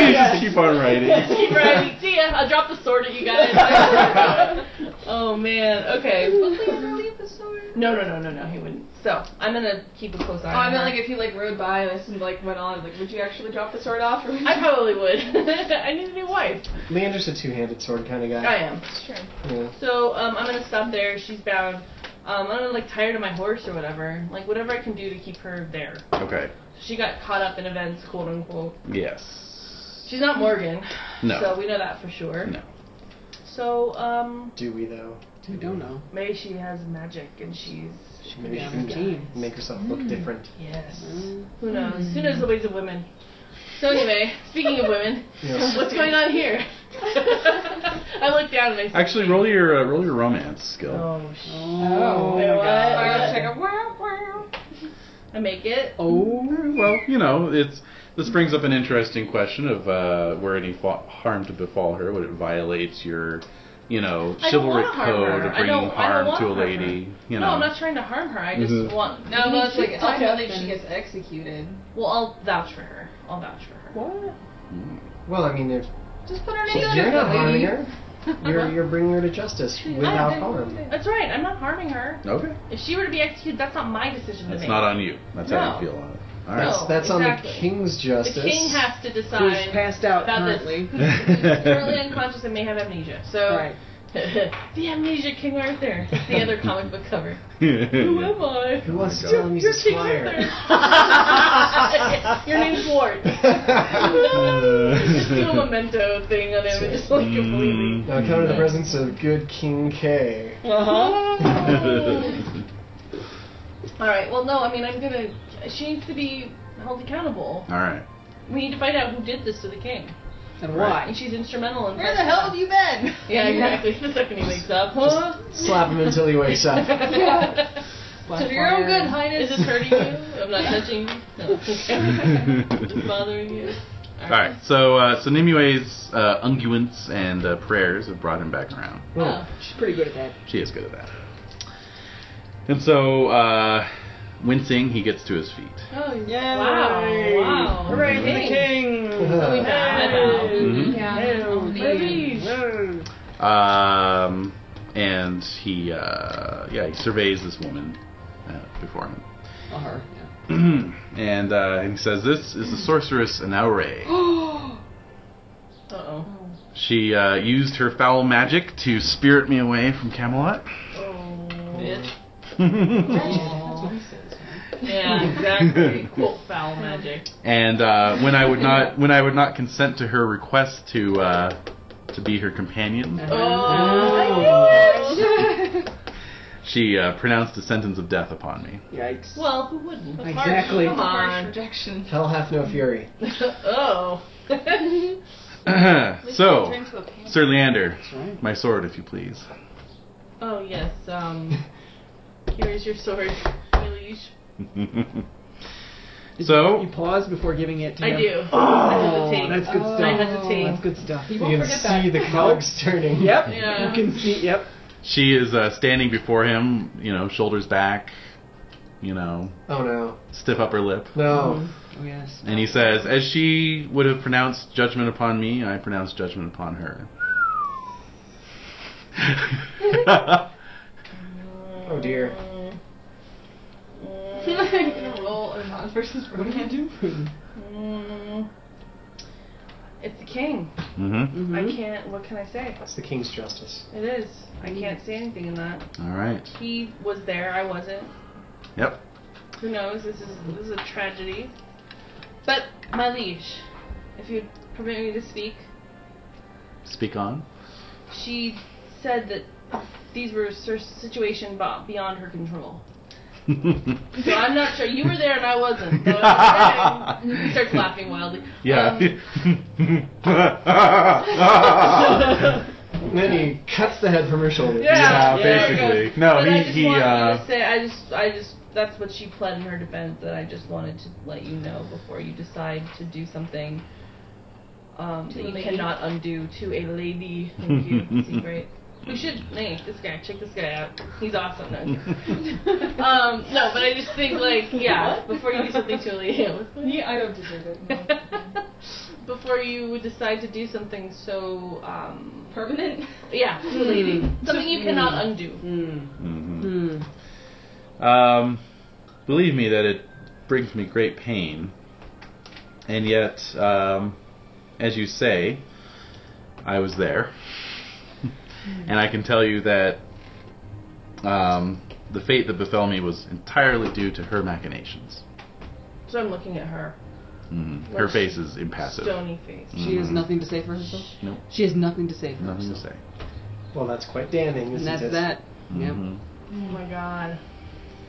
you just keep on writing. Keep riding. See ya. I'll drop the sword at [LAUGHS] you guys. oh man. Okay. leave the sword. No, no, no, no, no. He wouldn't. So I'm gonna keep a close eye. Oh, on I meant her. like if he like rode by and this and like went on, like would you actually drop the sword off? Or would I you- probably would. [LAUGHS] I need a new wife. [LAUGHS] Leander's a two-handed sword kind of I guy. am. Sure. Yeah. So um, I'm gonna stop there. She's bound. Um, I'm like tired of my horse or whatever. Like whatever I can do to keep her there. Okay. She got caught up in events, quote unquote. Yes. She's not Morgan. No. So we know that for sure. No. So um, Do we though? I don't know. maybe she has magic and she's She could Maybe be she on can her team. make herself look different. yes. Mm-hmm. Mm. Who knows? Who knows the ways of women? So [LAUGHS] anyway, speaking of women, Yes. what's going on here? [LAUGHS] I look down and I see. Actually, roll your uh, roll your romance skill. Oh sh. Oh. You know what? I gotta check a wow wow. I make it. Oh. Well, you know, it's this brings up an interesting question of uh, were any fa- harm to befall her? Would it violate your, you know, I don't chivalric wanna harm code her. of I don't- bringing I don't harm to a wanna harm lady? You know. No, I'm not trying to harm her. I just Mhm. want. No, well, it's like she's tied ultimately up she and- gets executed. Well, I'll vouch for her. I'll vouch for her. What? Hmm. [LAUGHS] Well, I mean, if Just put her if in the you're not harming [LAUGHS] lady. her, you're you're bringing her to justice without harm. That's right. I'm not harming her. Okay. If she were to be executed, that's not my decision to That's make. not on you. That's how No. you feel on it. All That's right. No, that's on exactly. the king's the justice. king has to Who's decide. passed out About this. currently? Currently unconscious and may have amnesia. So Right. [LAUGHS] the amnesia King Arthur. It's the other comic book [LAUGHS] cover. [LAUGHS] Who am [LAUGHS] I? Who wants to Your- tell him he's a You're King squire? [LAUGHS] Arthur. Your name's Ward. [LAUGHS] just do a memento thing on him and just Mm. like completely. Now come to the presence of good King K. Uh-huh. All right. Well, no. I mean, I'm gonna. She needs to be held accountable. [LAUGHS] All [LAUGHS] right. [LAUGHS] We need to find out who did this to the king, [LAUGHS] And and [LAUGHS] why? she's instrumental in. Where the hell have you been? Yeah, exactly. The second he wakes up, huh? Slap him until he wakes [LAUGHS] up. [LAUGHS] Black For your own wire. good, Highness. Is this hurting you? I'm not touching you. [LAUGHS] No. Just bothering you. All right. So uh, so Nimue's uh, unguents and uh, prayers have brought him back around. Oh. She's pretty good at that. She is good at that. And so, uh, wincing, he gets to his feet. Oh, Yeah. Wow. Wow. Hooray for the king! So we have now. Mhm. Yeah. Maybe. Um, and he uh, yeah he surveys this woman uh, before him. [CLEARS THROAT] Oh, her. and, uh, and he says, "This is the sorceress Anaure." Uh oh. She uh, used her foul magic to spirit me away from Camelot. [LAUGHS] Bitch. That's what he says. [LAUGHS] Yeah, exactly. Quote foul magic. and uh, when I would not when I would not consent to her request to uh, to be her companion, Oh. she uh, pronounced a sentence of death upon me. Yikes. Well, who wouldn't? That's harsh. Exactly. Come Harsh on. [LAUGHS] rejection. Hell hath no fury. [LAUGHS] oh. [CLEARS THROAT] so, Turn to a panda. Sir Leander, That's right. my sword, if you please. [LAUGHS] Oh yes. Um. Here's your sword. Really, you sh- Did So- you pause before giving it to I him? do. Oh, I hesitate. that's good Oh. stuff. I hesitate. That's good stuff. You You won't can forget see that. the cogs turning. Yep. Yeah. You can see. Yep. She is uh, standing before him, you know, shoulders back, you know, Oh no. stiff upper lip. No. Oh yes. And he says, As she would have pronounced judgment upon me, I pronounce judgment upon her. [LAUGHS] Oh dear. I'm gonna roll a non versus What are you doing? Mm. [LAUGHS] It's the king. mm-hmm. Hmm? I can't. What can I say? It's the king's justice. It is. I Hmm. can't say anything in that. All right. He was there. I wasn't. Yep. Who knows? This is this is a tragedy. But my liege, if you permit me to speak, Speak [LAUGHS] on. she said that these were a situation bo- beyond her control. So I'm not sure. You were there and I wasn't. So [LAUGHS] he starts laughing wildly. Yeah. Um, Um. [LAUGHS] [LAUGHS] And then he cuts the head from her shoulder. Yeah, basically. okay. No, But he- I just he, wanted uh, you to say, I just, I just, that's what she pled in her defense. That I just wanted to let you know before you decide to do something um, To that a you lady. cannot undo to a lady. Thank [LAUGHS] you. See, great. We should, hey, this guy, check this guy out. He's awesome. No, I'm kidding. [LAUGHS] um, no, but I just think like, yeah, before you do something to a [LAUGHS] lady, Yeah, I don't deserve it. before you decide to do something so, um, Permanent. yeah, to a [LAUGHS] lady, something you cannot undo. Mm. Mhm. Mm. Um, believe me that it brings me great pain. And yet, um, as you say, I was there. [LAUGHS] and I can tell you that um, the fate that befell me was entirely due to her machinations. So I'm looking at her. Mhm. Her Which- face is impassive. Stony face. She has Mhm. nothing to say for herself. Nope. She has nothing to say for Nothing to herself. say. Well, that's quite damning, And isn't that's it? that. Yep. Mhm. Oh my god.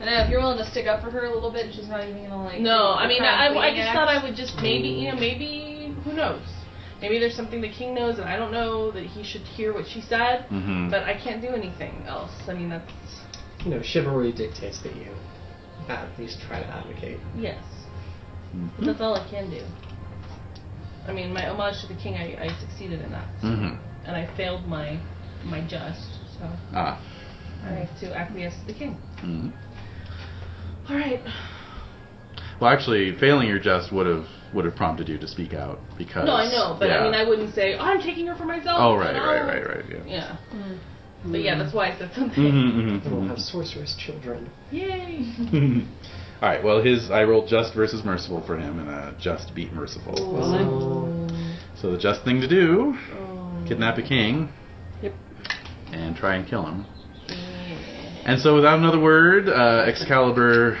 I know if you're willing to stick up for her a little bit, and she's not even gonna like. No, I mean, I, I- I just Act. thought I would just maybe, you know, maybe, who knows? Maybe there's something the king knows and I don't know that he should hear what she said, Mhm. but I can't do anything else. I mean, that's. You know, chivalry dictates that you at least try to advocate. Yes. But Mhm. that's all I can do. I mean, my homage to the king, I, I succeeded in that. Mhm. And I failed my my just, so Ah. I have to acquiesce to the king. Mhm. Alright. Well, actually, failing your jest would have would have prompted you to speak out because. No, I know, but yeah. I mean, I wouldn't say, oh, I'm taking her for myself. Oh right, and right, I'll- right, Hmm. right. Yeah. Yeah. But yeah, that's why I said something. [LAUGHS] Mhm, mhm, And we'll mhm. have sorceress children. Yay! mm-hmm. [LAUGHS] All right. Well, his I rolled just versus merciful for him, and uh, just beat merciful. So the just thing to do: Oh. kidnap a king. Yep. And try and kill him. And so, without another word, uh, Excalibur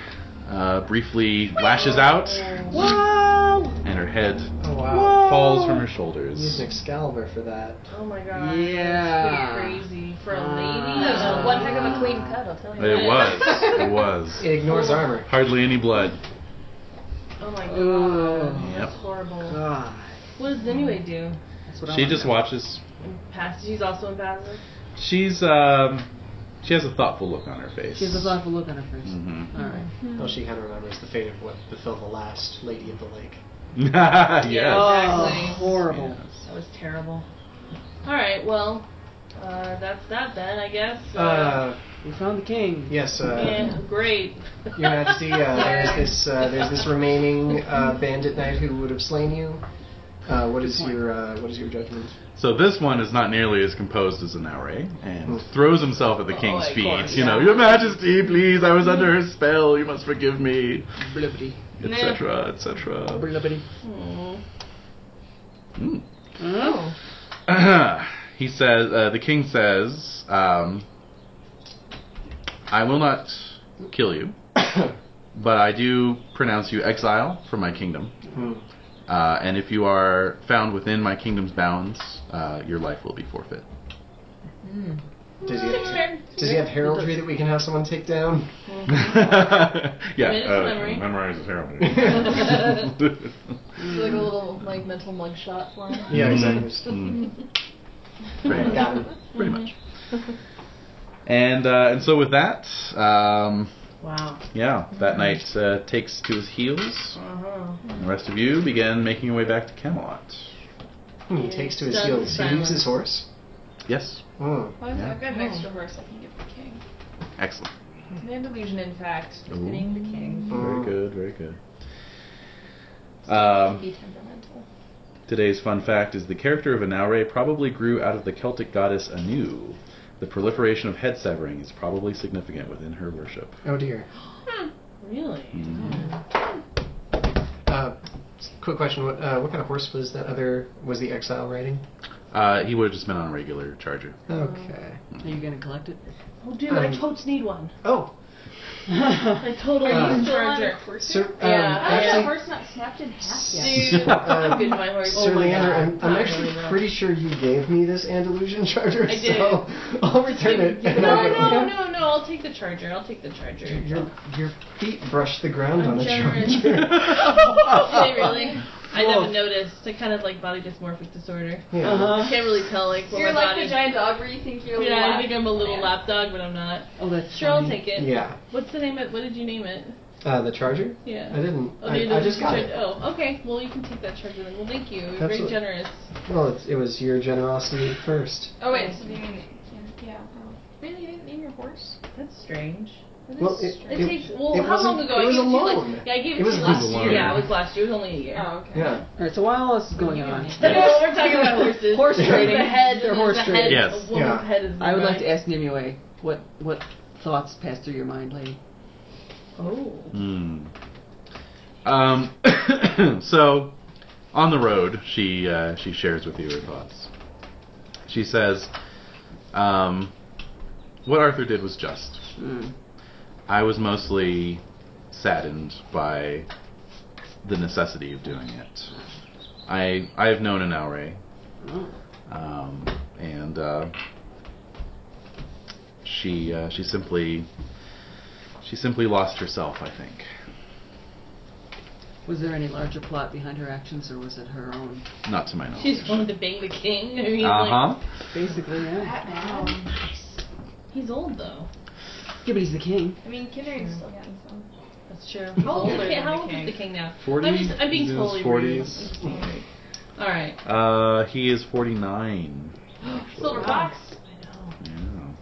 uh, briefly lashes out, and her head Oh wow. falls from her Use shoulders. an Excalibur for that. Oh my god. Yeah. That's pretty crazy for Uh, a lady. That was one heck of a clean cut, I'll tell you. It was. It was. It ignores armor. Hardly any blood. [LAUGHS] Oh my god. Oh. That's Yep. horrible. Ah. God. What does Zenue do? That's what I She wanna just know. watches. Passive. She's also impassive. She's um, she has a thoughtful look on her face. She has a thoughtful look on her face. Mm-hmm. All right. Well, she kind of remembers the fate of what befell the last lady of the lake. [LAUGHS] yes. Oh, horrible. Yes. That was terrible. Alright, well, uh, that's that then, I guess. Uh, We found the king. yes, uh, yeah, great. Your Majesty, [LAUGHS] uh, there's this uh, there's this remaining uh, bandit knight who would have slain you. Uh, what is your uh, what is your judgment? So this one is not nearly as composed as an Aure and throws himself at the Oh, king's of feet. course. You know, Your Majesty, please, I was under her spell. You must forgive me, Blibbity. etc., [CLEARS THROAT] etc. Blibbity. Hmm. Mm. Oh. he says, uh, the king says, um, I will not kill [COUGHS] you, but I do pronounce you exile from my kingdom. Hmm. Uh, and if you are found within my kingdom's bounds, uh, your life will be forfeit. Mm. Does he have, does he have heraldry that we can have someone take down? yeah, Oh, Minutes of memory. memorize is terrible. [LAUGHS] It's like a little like mental mugshot line. Yeah, Mhm. exactly. Mm. Right, Got him. Pretty much. And uh, and so with that, um, Wow. yeah, that knight uh, takes to his heels. Uh-huh. And the rest of you begin making your way back to Camelot. Hmm, He takes to his Stunned heels. He leaves silence. his horse. Yes, Hmm. Why was Yeah. I've got an extra horse I can give the king. excellent. Command illusion, in fact, just Ooh. hitting the king. Very Mm. good, very good. Um, Be temperamental. Today's fun fact is the character of Anaure probably grew out of the Celtic goddess Anu. The proliferation of head severing is probably significant within her worship. Oh dear. Really? Uh, s- quick question: What uh, what kind of horse was that other? Was the exile riding? Uh, he would have just been on a [LAUGHS] regular charger. Mm-hmm. Okay. Are you gonna collect it? Oh, dude, I Um, [LAUGHS] totes need one. Oh. I told Are him I you was still [LAUGHS] on charger. it? Sir, um, Yeah. I have a actually, horse not snapped in half yet. Dude, Um, how good my horse. Sir oh my Leander, God. I'm, I'm Not actually really, no. pretty sure you gave me this Andalusian [LAUGHS] charger, I did. so I'll return it. give and it I'll No, back. go- [LAUGHS] no, no, no! I'll take the charger. I'll take the charger. Dude, Your, [LAUGHS] your feet brush the ground I'm on a generous. [LAUGHS] charger. Okay, really? I Whoa. never noticed. I kind of like body dysmorphic disorder. Yeah. I can't really tell like what You're my like body. the giant dog where you think you're. yeah, I lap- think I'm a little Yeah. lapdog, but I'm not. Oh, that's Sure, I'll funny. take it. Yeah. What's the name? It. What did you name it? Uh, the charger? I Yeah. didn't. Oh, you I, I didn't just got charge- it. Oh, okay. Well, you can take that charger then. Well, thank you. You're very Absolutely. generous. Well, it's, it was your generosity first. Oh wait, so you mean? Yeah. wow. Really, you didn't name your horse? That's strange. That Well, is It, It- strange. takes. Well, it how long wasn't- ago? it was I a gave to you, loan. like, yeah, I gave It it, was to you a last loan. year. Yeah, it was last year. It was only a year. Oh, okay. Yeah. All right, so while this is going on, You know, [LAUGHS] [LAUGHS] we're talking about horses. Horse There's trading. The head. They're there's horse the trading. head, Yes. A woman's Yeah. head is I would like to right. ask Nimue what what thoughts passed through your mind, lady. Oh. Hmm. Um, [COUGHS] so, on the road, she uh, she shares with you her thoughts. She says, um, "What Arthur did was just. Mm. I was mostly saddened by the necessity of doing it. I I have known an Aure, Oh. um, and uh, she uh, she simply she simply lost herself. I think." Was there any larger plot behind her actions, or was it her own? Not to my knowledge. She's wanted to bang the king. I mean, like, Uh huh. Basically, yeah. Wow. he's old though. Yeah, but he's the king. I mean, Kinderin's still young, so. That's true. How old, is Older the, than how the old king. is the king now? 40? I'm, just, I'm being He's in his totally 40s. rude. All right. Uh, he is 49. Silver box. Yeah. Oh,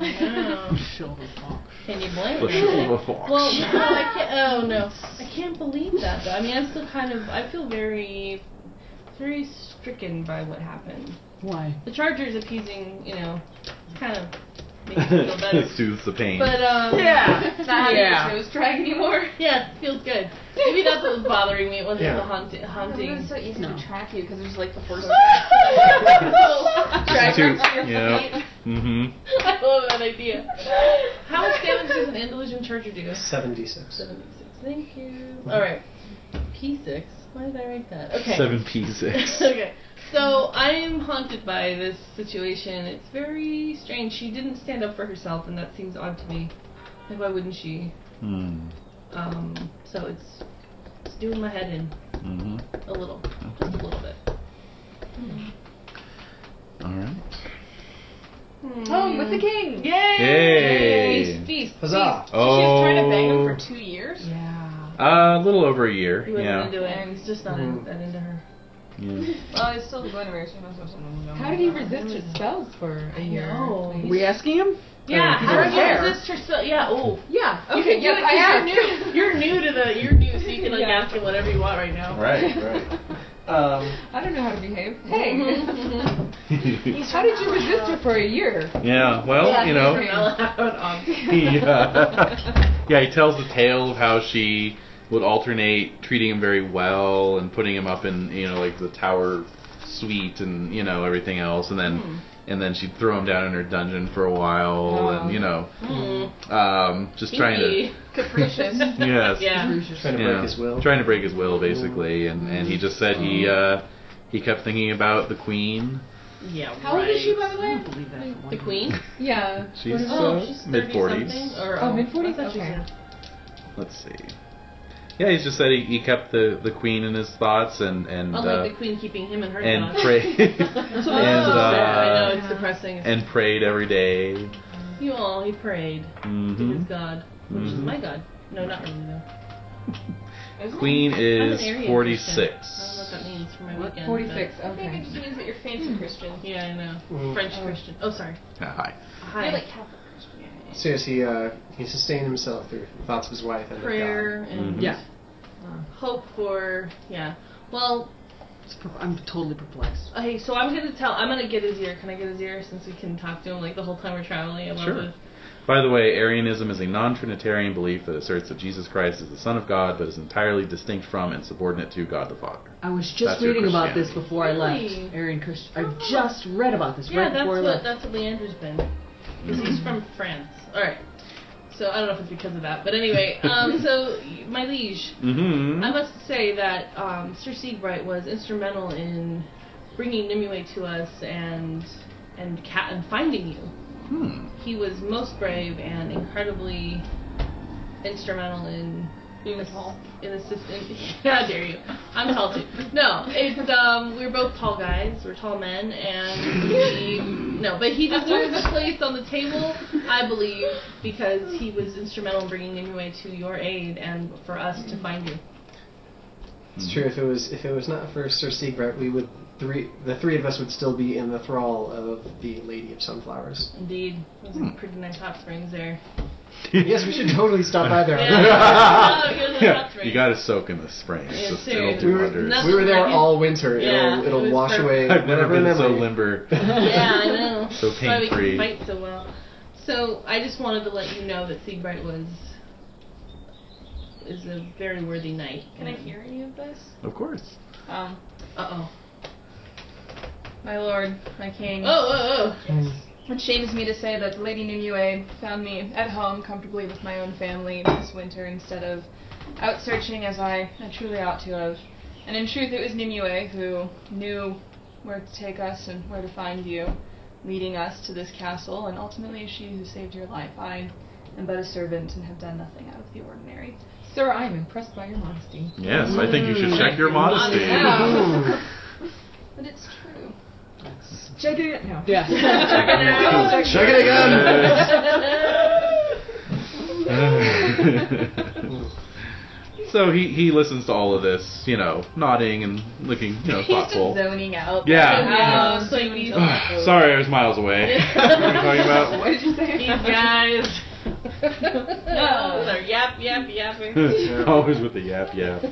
Wow. Silver fox. Can you blame The her? Silver Fox. [LAUGHS] Well, no, I can't. Oh no, I can't believe that. Though I mean, I'm still kind of. I feel very, very stricken by what happened. Why? The Chargers appeasing, you know, it's kind of making me feel [LAUGHS] better. Soothes the pain. But [LAUGHS] um, It's not having Yeah. yeah. nose drag anymore. yeah, it feels good. Maybe that's what was bothering me. It wasn't Yeah. the haunti- haunting. so easy No. to track you because there's like the horse. I Drag Two. onto your Yeah. feet. Mm-hmm. love that idea. How much damage does an Andalusian charger do? 76. 76. Thank you. Alright. P6. Why did I write that? Okay. [LAUGHS] Seven P6. okay. So I am haunted by this situation. It's very strange. She didn't stand up for herself, and that seems odd to me. Like, why wouldn't she? [LAUGHS] Hmm. Um, so it's, it's doing my head in Mm-hmm. a little. Just a little bit. All right. Home with the king. Yay! Yay! Mm. Feast, feast. Huzzah! So she was trying to bang him Oh. for two years. Yeah. Uh, a little over a year. He wasn't Yeah. Mm-hmm. into it. He's just not in, Mhm. that into her. yeah. Well, it's still going to so you must have someone who How did he resist his spells for a I year? know. please? We asking him? Yeah, he how was did you there. resist yourself? Yeah, oh. Yeah. You Okay. can do Yep. it I 'cause [LAUGHS] asked. You're new. You're new to the. You're new, so you can like Yeah. ask him whatever you want right now. [LAUGHS] Right. Right. Um, I don't know how to behave. Hey, how yeah. did you resist her for a year? [LAUGHS] Well, you know. From now on. yeah. yeah, he tells the tale of how she would alternate treating him very well and putting him up in, you know, like the tower suite and, you know, everything else and then and then she'd throw him down in her dungeon for a while and, you know, Mm. um just trying [LAUGHS] to Capricious. [LAUGHS] Yes. Yeah. trying to yeah, break his will. Trying to break his will basically and and he just said he uh he kept thinking about the queen. Yeah. How old right. is she, by I the don't way? believe that. for one [LAUGHS] The minute. queen? Yeah. She's uh, Oh, she's mid 30 40s. something, Or, Oh, mid-forties? I thought she Okay. was- Let's see. Yeah, he's just said he, he kept the, the queen in his thoughts and and uh, Unlike the queen keeping him and her and thoughts. prayed That's and, what I'm [LAUGHS] so sad. I know uh, it's depressing. and prayed every day. you all, he prayed Mm-hmm. to Mhm. his god, which is Mhm. my god. No, not really though. Queen is Arian I don't know what 46. that means for my What? weekend. but- Forty-six. I think it Okay. just means that you're Hmm. fancy Christian. Yeah, I know. Mm-hmm. Mm. French Oh. Christian. Oh, sorry. Ah, Hi. Hi. You're like Catholic Christian. Seriously, uh, he sustained himself through thoughts of his wife and of God. prayer and Mhm. Yeah. uh, hope for yeah. Well, It's per- I'm totally perplexed. okay, so I'm gonna tell. I'm gonna get his ear. Can I get his ear since we can talk to him like the whole time we're traveling? I love Sure. this. By the way, Arianism is a non Trinitarian belief that asserts that Jesus Christ is the Son of God, but is entirely distinct from and subordinate to God the Father. I was just That's your reading about this Christianity. before I Really? left. Arian Christian. I Oh. just read about this Yeah, right that's before Mm-hmm. I what left. that's what Leander's been. Cause he's from France. All right. So I don't know if it's because of that, but anyway. [LAUGHS] Um, so my liege, Mm-hmm. I must say that um, Sir Siegbright was instrumental in bringing Nimue to us and and ca- and finding you. hmm. He was most brave and incredibly instrumental in Being ass- tall. In [LAUGHS] assistant, how dare you? I'm tall too. No, it's um, we're both tall guys. We're tall men, and he, no, but he deserves a place on the table, I believe, because he was instrumental in bringing Nimue to your aid and for us to find you. It's true. If it was if it was not for Sir Siegbert, we would three the three of us would still be in the thrall of the Lady of Sunflowers. Indeed, those Hmm. are pretty nice hot springs there. [LAUGHS] yes, [LAUGHS] we should totally stop by there. Yeah. Oh, you're the Yeah, hot spring. you gotta soak in the spring. It's Yeah, just, it'll [LAUGHS] seriously. We do were, wonders. Nothing we were there like it. all winter. Yeah, it'll it it'll was wash perfect. away I've never whatever been so [LAUGHS] memory. limber. yeah, [LAUGHS] [LAUGHS] I know. So That's why we pain-free. can fight so well. So I just wanted to let you know that Siegbright was is a very worthy knight. Can I hear any of this? Of course. Um, Uh my lord, my king. oh. Oh oh It shames me to say that Lady Nimue found me at home comfortably with my own family this winter instead of out searching as I, I truly ought to have. And in truth, it was Nimue who knew where to take us and where to find you, leading us to this castle, and ultimately she who saved your life. I am but a servant and have done nothing out of the ordinary. Sir, I am impressed by your modesty. Yes, I think you should Mm. check your modesty. Yeah. but it's true. Check it out [LAUGHS] now. [LAUGHS] Yeah. oh. Check it [LAUGHS] Yes. so he, he listens to all of this, you know, nodding and looking, you know, He's just thoughtful. zoning out. Yeah. Um, so you- [LAUGHS] Sorry, I was miles away. [LAUGHS] what are you talking about? What did you say? These guys. Oh. no, they're yap yap yapping. [LAUGHS] Always with the yap yap.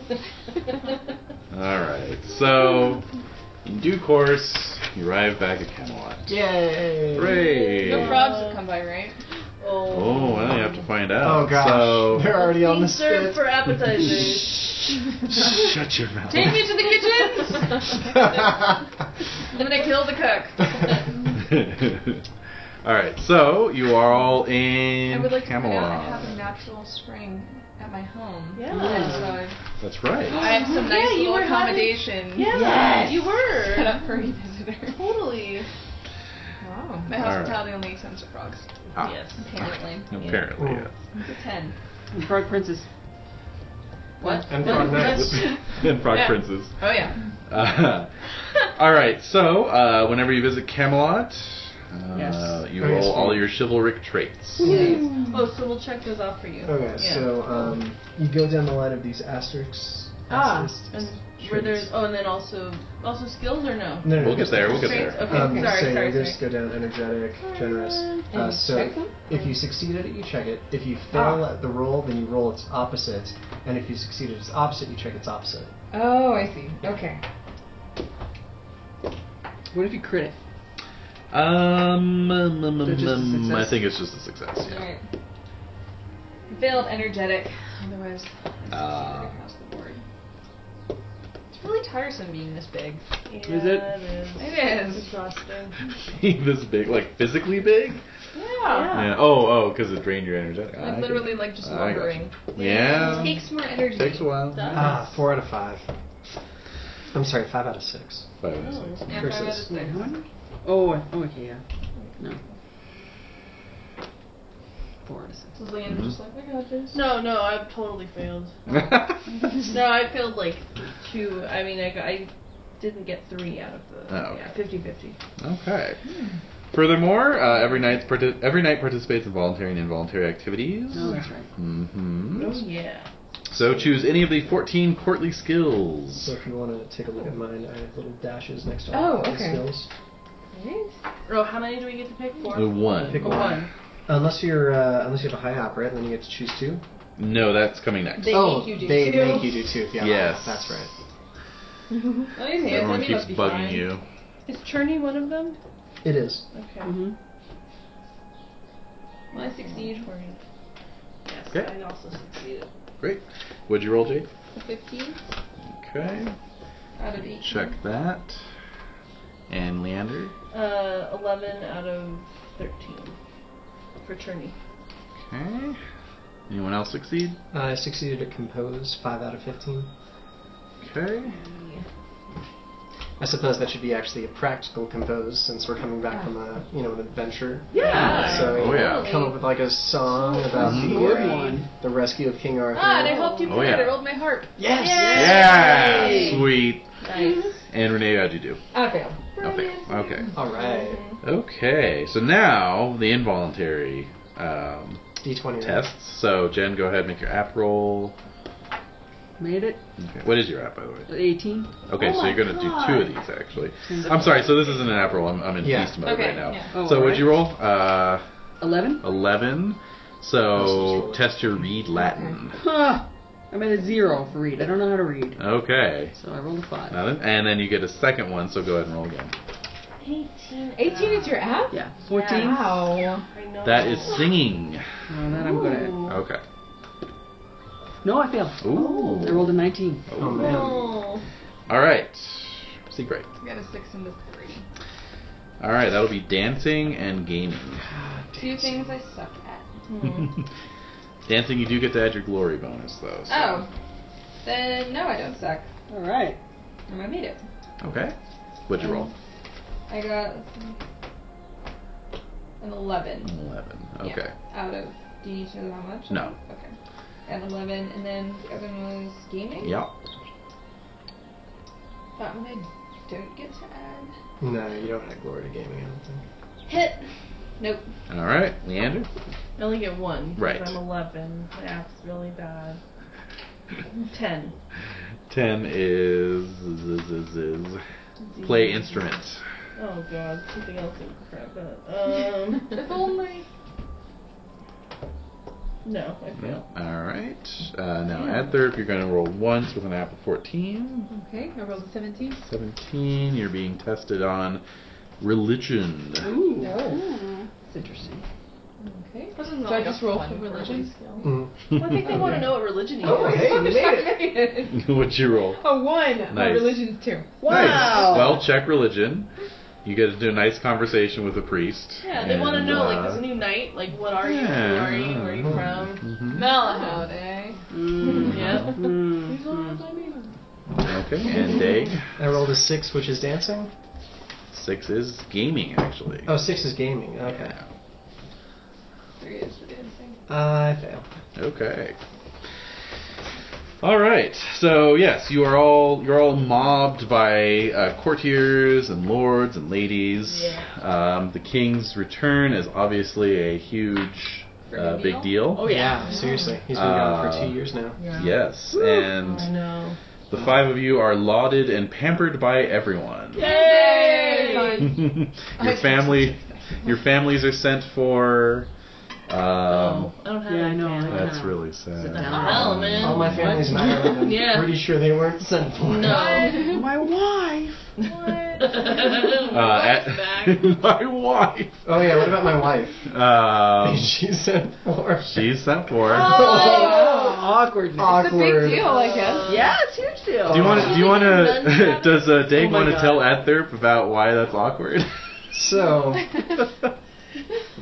All right. So, in due course, you arrive back at Camelot. [LAUGHS] Yay! Hooray! No frogs have come by, right? Oh, well, you have to find out. Oh gosh, So, [LAUGHS] they're already on the Being spit. served for [LAUGHS] appetizers. [LAUGHS] [LAUGHS] shut your mouth. Take me to the kitchen. [LAUGHS] I'm gonna kill the [LAUGHS] cook. [LAUGHS] all right. So you are all I in would like to point Camelot. out I have a natural spring at my home. Yeah. And so I- That's right. I have [LAUGHS] some Yeah, nice you little were having- accommodations Yeah, Yes. you set were up for any visitor. totally. Wow. My All right. hospitality only exempts frogs, Ah, Yes. apparently. Apparently, yes. It's a ten. [LAUGHS] Frog Princess. What? And frog knights. [LAUGHS] [LAUGHS] and frog Yeah. princes. Oh yeah. Uh, all right. So uh, whenever you visit Camelot, uh, Yes. you Oh, yes, roll all we- your chivalric traits. Oh, so we'll check those off for you. Okay, Yeah. so um, you go down the line of these asterisks. Ah, asterisks, And were there? Oh, and then also also skills or no? No, no, We'll no, get there. We'll get Traits? there. Okay, Um, sorry, so you sorry, just sorry. go down energetic, generous. And Uh, you so check them? if you succeed at it, you check it. If you Ah. fail at the roll, then you roll its opposite. And if you succeed at its opposite, you check its opposite. Oh, I see. Okay. [LAUGHS] What if you crit it? Um, um, um, They're just a um, success. I think it's just a success. Yeah. Alright. Failed energetic. Otherwise I succeeded Ah. across the board. It's really tiresome being this big. Is Is it? It It is is. exhausting. [LAUGHS] Being this big, like physically big. Yeah. Yeah. Oh, oh, because it drained your energetic. I Like get literally it. like I just got you. lumbering. Yeah. It takes more energy. Takes a while. Does. Ah, four out of five. I'm sorry, five out of six. Five out of six. Yeah, five out of Curses. six. Mm-hmm. Oh, I- oh, okay, yeah. No. Four out of six. Was Leanne just like, I got this. No, no, I've totally failed. No, I failed like two. I mean, I, got- I didn't get three out of the. Oh, okay. Yeah, 50 50. Oh. [LAUGHS] Okay. Furthermore, uh, every night parti- every night participates in voluntary and involuntary activities. No, Oh. that's right. hmm Oh, Yeah. So choose any of the 14 courtly skills. So if you want to take a look at mine, I have little dashes next to Oh, all the okay. skills. Oh, how many do we get to pick? Four? Uh, One. Pick Oh, one. Unless you're uh, unless you have a high opera, and then you get to choose two. No, that's coming next. They oh, make you do they two. make you do two. Yeah, Yes. that's right. Everyone keeps bugging you. Is Churney one of them? It is. Okay. Mm-hmm. Well, I succeeded. Yes, Okay. I also succeeded. Great. What'd you roll, Jade? Fifteen Okay. out of eight. Check that. And Leander. Uh, 11 out of 13 for Churney. Okay. Anyone else succeed? I succeeded at compose, five out of fifteen. Okay. I suppose that should be actually a practical compose since we're coming back from a you know an adventure. Ah, Yeah. So Oh, yeah. come up with like a song about Mhm. the, uh, the rescue of King Arthur. Ah, and I helped you Oh, play it. yeah. I rolled my harp. Yes. Yeah. Sweet. Nice. And Renee, how'd you do? I failed. I failed. Okay. All right. Okay. So now the involuntary um, D twenty. tests. So Jen, go ahead, make your app roll. Made it. Okay. What is your app, by the way? 18. Oh Okay, so my you're gonna God. do two of these actually. I'm sorry. So this isn't an app roll. I'm, I'm in Yeah. beast mode Okay, right now. yeah. Oh, so what'd alright. you roll? Uh, 11. eleven. So test your read Latin. Huh. I'm at a zero for read. I don't know how to read. Okay. So I rolled a five. Now then- And then you get a second one. So go ahead and roll again. 18. 18 is your app? yeah. 14. Wow. I know. That is singing. Oh, that I'm good at. Okay. No, I failed. Ooh. I rolled a 19. Oh man. Oh. All right. See great. I got a six and a three. All right, that'll be dancing and gaming. Two things I suck at. Mm-hmm. [LAUGHS] dancing, you do get to add your glory bonus though. So. Oh. Then no, I don't suck. All right. And I made it. Okay. What'd you roll? I got let's see, an eleven. Um, Eleven. Yeah, Okay. out of do you need to know how much? No. Okay. An eleven, and then the other one was gaming. Yeah. That one I don't get to add. No, you don't have glory to gaming. I don't think. Hit. Nope. All right, Leander. I only get one. 'cause Right. I'm 11. My app's really [LAUGHS] bad. 10. 10 is, is, is, is play instrument. Oh god, something else is crap. But, [LAUGHS] um, [LAUGHS] If only. no, I Yeah. failed. All right. Uh, now, add third, you're going to roll once with an apple 14. Okay, I rolled a 17. 17, you're being tested on religion. Ooh. That's interesting. Okay. This is So I just roll for religion? Mm. Well, I think they want to know what religion you Oh, are. hey, you made it. [LAUGHS] [LAUGHS] What'd you roll? A one. My Nice. religion's two. Nice. Well, check religion. You get to do a nice conversation with a priest. Yeah, they want to and, know, uh, like, this new knight, like, what are you? Who are you? Where are you from? mhm. Malahide, eh? Mm. Yeah. Mm. Okay, and Dag. I rolled a six, which is dancing. Six is gaming, actually. Oh, six is gaming. Okay. Yeah. Three is the dancing. Uh, I fail. Okay. All right. So yes, you are all you're all mobbed by uh, courtiers and lords and ladies. Yeah. Um, the king's return is obviously a huge, Big uh, big deal? deal. Oh, yeah. seriously. He's been gone Uh, for two years now. Yes, I and know. the five of you are lauded and pampered by everyone. [LAUGHS] Yay! your family, your families are sent for. Um, oh, I don't have Yeah, I any know, I family. [LAUGHS] know. That's really sad. Sit down. Hell, man. All Oh, my family's in Ireland. I'm Yeah. pretty sure they weren't sent for. [LAUGHS] No. My wife. [LAUGHS] Uh, That's [LAUGHS] back. at- my wife. Oh yeah. What about my wife? Um, [LAUGHS] She's sent for. she's sent for. Oh. awkward. It's a big deal, I guess. Yeah, it's a huge deal. Do you want to? Do you want [LAUGHS] to? Does uh, Dave Oh my want to God. tell Adthorp about why that's awkward? So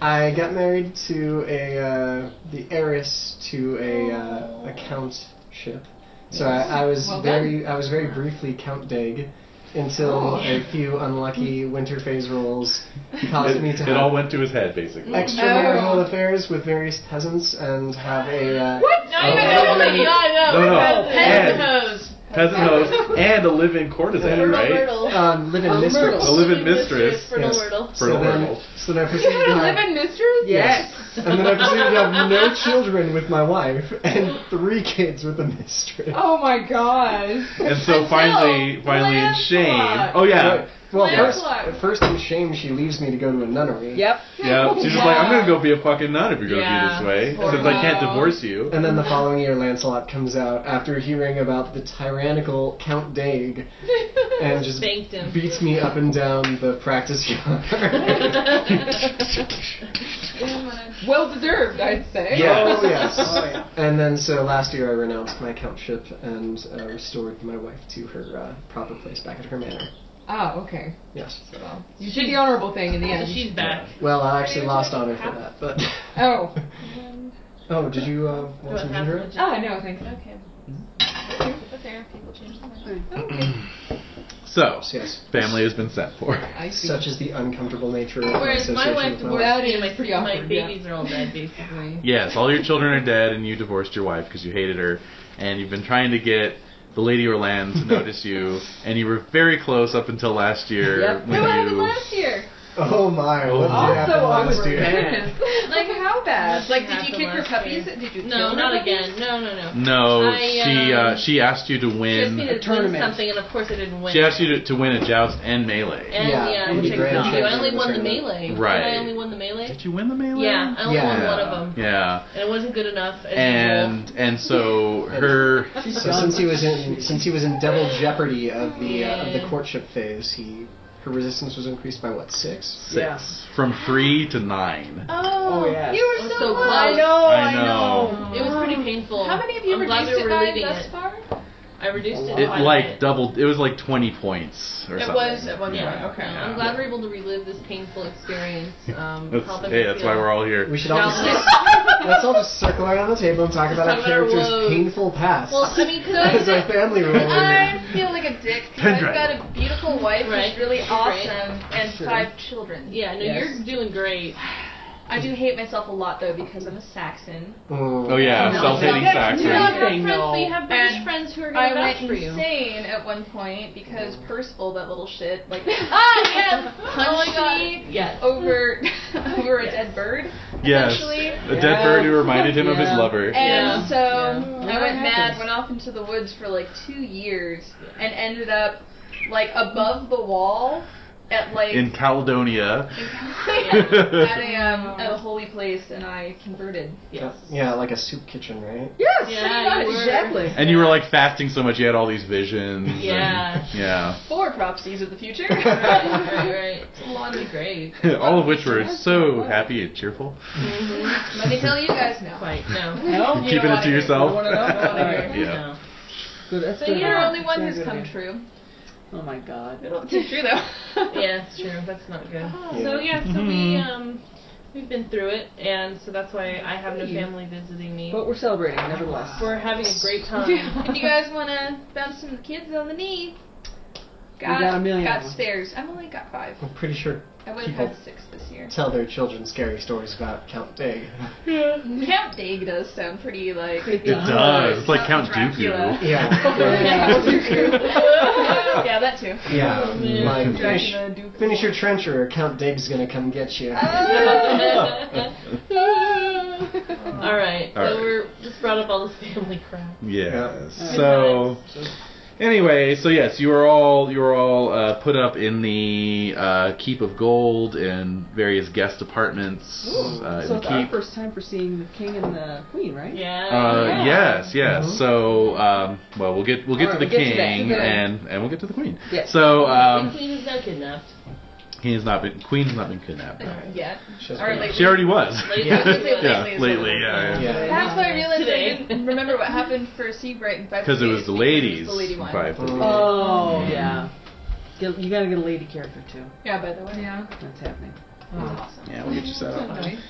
I got married to a uh, the heiress to a uh, a countship. So I, I was Well done. very I was very briefly Count Dag until a few unlucky winter phase rolls caused [LAUGHS] it, me to it all have went to his head, basically. Mm. extramarital affairs with various peasants and have a uh, What? Oh, my God, No, no. no. And- Hose. peasant host and a live-in courtisan, right? um, live in mistress. A live-in mistress. Fertile Yes. Myrtle. For So then, Orville. so then I You [LAUGHS] proceeded had to a have, live-in mistress? Yes. and then I proceeded to have no children with my wife and three kids with a mistress. Oh my gosh. And so finally, finally in shame. Oh yeah, Right. Well, Lancelot. first, first in shame, she leaves me to go to a nunnery. Yep. yeah. She's just like, I'm gonna go be a fucking nun if you're gonna Yeah. be this way, since I can't divorce you. And then the following year, Lancelot comes out after hearing about the tyrannical Count Daig and just Spanked him. beats me up and down the practice yard. [LAUGHS] Well deserved, I'd say. Yeah. Oh, yes. And then, so last year I renounced my countship and uh, restored my wife to her uh, proper place back at her manor. Oh, okay. Yes. Well, you did [LAUGHS] the honorable thing in the end. She's back. Well, I actually lost honor for that, but Oh. [LAUGHS] Oh, did you uh, Do want I some have ginger? to check? Oh, no, thanks. Okay. But there, people change their mind. So, Yes. family has been set for. I see. Such is the uncomfortable nature of my Whereas my association wife with my divorced That me and is my, pretty my awkward, yeah. babies are all [LAUGHS] dead, [LAUGHS] basically. Yes, all your children are dead, and you divorced your wife because you hated her, and you've been trying to get the Lady Orlando to notice [LAUGHS] you, and you were very close up until last year Yep. when No, what happened you. last year? Oh my, what did Also happen last [LAUGHS] year? Like how bad? Like did you Happened kick her last puppies? year. Did you No, kill not her puppies? again. No, no, no. No, I, she uh, um, she asked you to She asked me win. to win tournament. something, and of course I didn't win. She asked you to, to win a joust and melee. And Yeah, yeah, in which the I grand couldn't do. I champion only won the tournament. melee. Right. Did I only won the melee? Did you win the melee? Yeah, I only won Yeah. one of them. Yeah, And it wasn't good enough. And, and and so [LAUGHS] her [LAUGHS] So since he was in since he was in double jeopardy of the uh, of the Yeah. courtship phase, he her resistance was increased by what six? six from three to nine. Oh, Oh, yes. you I were was so, so close. close. I know. It was pretty painful. How many of you I'm glad reduced we it were by leaving thus it. far? Oh, I reduced it. It by like it. doubled. It was like twenty points or It something. was at one point. Yeah. Okay. I'm glad we're able to relive this painful experience. Um, help That's, him hey, to that's feel- why we're all here. We should all Now, just this- [LAUGHS] let's all just circle around the table and talk about Talk our about our characters' woes. painful past. Well, [LAUGHS] I mean, that is our could family rule. I feel like a dick because I've Pendrive. got a beautiful wife [LAUGHS] Right. who's really Right. awesome and Sure. five children. yeah, no, Yes. you're doing great. I do hate myself a lot though because I'm a Saxon. Mm. Oh yeah, No, self-hating no, Saxon. You Yeah. have Yeah. friends, Nothing, you though. have British And friends who are going I to went Mm. vouch for you. insane at one point because Percival, that little shit, like ah yes, [LAUGHS] punched me Yes. over [LAUGHS] over a dead bird. Yes, Essentially. a dead bird who reminded him of his Yeah. lover. And Yeah. so Yeah. I That went mad, happens. went off into the woods for like two years, and ended up like above the wall at like In Caledonia. [LAUGHS] [LAUGHS] at a um, [LAUGHS] at a holy place, and I converted. Yes. Yeah, like a soup kitchen, right? Yes, Yeah, pretty you much, were. [LAUGHS] exactly. And you were like fasting so much, you had all these visions. and- Yeah. yeah. [LAUGHS] Four prophecies of the [LAUGHS] future. [LAUGHS] right, right, right. It's a lot of great. all of which were so happy and cheerful. Mm-hmm. [LAUGHS] Let me tell you guys now. Quite no. No, Keeping it to yourself. wanna know, don't wanna No. [LAUGHS] hear. yeah. Good. That's So good. You're the Yeah. only one who's Good come idea. true. Oh my god. It'll be true [LAUGHS] though. Yeah, it's true. That's not good. Yeah. So yeah, so we Mm-hmm. um we've been through it, and so that's why I have no family visiting me. But we're celebrating, nevertheless. We're having a great time. If you guys want to bounce some kids on the knee, got a million got of 'em. spares. I've only got five. I'm pretty sure I would have had six this year. tell their children scary stories about Count Dig. Count Dag does sound pretty like. It does. It's like Count Dooku. Yeah. yeah, that too. Oh, yeah. Like finish, Dracula, [LAUGHS] Duke. finish your trench or Count Dig's gonna come get you. [LAUGHS] All right. All so right. we're just brought up all this family crap. Yeah. Yeah. So anyway, so yes, you were all you were all uh, put up in the uh, keep of gold and various guest apartments uh, in so the it's our keep. first time for seeing the king and the queen, right? Yeah. Uh, yes, yes. So, um, well, we'll get we'll get Alright, to the we'll get to that. king Good. and and we'll get to the queen. Yes. So, the um, queen is now kidnapped. he has not been queen's not been kidnapped. Yeah. She's All right, like- She already was. [LAUGHS] Lately. yeah, Lately, yeah, lately is lately, what yeah, yeah. Yeah. That's why I realized Today. I didn't remember what happened for Seabright [LAUGHS] in five. Because it was Days, the because it ladies. was The lady one. Five. Mm-hmm. Oh yeah. Get, you gotta get a lady character too. Yeah, by the way. Yeah. That's happening. That's awesome. Yeah, we'll get you set up. Nice.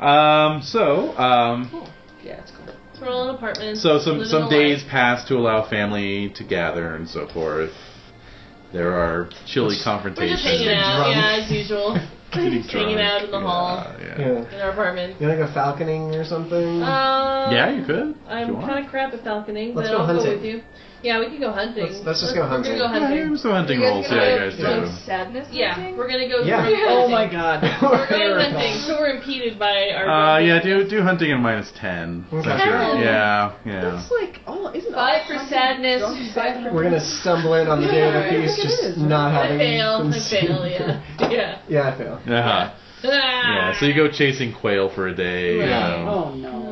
Um, so, um, Yeah, it's cool. We're all in apartments. so some living some the days life. pass to allow family to gather and so forth. There are chilly We're confrontations. just hanging out, Drunk. yeah, as usual, Getting Just hanging drunk. out in the hall. Yeah, yeah. Yeah. in our apartment. You wanna go falconing or something? Um, Yeah, you could. if you I'm want. kind of crap at falconing, Let's but go I'll hunting. go with you. Yeah, we can go hunting. Let's- let's just go hunting. We're gonna go Yeah, hunting. you still hunting You guys rolls. gonna Yeah, you go guys do. Uh, drunk Sadness. Yeah, hunting? we're gonna go. [LAUGHS] Yeah. drunk hunting. Oh my [LAUGHS] god. We're going hunting, so we're impeded by our. Uh, yeah, do do hunting in minus ten. Okay. Since you're- Ten? Yeah, yeah. That's like all isn't Five all for hunting sadness, drunk five and for- We're gonna stumble in on the day of the Yeah, feast, I think it just is. not I having. fail. been I seen. [LAUGHS] fail. Yeah. [LAUGHS] Yeah. Yeah, I fail. Uh-huh. Yeah, so you [LAUGHS] go chasing quail for a day. You Right. know. [LAUGHS] Oh no.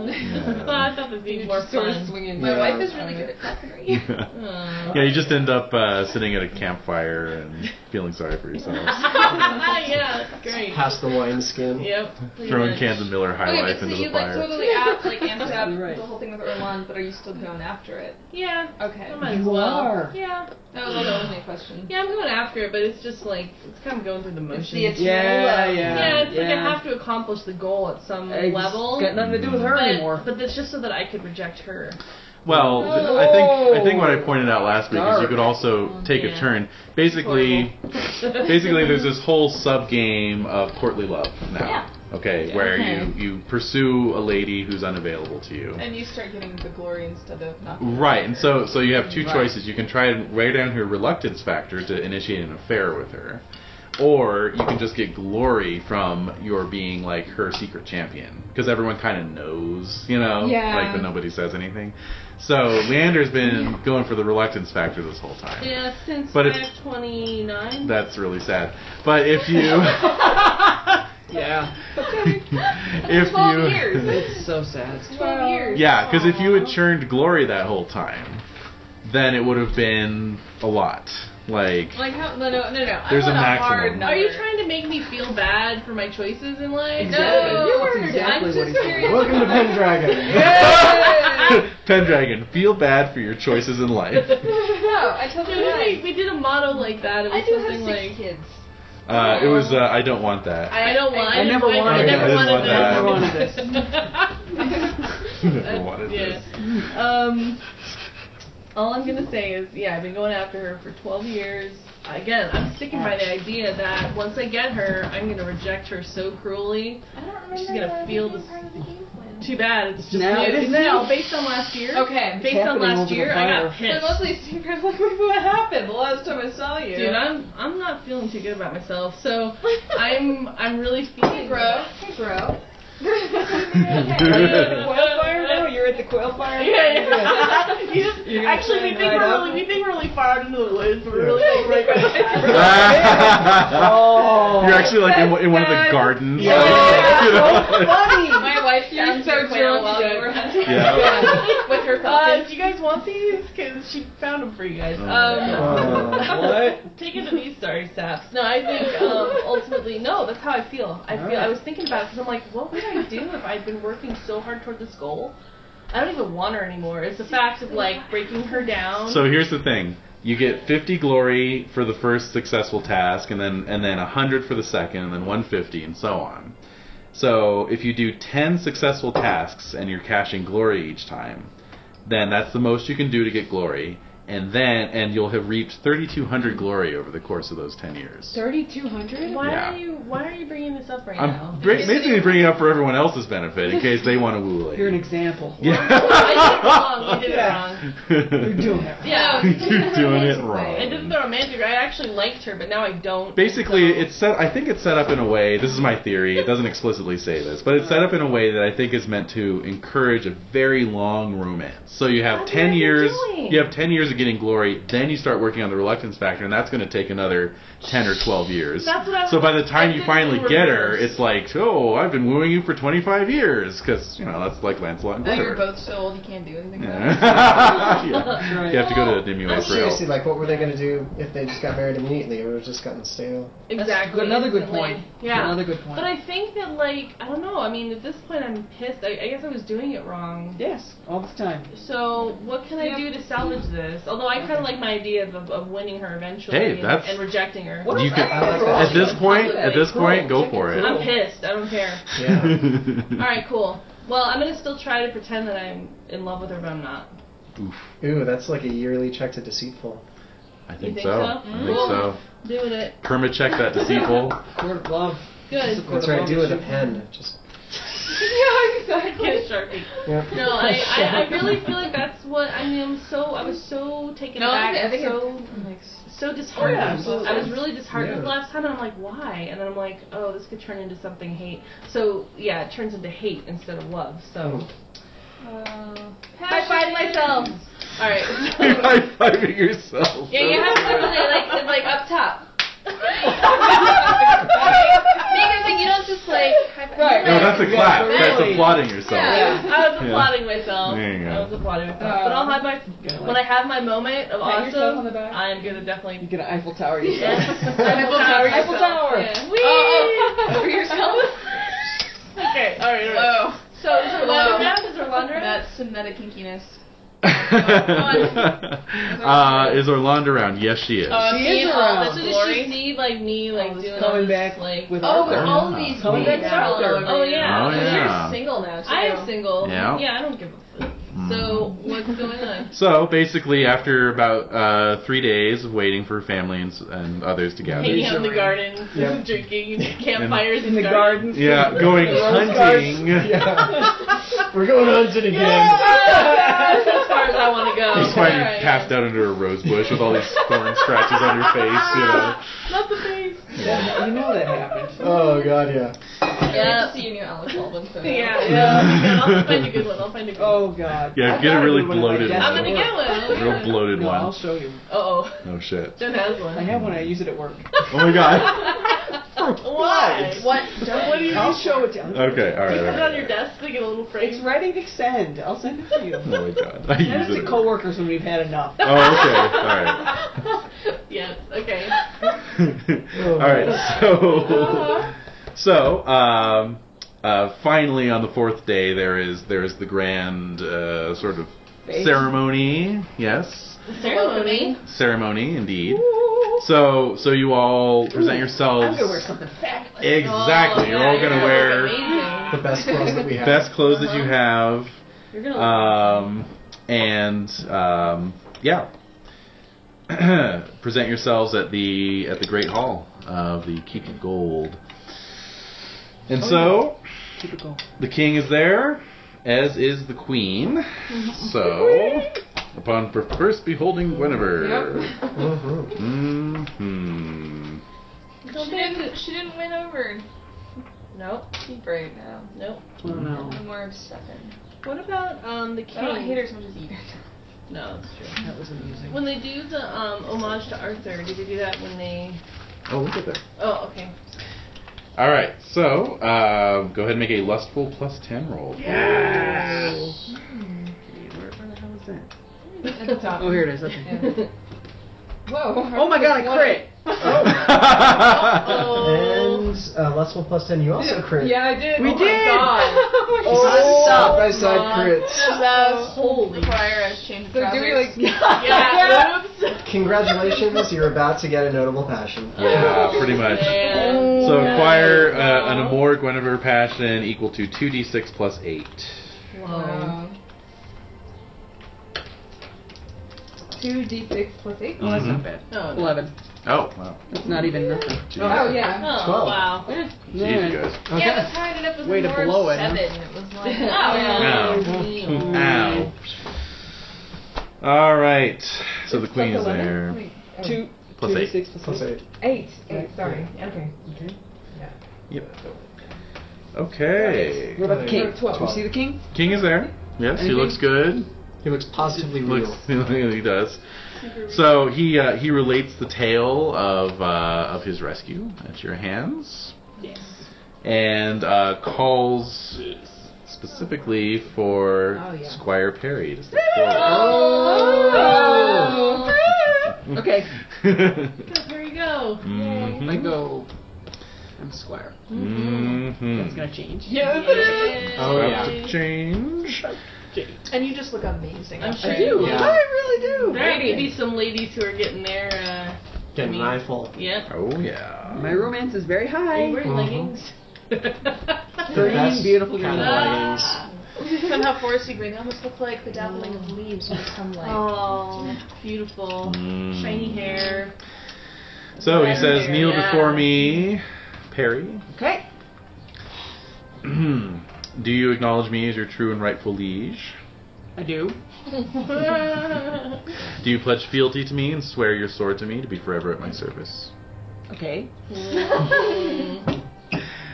Well, I thought it'd be You're more just sort of fun. swinging. My Yeah. wife is really good at falconry. Yeah. Uh, [LAUGHS] yeah, you just end up uh, sitting at a campfire and feeling sorry for [LAUGHS] yourself, yeah, that's great. Past the wine skin. Yep. pretty throwing much. cans of Miller High okay, Life but so into you the like fire. totally amped, like amped up Right. the whole thing with Orlando, but are you still going after it? Yeah. Okay. I might as You well. are. Yeah. That was only a question. Yeah, I'm going after it, but it's just like it's kind of going through the motions. It's the achievement Yeah, level. yeah. yeah, it's like yeah. I have to accomplish the goal at some It's level. got nothing to do with her but, [LAUGHS] anymore. But that's just so that I could reject her. Well, No. I think I think what I pointed out last week is you Dark. could also take yeah. a turn. Basically, [LAUGHS] basically there's this whole sub game of courtly love now. Okay, where Okay. you you pursue a lady who's unavailable to you. And you start getting the glory instead of not. Right, and so so you have two Right. choices. You can try and weigh down her reluctance factor to initiate an affair with her, or you can just get glory from your being like her secret champion because everyone kind of knows, you know, Yeah. like but nobody says anything. So Leander's been going for the reluctance factor this whole time. Yeah, since But but it's- 529. That's really sad. But if you [LAUGHS] Yeah, if you it's so sad. Twelve years. Yeah, because if you had churned glory that whole time, then it would have been a lot. Like Like how? No, no, no, no. There's I a want maximum. hard number. Are you trying to make me feel bad for my choices in life? Exactly. No. You That's were- exactly I'm what just he's doing. curious. Welcome to Pendragon. [LAUGHS] Pendragon, feel bad for your choices in life. [LAUGHS] No, I told you Dude, we, that. we did a motto like that. It was I do have something six like kids. Uh, it was uh, I don't want that. [LAUGHS] I don't want. I never I, wanted never that. wanted I that. never wanted that. [LAUGHS] Never wanted yeah. this. Um. All I'm gonna say is, yeah, I've been going after her for 12 years. Again, I'm sticking by the idea that once I get her, I'm gonna reject her so cruelly. I don't remember. She's gonna feel this. part of the game plan. Too bad. It's just Now new. it is It's now. new. based on last year. Okay. Based on happening last over the year, I got But pissed. mostly [LAUGHS] secret. Like, wait, what happened? The last time I saw you. Dude, I'm I'm not feeling too good about myself. So I'm I'm really feeling Hey, bro. Hey, bro. [LAUGHS] Quail fire now? You're at the quail fire? Yeah, [LAUGHS] yeah. You [LAUGHS] just- You're gonna actually, we climb think right we're up? really we think we're really far out into the woods. but We're really like, right [LAUGHS] by the [LAUGHS] Oh. You're actually like in, one- in one of the Oh, gardens. Yeah. like, [LAUGHS] you know? [LAUGHS] My wife sounds so drunk while we were hunting. Yeah. With her Uh, do falcon. you guys want these? Cause she found them for you guys. Oh, Um, Oh, [LAUGHS] Uh, what? taking to these sorry saps. No, I think um, ultimately no. That's how I feel. I feel. I was thinking about it because I'm like, what would I do if I'd been working so hard toward this goal? I don't even want her anymore. It's the fact of like breaking her down. So here's the thing. You get 50 glory for the first successful task, and then and then 100 for the second, and then 150, and so on. So if you do 10 successful tasks and you're cashing glory each time, then that's the most you can do to get glory, and then and you'll have reaped 3,200 glory over the course of those 10 years. 3,200? why yeah. are you Why are you bringing this up right [LAUGHS] now? I'm br- basically bringing it up for everyone else's benefit in case they want to woo You're an lady. example. I did it wrong. We did You're You're it wrong. doing it. [LAUGHS] Yeah. [LAUGHS] You're doing it wrong. I did the romantic. I actually liked her, but now I don't. Basically, so- it's set. I think it's set up in a way. This is my theory. It doesn't explicitly say this, but it's set up in a way that I think is meant to encourage a very long romance. So you have That's what ten I've been years. doing. You have ten years of getting glory. Then you start working on the reluctance factor, and that's going to take another ten or twelve years. That's what I so by the time I you did finally it in get her, reverse. it's like, oh, I've been wooing you for twenty-five years, because you know that's like Lancelot and Now you're Guinevere. both so old you can't do [LAUGHS] anything. [LAUGHS] Yeah. right. You have to go to the Nimue for help. [LAUGHS] Seriously, like, what were they going to do if they just got married immediately? It would have just [LAUGHS] gotten stale. exactly That's another good instantly. point. Yeah. Another good point. but I think that like I don't know. I mean, at this point, I'm pissed. I, I guess I was doing it wrong. yes, all the time. So what can I do to salvage this? Although I kind of like my idea of, of, of winning her eventually Hey, and, that's- and rejecting her. What You is can- that? I like that. At this point, at this point, go for it. I'm pissed. I don't care. Yeah. All right, cool. Well, I'm gonna still try to pretend that I'm in love with her, but I'm not. Ooh, that's like a yearly check to deceitful. I think, think so. so? I think Cool. so. Doing it. Perma check that deceitful. [LAUGHS] Court of love. Good. That's right, do with a pen. Just. yeah, exactly. Get a sharpie. Yeah. No, I, [LAUGHS] I, I really feel like that's what I mean. I'm so I was so taken No, aback, I think so it's so disheartened. Yeah, absolutely. I was really disheartened Yeah. last time, and I'm like, why? And then I'm like, oh, this could turn into something hate. So yeah, it turns into hate instead of love. So Hmm. Uh, I find myself. All right. [LAUGHS] You're high fiving yourself. Yeah, you have to look really like it's like uh, up top. [LAUGHS] because like you don't just like high Right. No, that's a clap. That's really. applauding yourself. [LAUGHS] Yeah. [LAUGHS] I was Yeah. applauding myself. There you go. I was applauding myself. but I'll have my when I have my moment of Pat yourself on awesome, the back. I'm gonna definitely. [LAUGHS] You get an Eiffel Tower. You Yes. [LAUGHS] Eiffel Tower. Eiffel Tower. Yeah. Whee! Oh, oh. For yourself. Okay. All right. All right. Whoa. So is Orlando Wow. around? Is Orlando around? That's some meta kinkiness. uh, is Orlando around? Yes, she is. Uh, Oh, She see, is oh, around. So does she see like me like Oh, doing this all coming this, back like with oh, Arthur. all these Coming back memes with are all Arthur. over Oh you. yeah. Oh, yeah. You're single now. Too. I am single. Yeah. I don't give a fuck. Mm. So what's going on? So basically, after about uh, three days of waiting for family and, s- and others to gather, Hanging out [LAUGHS] in the garden, Yeah. [LAUGHS] drinking campfires in the [LAUGHS] garden. yeah, going Rose hunting. Yeah. We're going hunting again. [LAUGHS] That's as far as I want to go. That's why you Alright. passed out under a rose bush with all these thorn scratches on your face. You know, Not the face. Yeah, you know that happened. Oh god, yeah. Yeah. to see you near Alec Baldwin. [LAUGHS] for now. Yeah, yeah. I'll find a good one. I'll find a good one. Oh God. Yeah, I get a got really good one at bloated my desk one. I'm at gonna work. get one. I'll get real one. bloated No, I'll one. show you. Oh, Oh shit! Jen has I one. have one. I use it at work. Oh my god! [LAUGHS] Why? What? What do you? I'll show it to you. Okay, all right. all you put it right, on your desk, like a little It's frame. ready to send. I'll send it [LAUGHS] to you. Oh my god! I Send use it to it. coworkers when we've had enough. Oh, okay. All right. [LAUGHS] Yes. [LAUGHS] Okay. All right. [LAUGHS] Uh-huh. So, so um, uh, finally on the fourth day, there is there is the grand uh, sort of ceremony. Yes, Ceremony. ceremony indeed. So, so you all present I'm yourselves. gonna wear something fabulous. Exactly. You're all Oh, gonna wear The best clothes that we have. best clothes that you Uh-huh. have. You're gonna. Um, and um, yeah, [CLEARS THROAT] present yourselves at the at the great hall of the Keep of Gold. Oh, And so Keep it going. the king is there, as is the queen. Mm-hmm. So upon per- first beholding Guinevere, Mhm. hmm She didn't. She didn't win over. Nope. She's brave now. nope. Oh no. I'm more upsetting. What about um the king? Oh, I don't hate her as much as you. do. No, that's true. That was amusing. When they do the um, homage to Arthur, did they do that when they? Oh, look at that. Oh, okay. All right, so um, go ahead and make a lustful plus ten roll. Where, where the hell is that? At the top. [LAUGHS] Oh, here it is. Okay. Whoa. Oh my God! I crit. Oh. [LAUGHS] Oh. And uh, lustful plus ten, you also crit. Yeah, I did. We oh did. [LAUGHS] My God. Oh, stop. side by side crits. [LAUGHS] That's Holy. prior I've changed So do we like? Yeah. Oops. Congratulations, you're about to get a notable passion. Yeah, pretty much. Oh, Man. [LAUGHS] So acquire Oh, uh, an Amor Guinevere Passion equal to 2d6 plus 8. Wow. Two d6 plus eight. Oh, That's not bad. No, no. Eleven. Oh, wow. That's not even nothing. Oh yeah. Oh, Twelve. wow. Jeez, you guys. Yeah, but tied it up with Way to more blow it, huh? seven. It was [LAUGHS] like, Oh, Oh, Ow. Ow. All right. So the queen is there. Two. Plus two eight. D6 plus, Plus eight. eight. Eight. Eight. Sorry. Okay. Okay. Yep. Okay. What about the king? Twelve. We see [LAUGHS] the king? King is there. Yes, he Anything? looks good. He looks positively real. Looks, [LAUGHS] he does. So he uh, he relates the tale of uh, of his rescue at your hands. Yes. and uh, calls specifically for Oh, yeah. Squire Perry to step forward. Oh! Okay. Oh. There you go. I Mhm. go. I'm squire. Mm-hmm. It's Mhm. gonna change. Oh, Yeah, About Oh, yeah. to change. And you just look amazing. I'm sure I do. Yeah. I really do. There could be some ladies who are getting their, uh, Getting Me. mindful. yeah. Oh yeah. My romance is very Are you high. wearing Mhm. leggings? [LAUGHS] Green, That's beautiful kind green. of leggings. [LAUGHS] Somehow foresty green almost look like the dappling of leaves with sunlight. [LAUGHS] Oh, beautiful. Mm-hmm. Mm. Shiny hair. So he says, Hair, "Kneel yeah. before me, Perry. [CLEARS THROAT] Okay. Do you acknowledge me as your true and rightful liege? [LAUGHS] I do. Do you pledge fealty to me and swear your sword to me to be forever at my service?" Okay.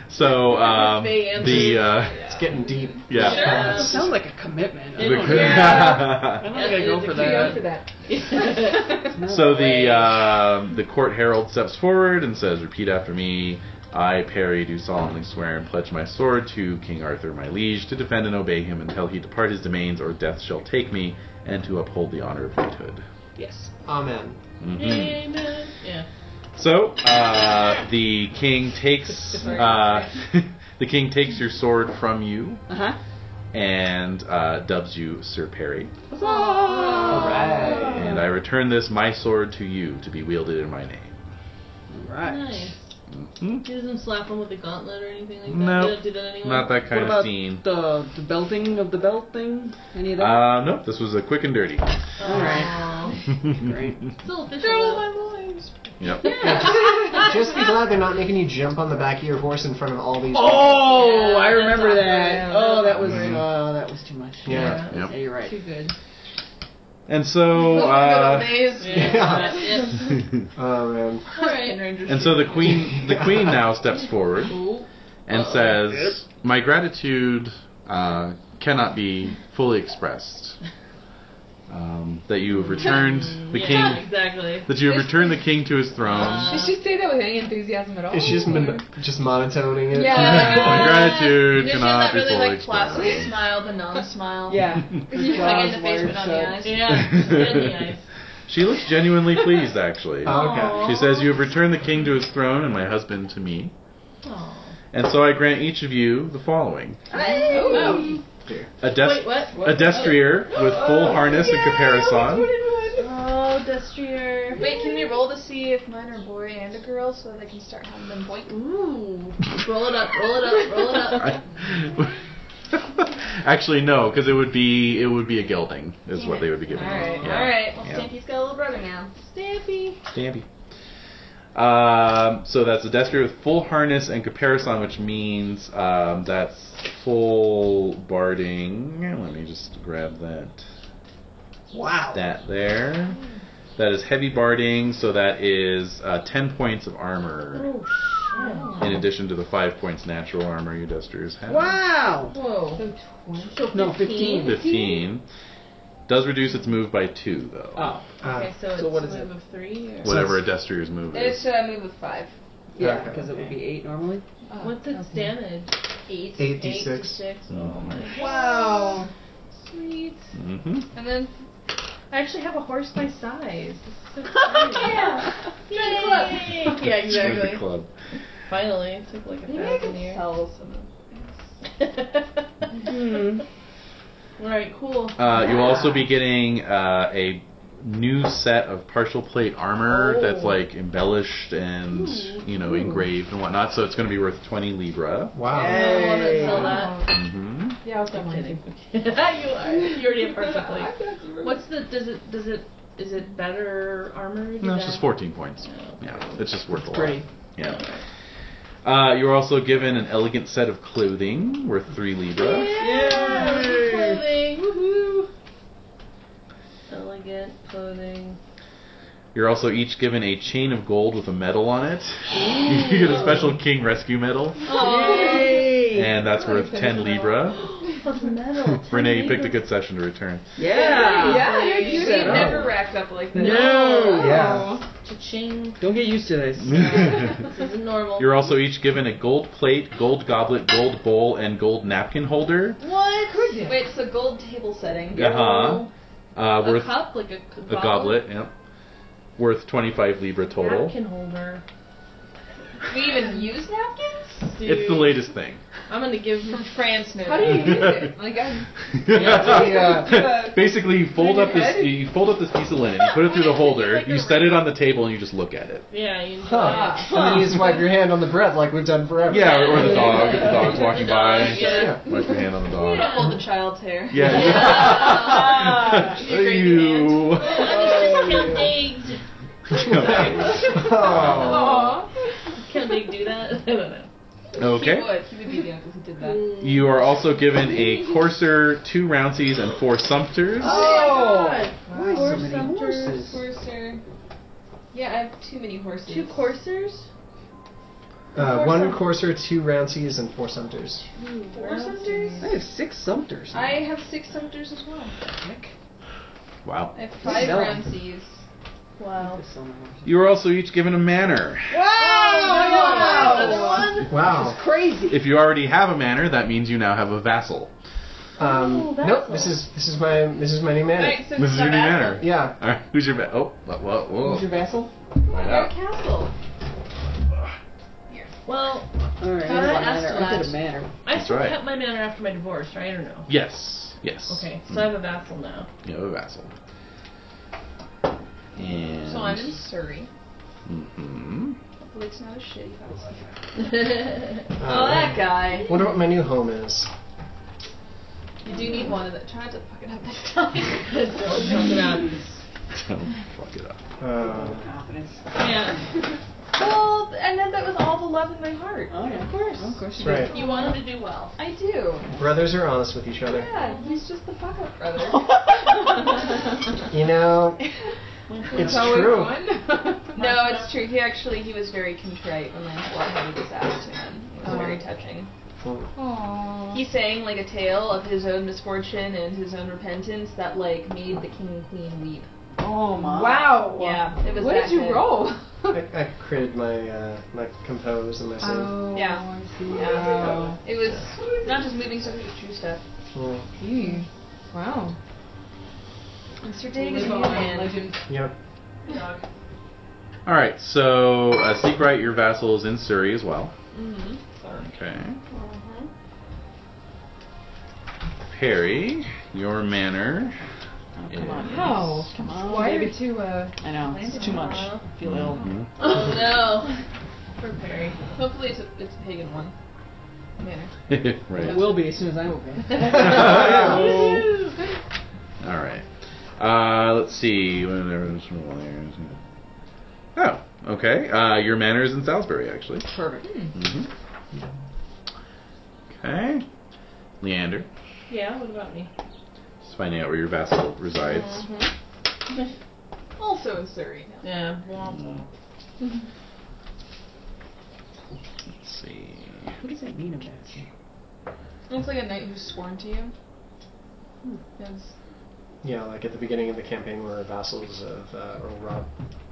So um, They answer. the uh, It's getting deep. yeah. Uh, That sounds like a commitment. I The- don't, [LAUGHS] I don't think I go for We go that. for that. So the um, the court herald steps forward and says, "Repeat after me. I, Perry, do solemnly swear and pledge my sword to King Arthur, my liege, to defend and obey him until he depart his domains or death shall take me, and to uphold the honor of knighthood." Yes. Amen. Mhm. Amen. Mm. [LAUGHS] Yeah. So uh, the [LAUGHS] [LAUGHS] king takes uh, the king takes your sword from you Uh huh. and uh, dubs you Sir Perry. All right. And I return this my sword to you to be wielded in my name. Right. Nice. Mhm. He doesn't slap him with a gauntlet or anything like that. Nope. They don't do that anymore. Not that What kind about of scene. the, the belting of the belt thing? Any of that? Uh, nope, this was a quick and dirty. All right. Um, Great. Oh. Still official. though. [LAUGHS] yep. [LAUGHS] Just be glad they're not making you jump on the back of your horse in front of all these. Oh, Yeah, I remember that's that. awkward. Oh, that was Mhm. uh, that was too much. Yeah. Yep. Yeah, you're right. Too good. And so, uh, [LAUGHS] Yeah. [LAUGHS] Yeah. and Oh man. All right. so the queen, [LAUGHS] the queen now steps forward Cool. and says, "My gratitude uh, cannot be fully expressed. Um, that you have returned the Yeah, king, Exactly. that you have returned the king to his Uh, throne. Did she say that with any enthusiasm at all? It's just [LAUGHS] mon- just monotoning [LAUGHS] it. Oh, Yeah. My gratitude Does she cannot have that be really fully like plastic expressed." smile, the [LAUGHS] [LAUGHS] non-smile? Yeah. like in the face, but not the eyes. Yeah. just good in the [LAUGHS] eyes. [LAUGHS] She looks genuinely pleased, actually. [LAUGHS] Oh, okay. She says, You have returned the king to his throne and my husband to me. Aw. And so I grant each of you the following Oh. a, des- Wait, what? a destrier with full harness and caparison. [LAUGHS] Oh, destrier. Wait, can we roll to see if mine are boy and a girl so they can start having them boink? Ooh. Roll it up. Roll it up. Roll it up. [LAUGHS] actually, no, because it would be it would be a gelding is Damn what it. they would be giving. you. Alright, Yeah. alright. Well, Yeah. Stampy's got a little brother now. Stampy! Stampy. Um, so that's a destrier with full harness and caparison, which means um, that's full barding. Let me just grab that. Wow. That there. That is heavy barding, so that is uh, 10 points of armor. [LAUGHS] In addition to the 5 points natural armor you destriers have. Wow. Whoa. So twenty. No, 15. 15. Does reduce its move by 2, though. Oh, Uh, Okay, so it's So what is move of three. Or? Whatever a destrier's move It's is. a uh, move with five. yeah, Okay. because it would be 8 normally. What's its damage? Eight. Eight D Eight six. six. Oh my. Wow. Sweet. hmm And then I actually have a horse my size. This is so exciting. Yeah. Join the club. Yay. The [LAUGHS] Yeah, exactly. club. Finally, it took like a Maybe I can thousand years. sell some of Hmm. Alright, cool. Uh, you'll also be getting uh, a new set of partial plate armor that's like embellished and you know engraved and whatnot. So it's going to be worth twenty libra. wow. I don't want to Hey. sell that. hmm Yeah, I'll sell I'm mine kidding. [LAUGHS] too. you are. You already have [LAUGHS] perfect plate. I've got some room. What's the? Does it? Does it? Is it better armor? No, it's just fourteen points. Yeah, it's just worth a lot. Pretty. Yeah. Uh, you're also given an elegant set of clothing worth three libra. Yeah. Clothing. Woohoo. Elegant clothing. You're also each given a chain of gold with a medal on it. [LAUGHS] you get a special king rescue medal, Yay. and that's worth ten libra. That's metal. [LAUGHS] Renee, you picked a good session to return. Yeah. Yeah, you're You cute. set You've never up. racked up like this. No. Oh. Yeah. Ching. Don't get used [LAUGHS] to this. This isn't normal. You're also each given a gold plate, gold goblet, gold bowl, and gold napkin holder. What? ya? Wait, it's the gold table setting. Uh-huh. Uh, a worth cup, like a, a goblet, yep. Worth 25 libra total. Napkin holder. We even use napkins? Dude, It's the latest thing. I'm gonna give. From France, maybe. How do you use [LAUGHS] it? Like, I'm, uh, Yeah. [LAUGHS] Basically, you fold up this you fold up this piece of linen, you put it through the holder, Like a you set it on the table, and you just look at it. Yeah. You Huh. And then you just wipe your hand on the bread like we've done forever. Yeah, or, or the dog. If the dog's [LAUGHS] Yeah. [LAUGHS] walking by, Yeah. wipe your hand on the You don't dog. hold the child's hair. [LAUGHS] Yeah. you. I'm [LAUGHS] just gonna count eggs. [LAUGHS] oh. Can they do that? [LAUGHS] I don't know. [LAUGHS] Okay. He would. He would be the uncle who did that. You are also given a courser, two rounceys, and four sumpters. Oh. Why Four so many sumpters, horses? Courser. Yeah, I have too many horses. Two coursers? Uh, one courser, two rouncees, and four sumpters. Four sumpters? I have six Sumters. I have six sumpters as well. Wow. I have five No. roundsies. Wow. You are also each given a manor. Oh, Wow! Wow. Crazy. If you already have a manor, that means you now have a vassal. Um, nope. This is this is my this is my new man. Alright, so This it's is your not new that manor. Yeah. All right, who's your va- oh whoa whoa? Who's your vassal? one. Find You're a out. castle. Well, All right. Can I ask manner. I did last? a manner. I That's still right. kept my manor after my divorce, right or no? Yes. Yes. Okay, so Mm. I have a vassal now. [LAUGHS] You have a vassal. And. So I'm in Surrey. hmm Blake's not a shitty house. [LAUGHS] [LAUGHS] oh, that guy. Uh, Wonder what my new home is. You do need one of them. Try not to fuck it up next [LAUGHS] [LAUGHS] time. Don't fuck it up. [LAUGHS] Don't fuck it up. Uh, Oh, Confidence. Yeah. well, and then that was all the love in my heart. Oh yeah. Of course. Of course. that's right. You want him to do well. I do. Brothers are honest with each other. Yeah, he's just the fuck up brother. [LAUGHS] You know, it's true. no, it's true. He actually he was very contrite when like what had this asked to him. It was Oh. very touching. Mm. Aww. He sang like a tale of his own misfortune and his own repentance that like made the king and queen weep. [LAUGHS] Oh [LAUGHS] my. Wow. Yeah, it was What that did you good. roll? I, I created my uh, my compose and my save. Oh, Yeah. I see. Yeah. Wow. It was not just moving stuff, it was true stuff. Yeah. Oh. Gee. Wow. And Sir Dig is a Live new on, man. legend. Yep. All right. So, uh, Seabright, your vassal is in Surrey as well. Mm-hmm. Okay. Uh-huh. Perry, your manor. Oh, come on. Wow. Come on. Why baby. did you, uh, I know. It's too much. I feel ill. Mhm. [LAUGHS] Oh no. Poor Perry. Hopefully it's a, it's a pagan one. Manor. It [LAUGHS] right. Oh. will be as soon as I move in. [LAUGHS] All right. Uh, let's see. Oh, okay. Uh, your manor is in Salisbury, actually. Perfect. hmm Okay. Leander, Yeah, what about me? just finding out where your vassal resides. Also in Surrey now. Yeah. Well, Let's see. What does that mean about Looks like a knight who's sworn to you. That's Yeah, like at the beginning of the campaign, we were vassals of uh, or Rob,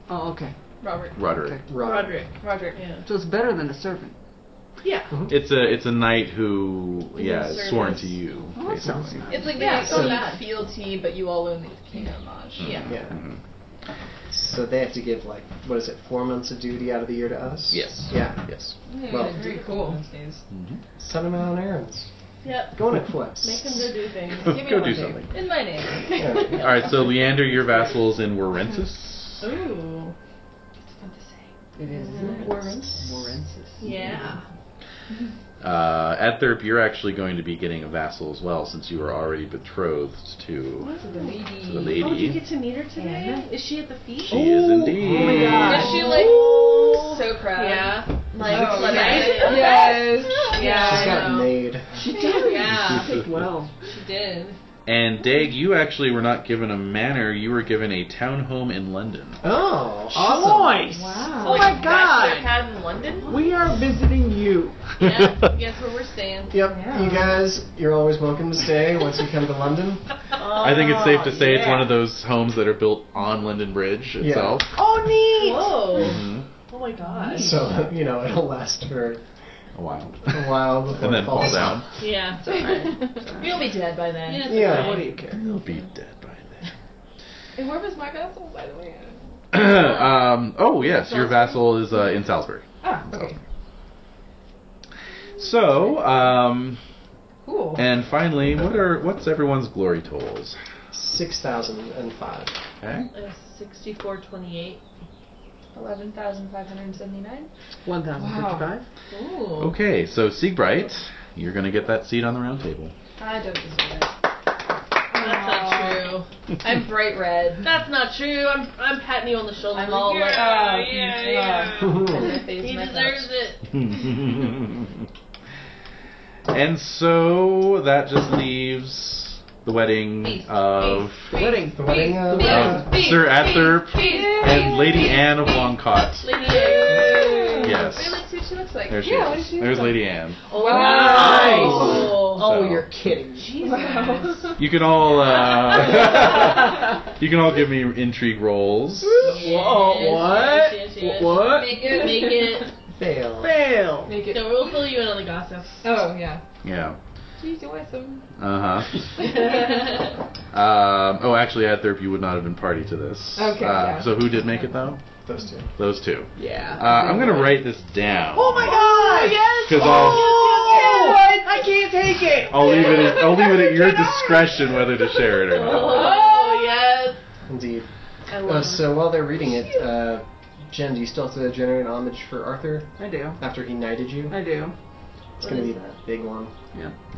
Oh, okay. Robert. Roderick. Rob. Roderick. Roderick. Yeah. So it's better than a servant. Yeah. It's a it's a knight who Within yeah is sworn service. to you. Oh, that sounds basically. It's like Yeah, they so so bad. feel to you, but you all own the kingdom lodge. Yeah. Yeah. Mhm. So they have to give like what is it, four months of duty out of the year to us? Yes. Yeah. Yes. Mm-hmm. Well, very cool. These days. Mhm. Send them out on errands. Yep. Go on a quest. Make him go do things. Go, Give me go one do thing. something. In my name. [LAUGHS] Yeah. All right. So Leander, your vassal's in Warensis. Oh, Ooh. It's fun to say. It is. Warrants. Warrensis. Yeah. Uh, Adthorp, you're actually going to be getting a vassal as well, since you were already betrothed to, to the Oh, did you lady. get to meet her today? Is she at the feast? She is indeed. Oh my Is gosh. she like so proud? Yeah. Like, Oh, like [LAUGHS] yeah. yes. Yeah, She's I got know. made. She did. Yeah. She did well. She did. And Dag, you actually were not given a manor; you were given a townhome in London. Oh. Nice. [LAUGHS] Wow. Oh my Bachelor God. pad [LAUGHS] in London? We are visiting you. Yeah. Guess where we're staying. Yep. Yeah. You guys, you're always welcome to stay once you come to [LAUGHS] London. [LAUGHS] I think it's safe Oh, to say it's one of those homes that are built on London Bridge Yeah. itself. Oh neat. Whoa. Mhm. Oh my god. So you know it'll last for A while. a while [LAUGHS] before and then it fall falls down. [LAUGHS] Yeah. You'll be dead by then. Yeah. Yeah. What do you care? You'll be dead by then. [CLEARS THROAT] And where was my vessel, by the way? um, oh yes, your vassal is uh, in Salisbury. Ah, okay. So, um, Cool. and finally, what are what's everyone's glory tolls? Eh? Six thousand and five. Okay. Uh, 6428. 11,579. One thousand fifty-five. Oh. Ooh. Okay. So Siegbright, you're gonna get that seat on the [LAUGHS] round table. I don't deserve it. That's not true. I'm bright red. That's not true. I'm I'm patting you on the shoulder. I'm all yeah, like, oh, yeah, mm, yeah. And my face He messed up. deserves it. and so that just leaves the wedding Feast, of Wedding. The wedding of Feast. uh, Feast. Sir Atherp and Lady Anne of Longcott. Lady [LAUGHS] Yes. Wait, let's see what she looks like. There she Yeah, what is. does she look There's like? Lady Anne. Wow. So- Oh, you're kidding. Jesus. [LAUGHS] You can all uh, [LAUGHS] you can all give me intrigue rolls. Whoa, what? Yes, yes, yes. What? Make it. Make it. [LAUGHS] fail. Fail. Make it. No, we'll fill you in on the gossip. Oh, yeah. Yeah. She's awesome. [LAUGHS] [LAUGHS] Uh huh. [LAUGHS] Um, oh, actually, Adtherp, you would not have been party to this. Okay, Uh, yeah. So who did make it though? Those two. Those two. [LAUGHS] Yeah. Uh, I'm gonna write this down. Oh my god! Yes! Because I'll, I can't take it! I'll leave it. At, I'll leave it at your discretion whether to share it or not. [LAUGHS] Oh yes. Indeed. I Uh, love so while they're reading it, uh, Jen, do you still have to generate an homage for Arthur I do. after he knighted you? I do. It's gonna be a big one.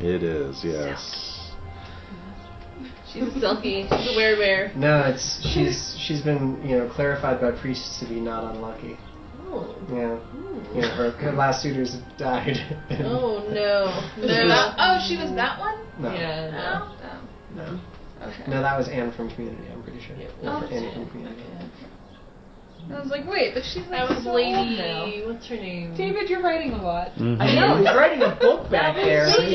It is. Yes. She's a silky. She's a werebear. No, it's she's she's been you know clarified by priests to be not unlucky. Oh. Yeah, you know, her, her last suitors have died. [LAUGHS] and- Oh no. Was she that- oh, she was that one? no, Yeah. Oh, oh, no, okay. no, that was Anne from Community. I'm pretty sure. Oh, Anne shit. from Community. I was like, wait, but she's like That was so old now. Lady. What's her name? David, you're writing a lot. Mm-hmm. I know, he's writing a book back there. so Like,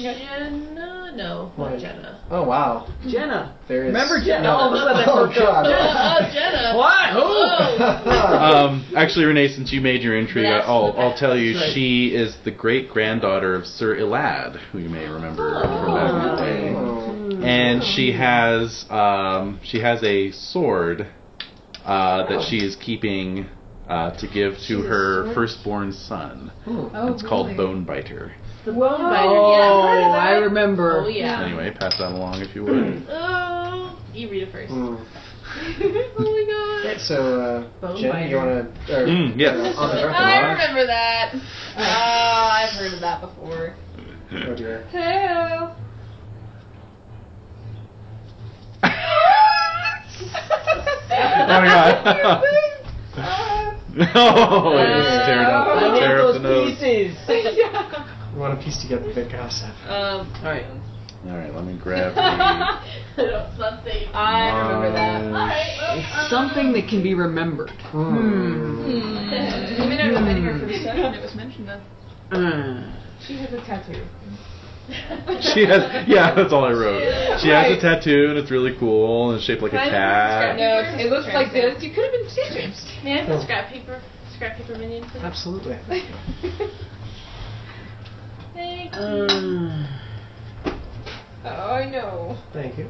Jenna? No, What? not Jenna. [LAUGHS] Oh wow, Jenna. there is. Remember Jenna? All of a sudden, Oh I [LAUGHS] god. Oh, Jenna. What? Oh. Who? Um, actually, Renee, since you made your entry, Yes. I'll, I'll tell you That's right. she is the great granddaughter of Sir Elad, who you may remember from back in the day. Oh. and she has um, she has a sword uh, that she is keeping uh, to give to She's a her sword? firstborn son. Hmm. Oh, it's called really? Bone Biter. The bone biter. Oh, yeah. I remember. Oh yeah. Anyway, pass that along if you would. Oh, you read it first. Hmm. [LAUGHS] oh my god. So, uh, Bone [LAUGHS] Jen, you biter. wanna? Or, Mm, yes. uh, on the I record. remember that. Uh, Ah, I've heard of that before. [LAUGHS] Oh dear. Hello. oh my god. oh, it's tearing up, I Oh, want tear up the those nose. pieces. You wanna piece together the gossip? Um, All right. All right, let me grab the. [LAUGHS] something. I remember that. [LAUGHS] Alright. uh, It's something that can be remembered. Hmm. I mean, I was waiting here for the session. It was mentioned that. Uh, She has a tattoo. [LAUGHS] She has, yeah, that's all I wrote. She has a tattoo and it's really cool and it's shaped like a cat. No, it looks like this. You could have been stitches. May I have a scrap paper? Scrap paper minion, please. Absolutely. Thank [LAUGHS] uh, [LAUGHS] Oh, I know. Thank you.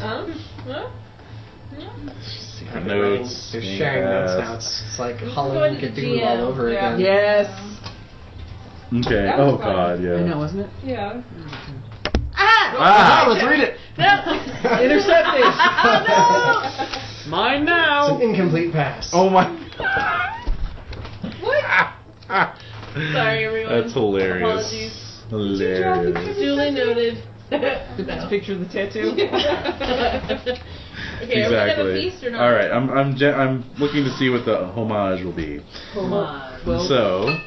Oh Um, no? Secret notes. They're sneak sharing notes now. pass. It's, it's like going Halloween to the Cthulhu GM, all over yeah. again. Uh, yes. Okay. That Oh was fun. God. Yeah. I know, wasn't it? Yeah. Ah. let's read it. [LAUGHS] [LAUGHS] Oh, Intercepted. Mine It's now. an incomplete pass. Oh my. [LAUGHS] what? Sorry, everyone. That's hilarious. Hilarious. Duly [LAUGHS] noted. The [LAUGHS] No. picture of the tattoo. okay, are we gonna have a exactly. feast or not? All right. I'm I'm gen- I'm looking to see what the homage will be. Homage. Well, so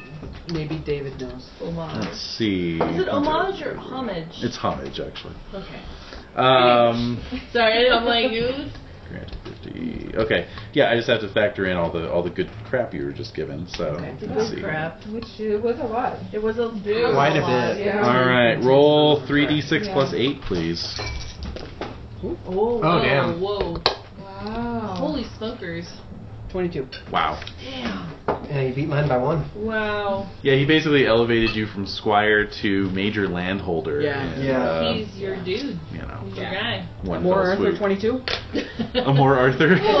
maybe David knows. let's see. Is it homage or homage? It's homage actually. okay. Um. Sorry, I'm like, [LAUGHS] ooh. Granted 50. Okay. Yeah, I just have to factor in all the all the good crap you were just given. So let's see. crap. Which uh, was a lot. It was a Quite a bit. Yeah. All right, roll three d six Yeah. plus eight, please. Oh, Oh, whoa, damn. whoa. Wow. Holy smokers. Twenty-two. Wow. Damn. And you beat mine by one. Wow. Yeah, he basically elevated you from squire to major landholder. Yeah. and, Yeah. uh, He's your dude. you know, He's your [LAUGHS] guy. one More fell Arthur swoop. twenty-two. A [LAUGHS] more Arthur. no,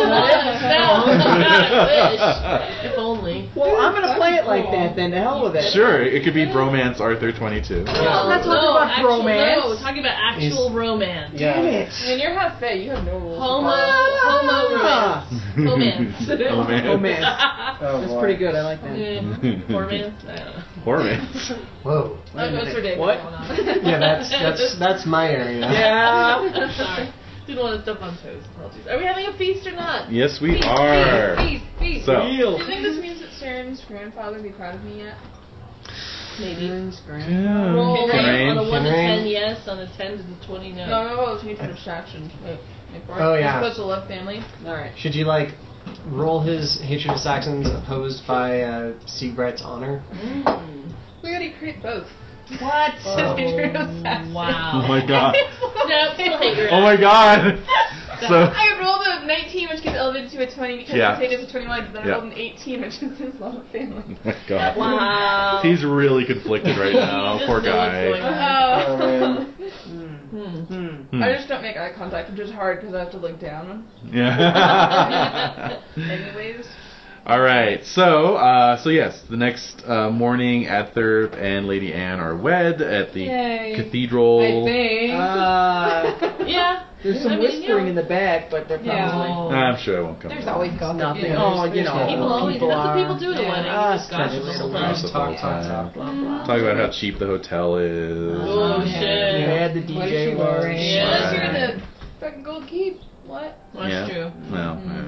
I wish. If only. Well, I'm gonna play it like that then. To hell with it. sure, it could be bromance Arthur twenty two. Well, let's talk no, about actual, romance. No, talking about actual romance. Damn Yeah. it. I mean, you're half fat. You have no rules. Homo, homo [LAUGHS] romance. Ah, [LAUGHS] Romance. Homance. Oh man, Oh, that's boy. pretty good. I like that. Yeah. Romance? I don't know. Hormance. Whoa. Oh, no, it's ridiculous. What? Hold [LAUGHS] on. Yeah, that's [LAUGHS] that's that's my area. [LAUGHS] Yeah. Sorry. Didn't want to step on toes. Apologies. Are we having a feast or not? Yes, we are. Feast, feast. So, Do you think this means that Saren's grandfather would be proud of me yet? Maybe. yeah. Roll Can right rain? on a 1 to Rain. 10 yes, on a 10 to the 20 no. [LAUGHS] No, no, no, it's mutual distraction. Wait, wait for it. Oh, yeah. You're supposed to love family. All right. Should you like roll his hatred of Saxons opposed by uh, Siegbright's honor? We already create both. [LAUGHS] What? Oh. Oh Wow. my god. no, still hate your Oh my god. So I rolled a 19, which gets elevated to a 20 because Yeah. I take it as a 21, and then Yeah. I rolled an 18, which is his love of [LAUGHS] family. Oh my god. Uh-huh. Wow. Um, He's really conflicted right now. He doesn't Poor [LAUGHS] [LAUGHS] know what's going guy. Oh, on. Oh. man. Hmm. [LAUGHS] Hmm. I just don't make eye contact, which is hard because I have to look down. Yeah. [LAUGHS] Anyways, All right. So, uh, so yes, the next uh, morning, Atherb and Lady Anne are wed at the Yay. I cathedral. think. Uh, Yeah. there's some I mean, whispering yeah. in the back, but they're Yeah. probably. I'm sure it won't come. There's down. always gossip. Nothing. you Oh, know, you know. People always people that's what are- people do at a Yeah. wedding. Ah, You just it's kind of gossip all the weird. time. Gossip all talk, the talk, time. talk, blah, blah. Talk about how cheap the hotel is. Oh Yeah. shit. Bad the What is DJ your was. range? unless Yeah. you're gonna fucking gold keep. What? That's Yeah. true. Well, yeah.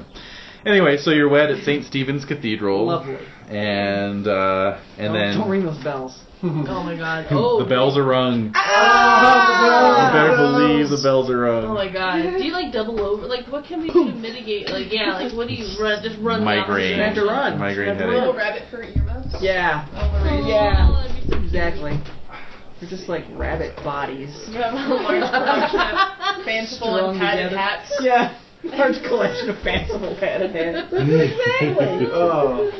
Anyway, so you're wed at St. Stephen's Cathedral, Lovely. and uh, and Don't- Oh, then Oh, Don't ring those bells. Oh my god. Oh. [LAUGHS] the bells are rung. Ah! You better believe the bells are rung. Oh my god. Do you like double over? Like, what can we do to mitigate? Like, yeah, like, what do you run? Just run. the opposite migraine, You have to direction. run. migraine You have to headache. Little rabbit for earmuffs. [LAUGHS] Yeah, Overrated. Yeah. Oh, that'd be so [LAUGHS] cute. exactly. They're just like rabbit bodies. You have a large fanciful Strung and padded together. hats. Yeah, large collection of fanciful padded [LAUGHS] hands. Exactly. Oh,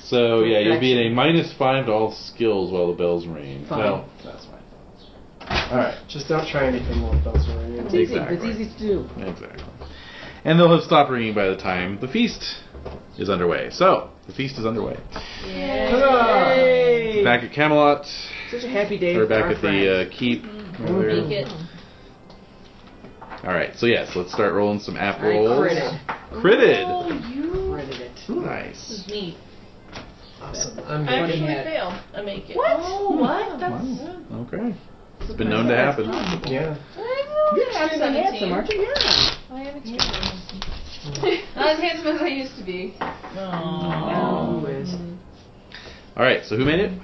So yeah, you'll be at a minus five to all skills while the bells ring. Fine. Well, That's fine. all right, Oh. Just don't try anything more bells are ringing. it's easy. Exactly. It's easy to do. exactly. And they'll have stopped ringing by the time the feast is underway. So the feast is underway. Hooray! Back at Camelot, Such a happy day. or for back our at friends. Mm-hmm. the uh, keep. where Make they're- it. All right, so yes, let's start rolling some app I rolls. critted. Critted. Oh, you. Critted it. Nice. This is neat. Awesome. I'm I ready. actually hat. fail. I make it. What? Oh, what? That's. Wow. Okay. It's been known to happen. Yeah. You're handsome, 17. handsome, aren't you? Yeah. I am extremely handsome. Not as handsome as I used to be. Aw. Always. All right, so who made it?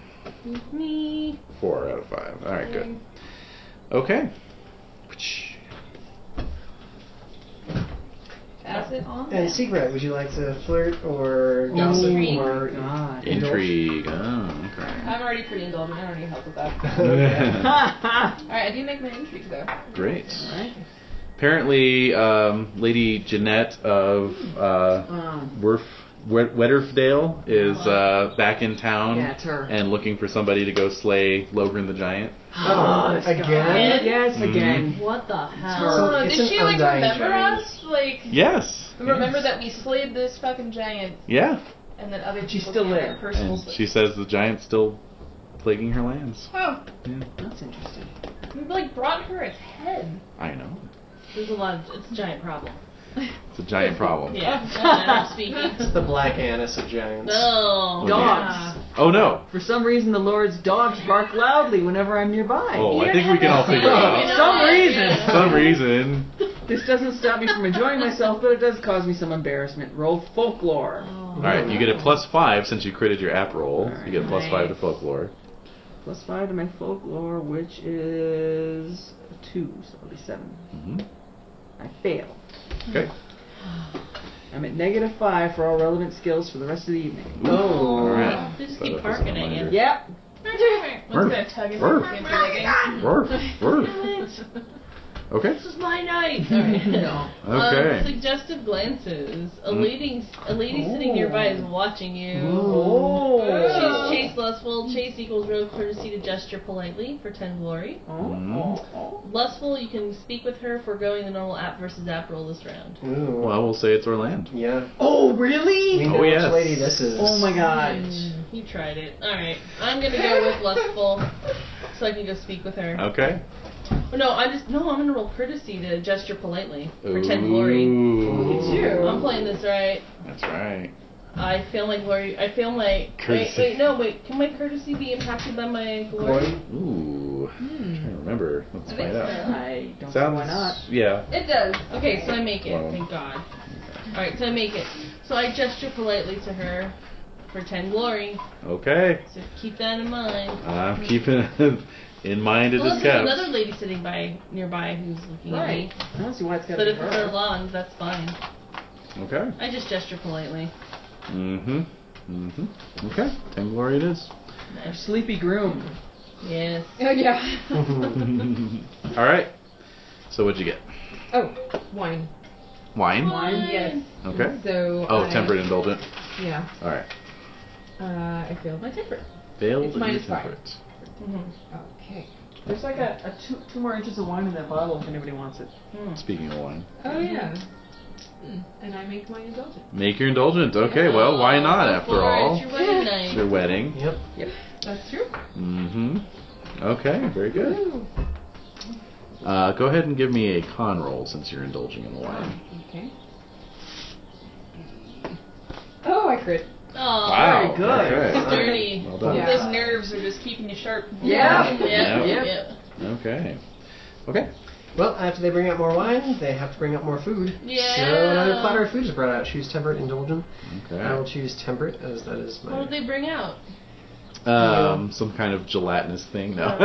Me. Four out of five. All right, good. Okay. Pass it on. And secret, would you like to flirt or gossip Intrigue. or Oh [LAUGHS] God. Intrigue. Oh, okay. I'm already pretty indulgent. I already helped with that. Oh, [LAUGHS] Ha ha. All right, I do make my intrigue though. Great. Right. Apparently, um, Lady Jeanette of uh, Um, Werf, Wer- Wedderfdale is uh, back in town yeah, it's her. and looking for somebody to go slay Logren the Giant. Oh, this guy. Again? Yes, Mhm. again. What the hell? her. Hold on, it's did an she like undying remember journey. us? Like, Yes. remember Yes. that we slayed this fucking giant, Yeah. and then other She's people still came there. and personal. And she says the giant's still plaguing her lands. oh, That's interesting. we like brought her its head. I know. There's a lot. Of, it's a giant problem. It's a giant problem. [LAUGHS] Yeah. I'm [LAUGHS] speaking. the black anise of giants? No. Dogs. Oh no. For some reason, the Lord's dogs bark loudly whenever I'm nearby. Oh, I think we can all figure it [LAUGHS] For out. some For reason. some reason. This doesn't stop me from enjoying myself, but it does cause me some embarrassment. Roll folklore. All right, you get a plus five since you critted your app roll. You get a plus five to folklore. Plus five to my folklore, which is a two, so it'll be seven. hmm I fail. Okay. [SIGHS] I'm at negative five for all relevant skills for the rest of the evening. Oh. All right. They just So keep that was a barking at you. reminder. Yep. One's Murph. gonna tug his Murph. fucking leggings. Roof, roof. Okay. This is [LAUGHS] my night. All right. [LAUGHS] Um, Okay. Mm. suggestive glances. A lady, a lady sitting nearby is watching you. Oh. She's chase lustful. Chase equals rogue courtesy to gesture politely for ten glory. Oh. Lustful, you can speak with her, foregoing the normal app versus app roll this round. Ooh. Well, we'll say it's Orland. Yeah. Oh, We really? know Oh, yes. which lady this is. Oh my god. You tried it. All right, I'm gonna go with lustful, so I can go speak with her. Okay. Oh, no, I just no. I'm gonna roll courtesy to gesture politely for ten glory. Ooh. I'm playing this right. That's right. I feel my glory. I feel my Courtesy. Wait, wait, no, wait. Can my courtesy be impacted by my glory? Glory? Ooh. I'm trying to remember. Let's I think find out. I don't know Sounds. why not. Yeah. It does. Okay, so I make it. Wow. Thank God. All right, so I make it. So I gesture politely to her for ten glory. Okay. So keep that in mind. I'm keeping it [LAUGHS] in mind. It Well, just kept. there's another lady sitting by nearby who's looking Right. at me. I don't see why it's got But to be if it's her her. lungs, that's fine. Okay. I just gesture politely. Mm-hmm. Mm-hmm. Okay. Ten glory it is. Her sleepy groom. Yes. Oh [LAUGHS] yeah. [LAUGHS] Mm-hmm. All right. So what'd you get? Oh, wine. Wine. Wine, yes. Okay. So. Oh, I- temperate indulgent. Yeah. All right. Uh, I failed my temper. Failed. It's and minus five. temperate. Okay. There's like a, a two, two more inches of wine in that bottle if anybody wants it. Speaking of wine, Oh Mm-hmm. yeah. Hmm. And I make my indulgence. make your indulgent. Okay, well, why not? After all, It's Oh, your wedding night. it's your wedding. Yep. That's true. Mm-hmm. Okay, very good. Uh, go ahead and give me a con roll since you're indulging in the wine. Okay. Oh, I crit. Oh, wow. very good. Okay. Dirty. Well done. Yeah. Those nerves are just keeping you sharp. Yeah. Yeah. Yeah. Yeah. Yeah. Okay. Okay. Well, after they bring out more wine, they have to bring out more food. So uh, another Yeah. platter of food is brought out. Choose temperate, indulgent. I will Okay. choose temperate as that is my. What did they bring out? Um, some kind of gelatinous thing. No.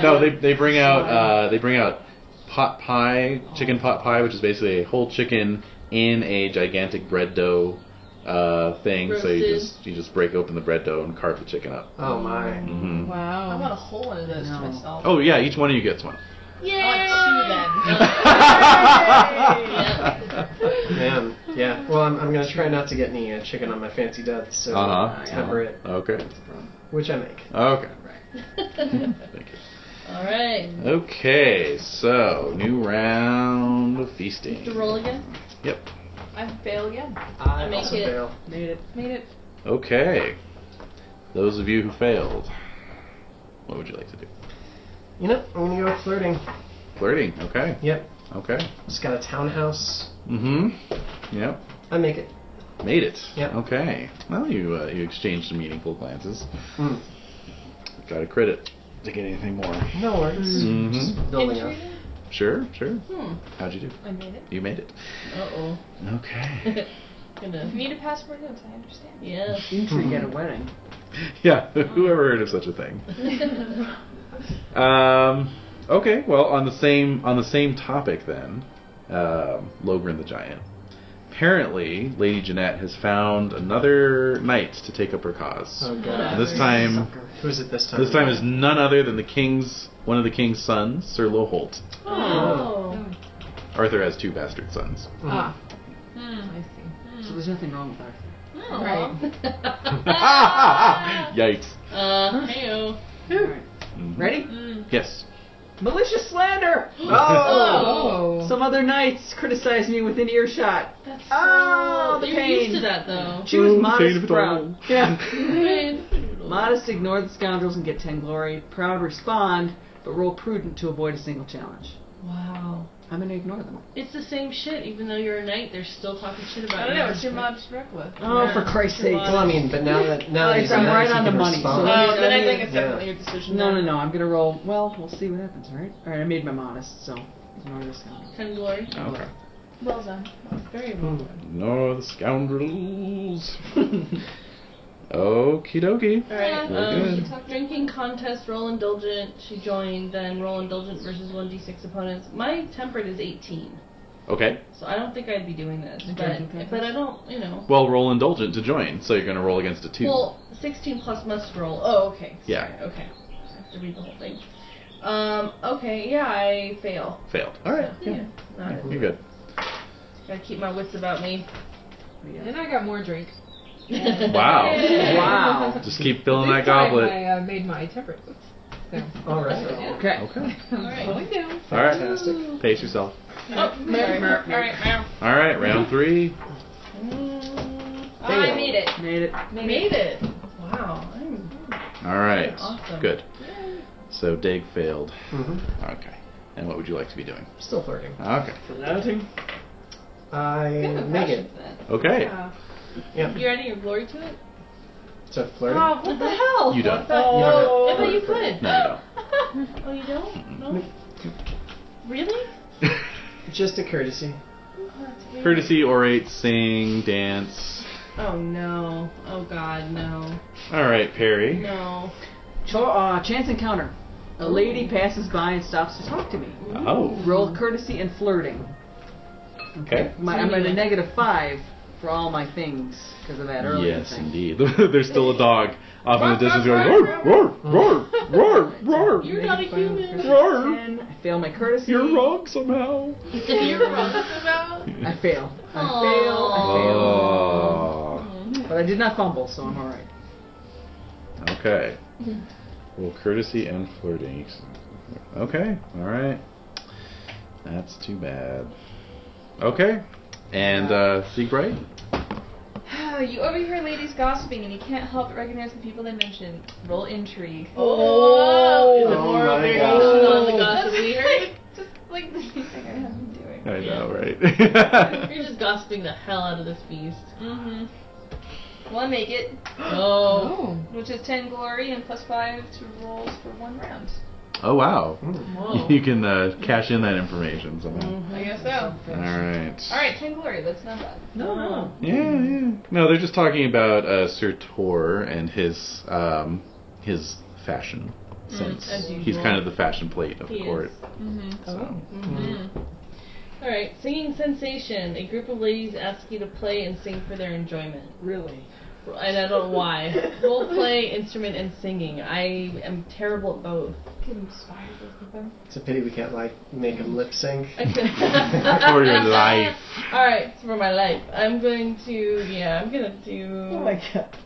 [LAUGHS] no. They they bring out uh, they bring out pot pie, chicken pot pie, which is basically a whole chicken in a gigantic bread dough uh, thing. So you Roasted. just you just break open the bread dough and carve the chicken up. Oh my. hmm Wow. I want a whole one of those No. to myself. Oh yeah, each one of you gets one. I want two [LAUGHS] then. [LAUGHS] Man. Yeah. Well, I'm, I'm gonna try not to get any uh, chicken on my fancy death. So uh, Uh-huh. temperate, okay. which I make. Okay. Thank you. All right. Okay, so new round of feasting. The roll again. Yep. I fail again. I, I make also it. fail. Made it. Made it. Okay. Those of you who failed, what would you like to do? You know, I'm gonna go with flirting. Flirting. Okay. Yep. Okay. Just got a townhouse. Mm-hmm. Yep. I make it. Made it. Yep. Okay. Well, you uh, you exchanged some meaningful glances. Mm. Got a credit to get anything more. No worries. Mhm. Just building up. Sure. Sure. Hmm. How'd you do? I made it. You made it. Uh oh. [LAUGHS] Okay. If Gonna. you need a passport notes, I understand. Yeah. Intrigue at a wedding. yeah. [LAUGHS] Whoever heard of such a thing? Um, okay, well, on the same on the same topic then, um, Logrin the Giant. Apparently, Lady Jeanette has found another knight to take up her cause. Oh god. This time, Sucker. Who is it this time? Oh. this time is none other than the king's one of the king's sons, Sir Loholt. oh. Oh. Arthur has two bastard sons. Mm. Ah, Hmm. I see. So there's nothing wrong with Arthur. Right. [LAUGHS] Yikes. uh. Heyo. Alright. Mhm. Ready? Mm. Yes. Malicious slander! Oh. Some other knights criticized me within earshot. That's so. Oh, the You're pain. used to that though. Choose Oh, pain of modest it proud. all. Yeah. Right. Modest ignore the scoundrels and get ten glory. Proud respond, but roll prudent to avoid a single challenge. Wow. I'm gonna ignore them. It's the same shit. Even though you're a knight, they're still talking shit about you. I don't know. It's your mom's reckless. Oh, for Christ's sake. Well, I mean, but now that now Well, that it's- he's I'm a knight, right he on the can money, respond. so- Oh, then I think Yeah. it's definitely your decision. No, no, no. I'm gonna roll. Well, we'll see what happens, right? All right, I made my modest, so ignore the scoundrel. Ten glory. Okay. Well done. Very well done. Nor the scoundrels. [LAUGHS] Okie dokie. Alright, Very good. um, drinking contest, roll indulgent, she joined, then roll indulgent versus 1d6 opponents. My temperate is 18, Okay. so I don't think I'd be doing this. drinking But, contest? but I don't, you know. Well, roll indulgent to join, so you're going to roll against a two. Well, 16 plus must roll. Oh, okay. Yeah. Sorry, okay. I have to read the whole thing. Um, okay, yeah, I fail. Failed. All right. Yeah. All right. You're good. Gotta keep my wits about me. Then I got more drink. [LAUGHS] Wow. [LAUGHS] Wow. Just keep filling that This time goblet. I uh, made my temperate notes. So All right. Okay. Okay. I'm Alright. slowing down. All right. Fantastic. Pace yourself. Oh, sorry. Alright, ma'am. All right. Round three. Mm, I made it. Made it. Made it. Wow. I'm All right. Awesome. Good. So Dig failed. hmm Okay. And what would you like to be doing? Still flirting. Okay. Flirting. I make it. Okay. Yep. You're adding your glory to it? So flirting. Oh, what the hell? You don't. What the- You Yeah, don't but have- you could. No, you don't. [LAUGHS] Oh, you don't? No? Really? Just a courtesy. [LAUGHS] Courtesy, orate, sing, dance. Oh, no. Oh, God, no. All right, Perry. No. Cho- uh, chance encounter. A lady passes by and stops to talk to me. Oh. Roll courtesy and flirting. Okay. My, I'm at a negative five for all my things because of that earlier Yes, thing. indeed. [LAUGHS] There's still a dog off in the distance going roar, roar, roar, [LAUGHS] roar, roar. You're not a human. Roar. Ten. I fail my courtesy. You're wrong somehow. You're wrong. I fail. I Aw. fail. I fail. Oh. But I did not fumble, so I'm all right. Oh. Okay. Well, courtesy and flirting. Okay. All right. That's too bad. Okay. And uh, Siegbright? you over here, ladies, gossiping, and you can't help but recognize the people they mention. Roll intrigue. [LAUGHS] Oh, Oh my on the God. gossip leader. Just like the same thing I have been doing. I know, You're right? just gossiping the hell out of this beast. Mm-hmm. Well, I make it, Oh. Oh. which is 10 glory and plus 5 to rolls for one round. [LAUGHS] oh wow. Whoa. You can uh, cash in that information somehow. I guess so. All right. Alright, 10 glory, that's not bad. No, no. Yeah, yeah. No, they're just talking about uh, Sir Tor and his um, his fashion sense. Mm, as usual. He's kind of the fashion plate of He the court. is. Mm-hmm. So. All right, singing sensation. A group of ladies ask you to play and sing for their enjoyment. Really? And I don't know why. Role play, instrument, and singing. I am terrible at both. Get inspired with them. It's a pity we can't like make them lip sync. I could- For your [LAUGHS] life. All right, for my life, I'm going to yeah, I'm gonna do. Oh my god.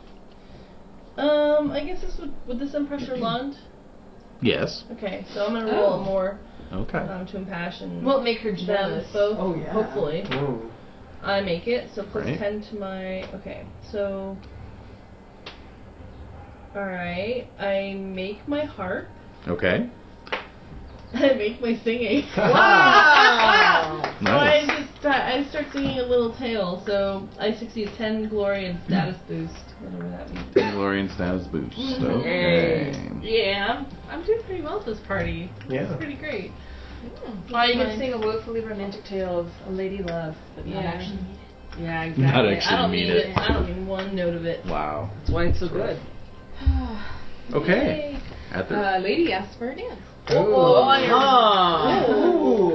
Um, I guess this would would this [CLEARS THROAT] impress your Lund? Yes. Okay, so I'm gonna roll Oh. a more Okay. um, to impassion. Well, make her them jealous. [LAUGHS] both. Oh, yeah. Hopefully, Mm. I make it. So plus Right. ten to my. Okay, so. All right, I make my harp. [LAUGHS] Okay. I make my singing. Oh. So I Nice. just I start singing a little tale. So I succeed ten glory and status boost, whatever that means. Mandalorian status boost. Okay. Mm. Yeah, I'm, I'm doing pretty well at this party. [LAUGHS] It's Yeah. pretty great. Well, you Fine. can sing a woefully romantic tale of a lady love, but not Yeah. actually needed. Yeah, exactly. Not I actually don't mean mean it. I don't mean one note of it. Wow. That's why it's so good. Okay. At the [LAUGHS] Uh, lady asked for a dance. Ooh. Ooh.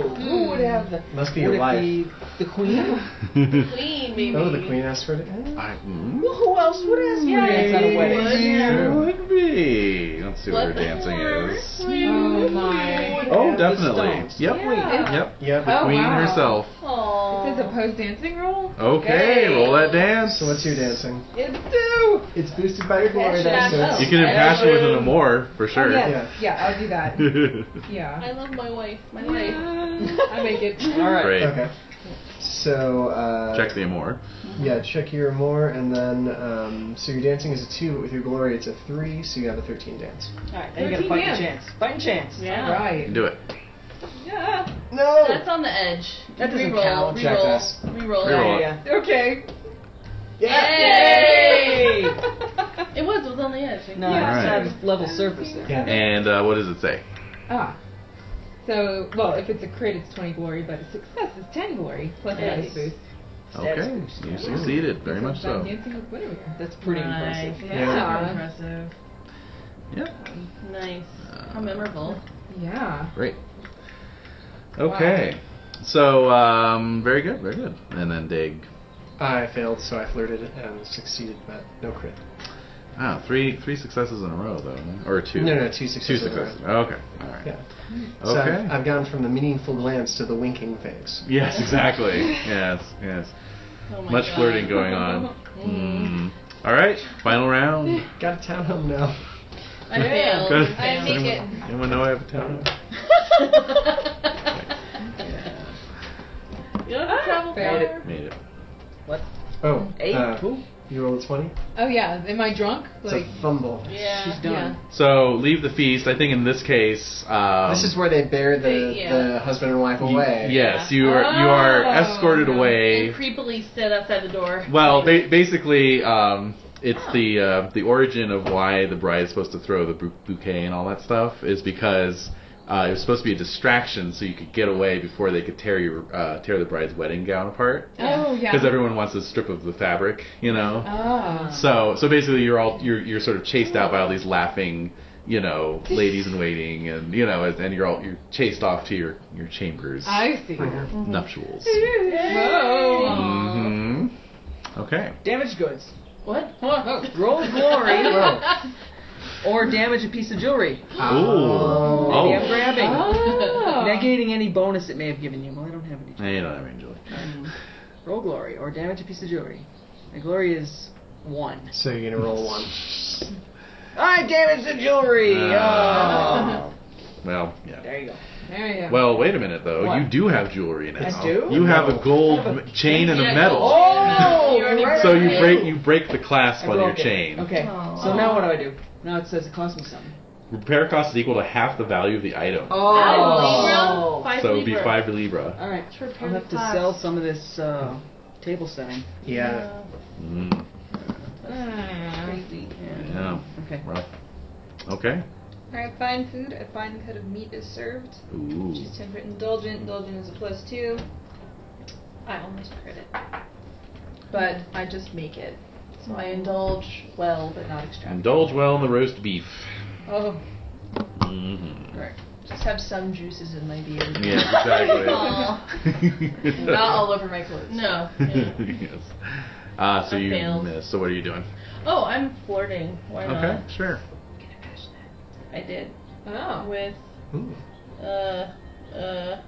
Who would have the. Must be would your it wife. be the [LAUGHS] queen? Queen, maybe. Oh, the queen asked for it. I, mm, well, who else would ask for Yeah, dance at a wedding? Sure. would be. Let's see what, What her dancing is. Oh my. Oh, Yeah, the definitely. stones. Yep. Yeah. Yep. Yep. The Oh, queen wow. herself. It says opposed dancing roll? Okay, roll that dance. So what's your dancing? It's two. It's boosted by your glory. That's That's what I it. You can impassion with an amour for Oh, sure. yes. Yeah, I'll do that. Yeah. I love my wife. My wife. I make [LAUGHS] it. Great. Okay. So uh, [LAUGHS] Check the amour. Yeah, check your more, and then um, so your dancing is a two, but with your glory it's a three, so you have a thirteen dance. Alright, now you gotta fight your chance. Fight your chance. All Yeah. right. Do it. Yeah. No. That's on the edge. That doesn't Reroll, count. Jackass. Reroll. Reroll. Reroll. it. Roll it. Yeah. Okay. [LAUGHS] Yay! It was. It was on the edge. [LAUGHS] No, Yeah, it's right. not level surface there. Yeah. And uh, what does it say? Ah. So, well, if it's a crit, it's 20 glory, but a success is 10 glory, plus Nice. status boost. Status Okay, boost. you succeeded very much So I'm so. dancing with Guinevere. That's pretty nice. impressive. Yeah. That's super impressive. Yep. Nice. Uh, How memorable. Yeah. Great. Okay. So um, very good, very good. And then dig. I failed, so I flirted and succeeded, but no crit. Ah, three three successes in a row though, huh? or two. No, no, two successes. Two in a row. successes. Okay. All right. Yeah. So uh, Okay. I've, I've gone from the meaningful glance to the winking phase. [LAUGHS] Yes, [LAUGHS] exactly. yes, yes. Oh my Much God. flirting going on. Mm. All right, final round. Got a town home now. I [LAUGHS] failed. [LAUGHS] Good. I Does make anyone, anyone know I have a town? it. You don't have to travel Failed it. far. Made it. Oh, Eight. uh, Cool. you rolled a twenty. Oh, yeah. Am I drunk? It's Like, a fumble. Yeah. She's done. So leave the feast. I think in this case, um, this is where they bear the, Yeah. the husband and wife y- away. Yes, you are you are Oh. escorted away. And creepily stood outside the door. Well, ba- basically, um, it's the uh, the origin of why the bride's supposed to throw the bou- bouquet and all that stuff is because uh, it was supposed to be a distraction so you could get away before they could tear your uh, tear the bride's wedding gown apart oh, yeah. because everyone wants a strip of the fabric, you know. Oh. So so basically, you're all you're you're sort of chased out by all these laughing. You know, ladies in waiting, and you know, and you're all you're chased off to your your chambers, I see. for your nuptials. Whoa. hmm Okay. Damaged goods. What? Oh, Roll [LAUGHS] [LAUGHS] glory or damage a piece of jewelry. Um, Ooh. Maybe Oh. I'm grabbing. Oh. [LAUGHS] Negating any bonus it may have given you. Well, I don't have any. No, you don't have any jewelry. Um, roll glory or damage a piece of jewelry. My glory is one. So you're gonna roll one. I damaged the jewelry. Ah. Well, yeah. There you go. There you go. Well, wait a minute though. What? You do have jewelry now. I do? You have No. a gold m- chain and a Yeah, medal. Oh, You already right, So you Yeah. break you break the clasp I on your broke it. chain. Okay. Aw. So now what do I do? Now it says it cost me something. Repair cost is equal to half the value of the item. Oh, Oh. Five so it would be Libra. five libra. All right. I'll have to sell some of this uh, table setting. Yeah. Mm, Ah. Crazy. yeah. Okay. Rough. Okay. Alright, fine food. A fine cut of meat is served. Ooh. She's temperate and indulgent. Indulgent is a plus two. I almost credit. But I just make it. So I Mm-hmm. indulge well, but not extravagant. Indulge well in the roast beef. Oh, Mm-hmm. right. Just have some juices in my beard. Yeah, exactly. [LAUGHS] Aw. [LAUGHS] not all over my clothes. [LAUGHS] No. yeah. yes. Uh, so I you failed. missed. So what are you doing? Oh, I'm flirting. Why Okay, sure. [LAUGHS] not? I did. Oh. With, Ooh. uh, uh, Uh,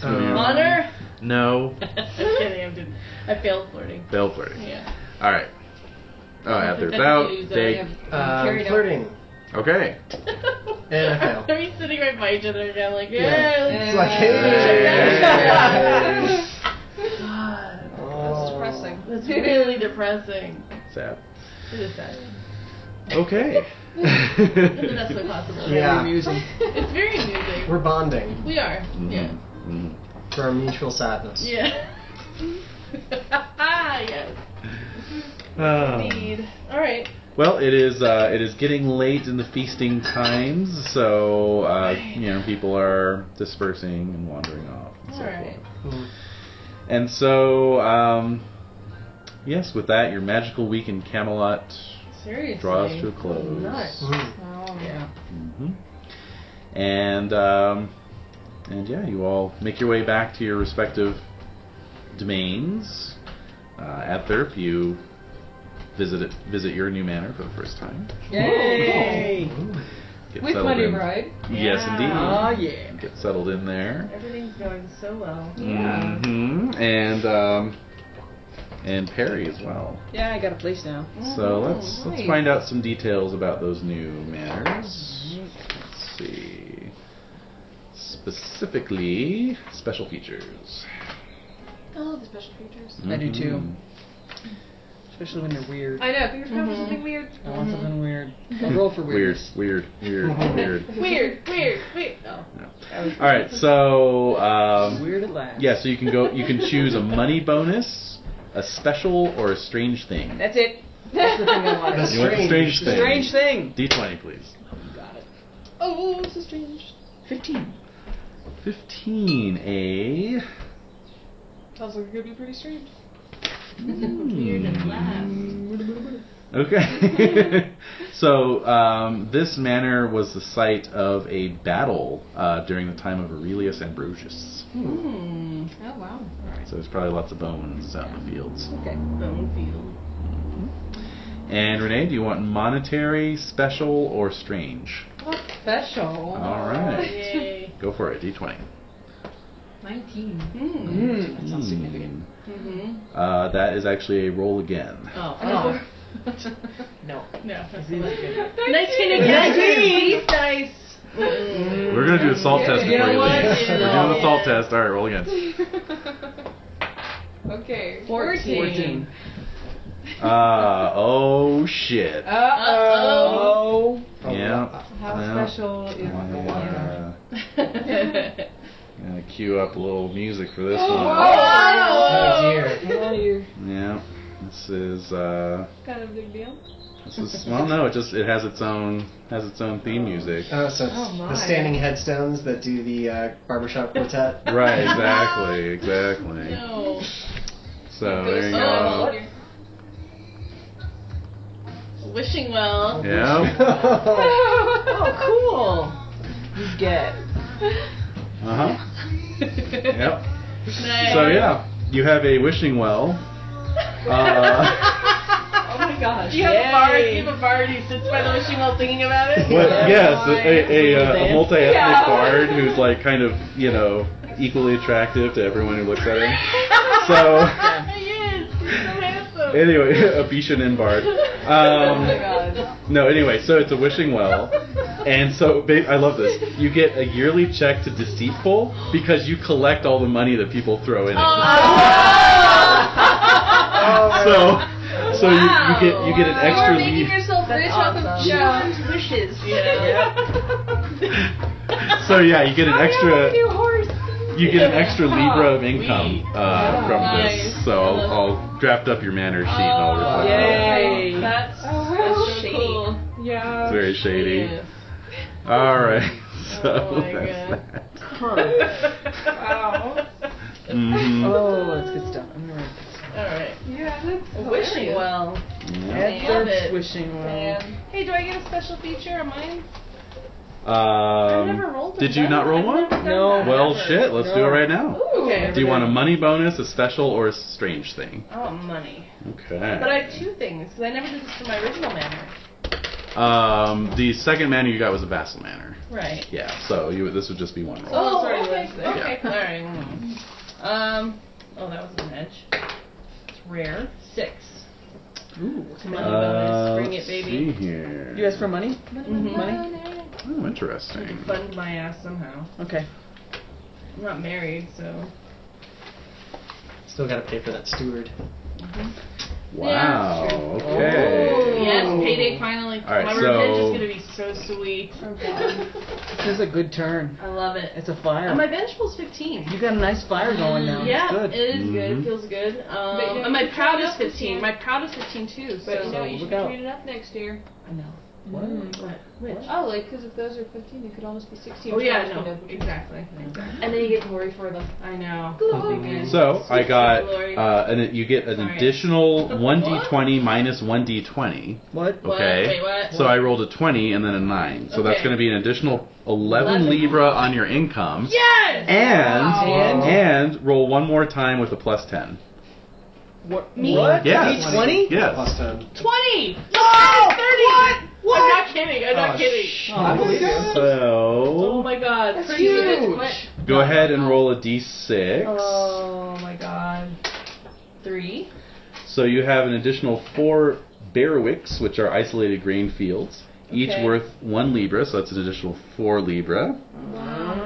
So you- Um, honor? no. I'm kidding, I didn't. I failed flirting. Fail flirting. Yeah. [LAUGHS] All right. Oh, Adler's think I out. can use that. Dave. Um, flirting. Okay. And I fail. Are we sitting right by each other again? Like, yeah. It's like, hey. Hey. Oh. Depressing. That's really depressing. Sad. It is sad. [LAUGHS] Okay. In the [LAUGHS] best way possible. Yeah. [LAUGHS] Amusing. It's very amusing. We're bonding We are. Yeah. Mhm, mhm. for our mutual sadness. Yeah. [LAUGHS] yes. Um, Indeed. All right. well, it is uh, it is getting late in the feasting times, so uh, you know people are dispersing and wandering off. And so All right. forth. Mm. And so, um, yes, with that, your magical week in Camelot Seriously. draws to a close. Nice. Mm. Oh, Yeah. hmm And um, and yeah, you all make your way back to your respective domains. Uh, at Thurp, you visit it, visit your new manor for the first time. Yay! Get With settled money in. bride. Yes, Yeah. indeed. Ah, Oh yeah. Get settled in there. Everything's going so well. Yeah. hmm And um, and Perry as well. Yeah, I got a place now. So let's let's nice. find out some details about those new manners. Let's see. Specifically, special features. Oh, the special features. I do too. Mhm. Especially when they're weird. I know. Fingers crossed for something weird. I want something weird. I'll roll for Weird, weirdness. weird, weird, weird. Weird, weird, weird. Oh. All right, so um, Weird at last. yeah, so you can go. You can choose a money bonus, a special, or a strange thing. That's it. That's the thing I The [LAUGHS] wanted. You want the strange thing. Strange thing. D20, please. Got it. Oh, so strange. Fifteen. Fifteen. A. Sounds like it could be pretty strange. Weird and last. Mm. Okay. [LAUGHS] so um, this manor was the site of a battle uh, during the time of Aurelius Ambrosius. Hmm. Oh, wow. So there's probably lots of bones out in the fields. Okay. Bone field. And Renee, do you want monetary, special, or strange? Well, special. All right. [LAUGHS] Yay. Go for it. D20. [LAUGHS] 19. Hmm. Mm. That sounds significant. Mm-hmm. Uh, that is actually a roll again. Oh. Oh. No. [LAUGHS] No. That's Really not good. good. Nineteen Nineteen. again. Nice. Mm. We're gonna do a salt test before You you know leave. what? We're doing a salt test. All right, roll again. Okay. Fourteen. Fourteen. Uh, oh shit. Uh-oh. Oh. Oh, Yeah. How Yeah. special is the water? Uh, Gonna cue up a little music for this Oh, one. Oh wow. dear. Yeah, this is uh, Kind of a big deal. this is well, no, it just it has its own has its own theme music. Oh, so it's Oh, my. the standing headstones that do the uh, barbershop quartet. [LAUGHS] Right, exactly, exactly. [LAUGHS] no. So there you [LAUGHS] Oh, go. Wishing well. Yeah. [LAUGHS] Oh, cool. You get. Uh huh. Yep. Nice. So yeah, you have a wishing [LAUGHS] well. Uh, Oh, my [LAUGHS] gosh. Oh, Do you have a bard? Do Yay. you have a bard who sits by the wishing well singing about it? what? Yeah. Yes, a, a, a, uh, a Dance. multi-ethnic Yeah. bard who's like kind of you know equally attractive to everyone who looks at him. So. [LAUGHS] He is. He's so handsome. [LAUGHS] Anyway, a Bishan and Bard. Oh, my Um, God. no, anyway, so it's a wishing well. And so, babe, I love this. You get a yearly check to Deceitful because you collect all the money that people throw in. Oh. Oh, [LAUGHS] It. Oh, So, so you, you get you get an you are extra making lead. yourself rich off of awesome. challenge. wishes. Oh. Yeah. [LAUGHS] So yeah, you get an extra New horse. Oh, you get an extra libra of income uh, Wow. from Nice. Oh, this. So I'll, I'll draft up your manner sheet and I'll reflect. on it. Yay. That's, Oh, that's wow. shady. Cool. It's Yeah. very shady. Yeah. All right. [LAUGHS] So Oh my that's God. [LAUGHS] that. Wow. [LAUGHS] Mhm. Oh, that's good stuff. I'm gonna write this. All right. Yeah, that's Wishing hilarious. well. Yeah. That's Love that's it. wishing well. Man. Hey, do I get a special feature on mine? I've never Um, rolled a did you die. not roll I've one? never done No. that, well, ever. shit. Let's do it right now. Ooh. Okay. Do you want a money bonus, a special, or a strange thing? I want money. Okay. But I have two things because I never did this to my original manner. Um, the second manor you got was a vassal manor. Right. Yeah. So you this would just be one roll. Oh, Oh, sorry, okay, Wednesday. Okay, Yeah. alright. Um, oh, that was an edge. It's rare. Six. Ooh. Money Uh, bonus. Bring it, let's baby. See here. You asked for money? Mhm. Money? Oh, I interesting. can fund my ass somehow. Okay. I'm not married, so. Still gotta pay for that steward. Wow. Oh. Okay. Yes, payday finally. All right, my so- revenge is gonna be so sweet. This is a good turn. I love it. It's a fire. And my vengeful's 15. you got a nice fire going now. Yeah, It's good. it is good. Mhm. It feels good. Um, But, you know, and my you proud can is up this 15. year. My proud is 15 too. So. But you know, So, you should look out. trade it up next year. I know. What? What? Which? Mm. Oh, like, because if those are 15, they could almost be 16. Oh yeah, Which no, would be exactly. good. And then you get glory for them. I know. So I got Glory. uh, an, you get an Oh. Sorry. [LAUGHS] additional one d20 minus one d20. What? What? Okay. Wait, what? So I rolled a 20 and then a 9. So that's Okay. going to be an additional 11, Eleven. Libra on your income. Yes. And, Wow. and roll one more time with a plus 10. What? Me? What? Yes. Twenty? Yes. Plus ten. Twenty. No. Thirty. What? I'm not kidding. I'm not Oh, kidding. I believe you. Oh So my god. That's Pretty huge. good. What? go ahead and roll a d6. Oh my god. Three. So you have an additional 4 Berwicks, which are isolated grain fifields. Each Okay. worth one libra, so that's an additional four [LAUGHS] libra.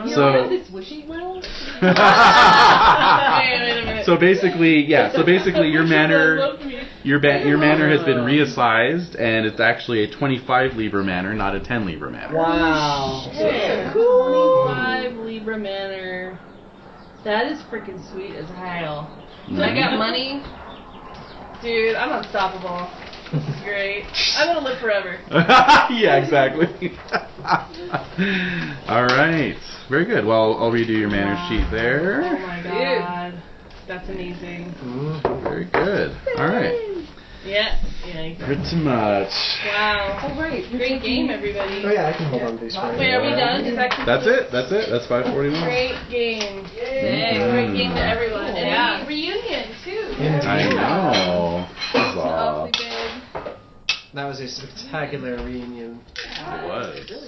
You So- know, this wishing well. wait, wait a minute. so basically, [LAUGHS] yeah. So basically, your [LAUGHS] Which one manor, loved me? Your ba- your manor has [LAUGHS] been Oh. reassized, and it's actually a 25 Libra manor, not a 10 Libra manor. Wow. Hey, Cool. 25 Libra Manor. That is freaking sweet as hell. So I Mm-hmm. got money. Dude, I'm unstoppable. This is [LAUGHS] great. I'm gonna live forever. Mm-hmm. [LAUGHS] yeah, exactly. [LAUGHS] All right, very good. Well, I'll redo your manor sheet Oh there. my god. That's amazing. Mm. Oh, Very good. All right, Yeah. Yeah. exactly. pretty much. Wow. Oh, right. you're Great taking- game, everybody. Oh yeah, I can hold on to these for Wait, you. are we done? Is that That's it. That's it. That's 541. Great game. Mhm. Great game to everyone. And Yeah. we reunion, too. Yeah. I know. Huzzah. Oh Awfully good. That was a spectacular reunion. It was.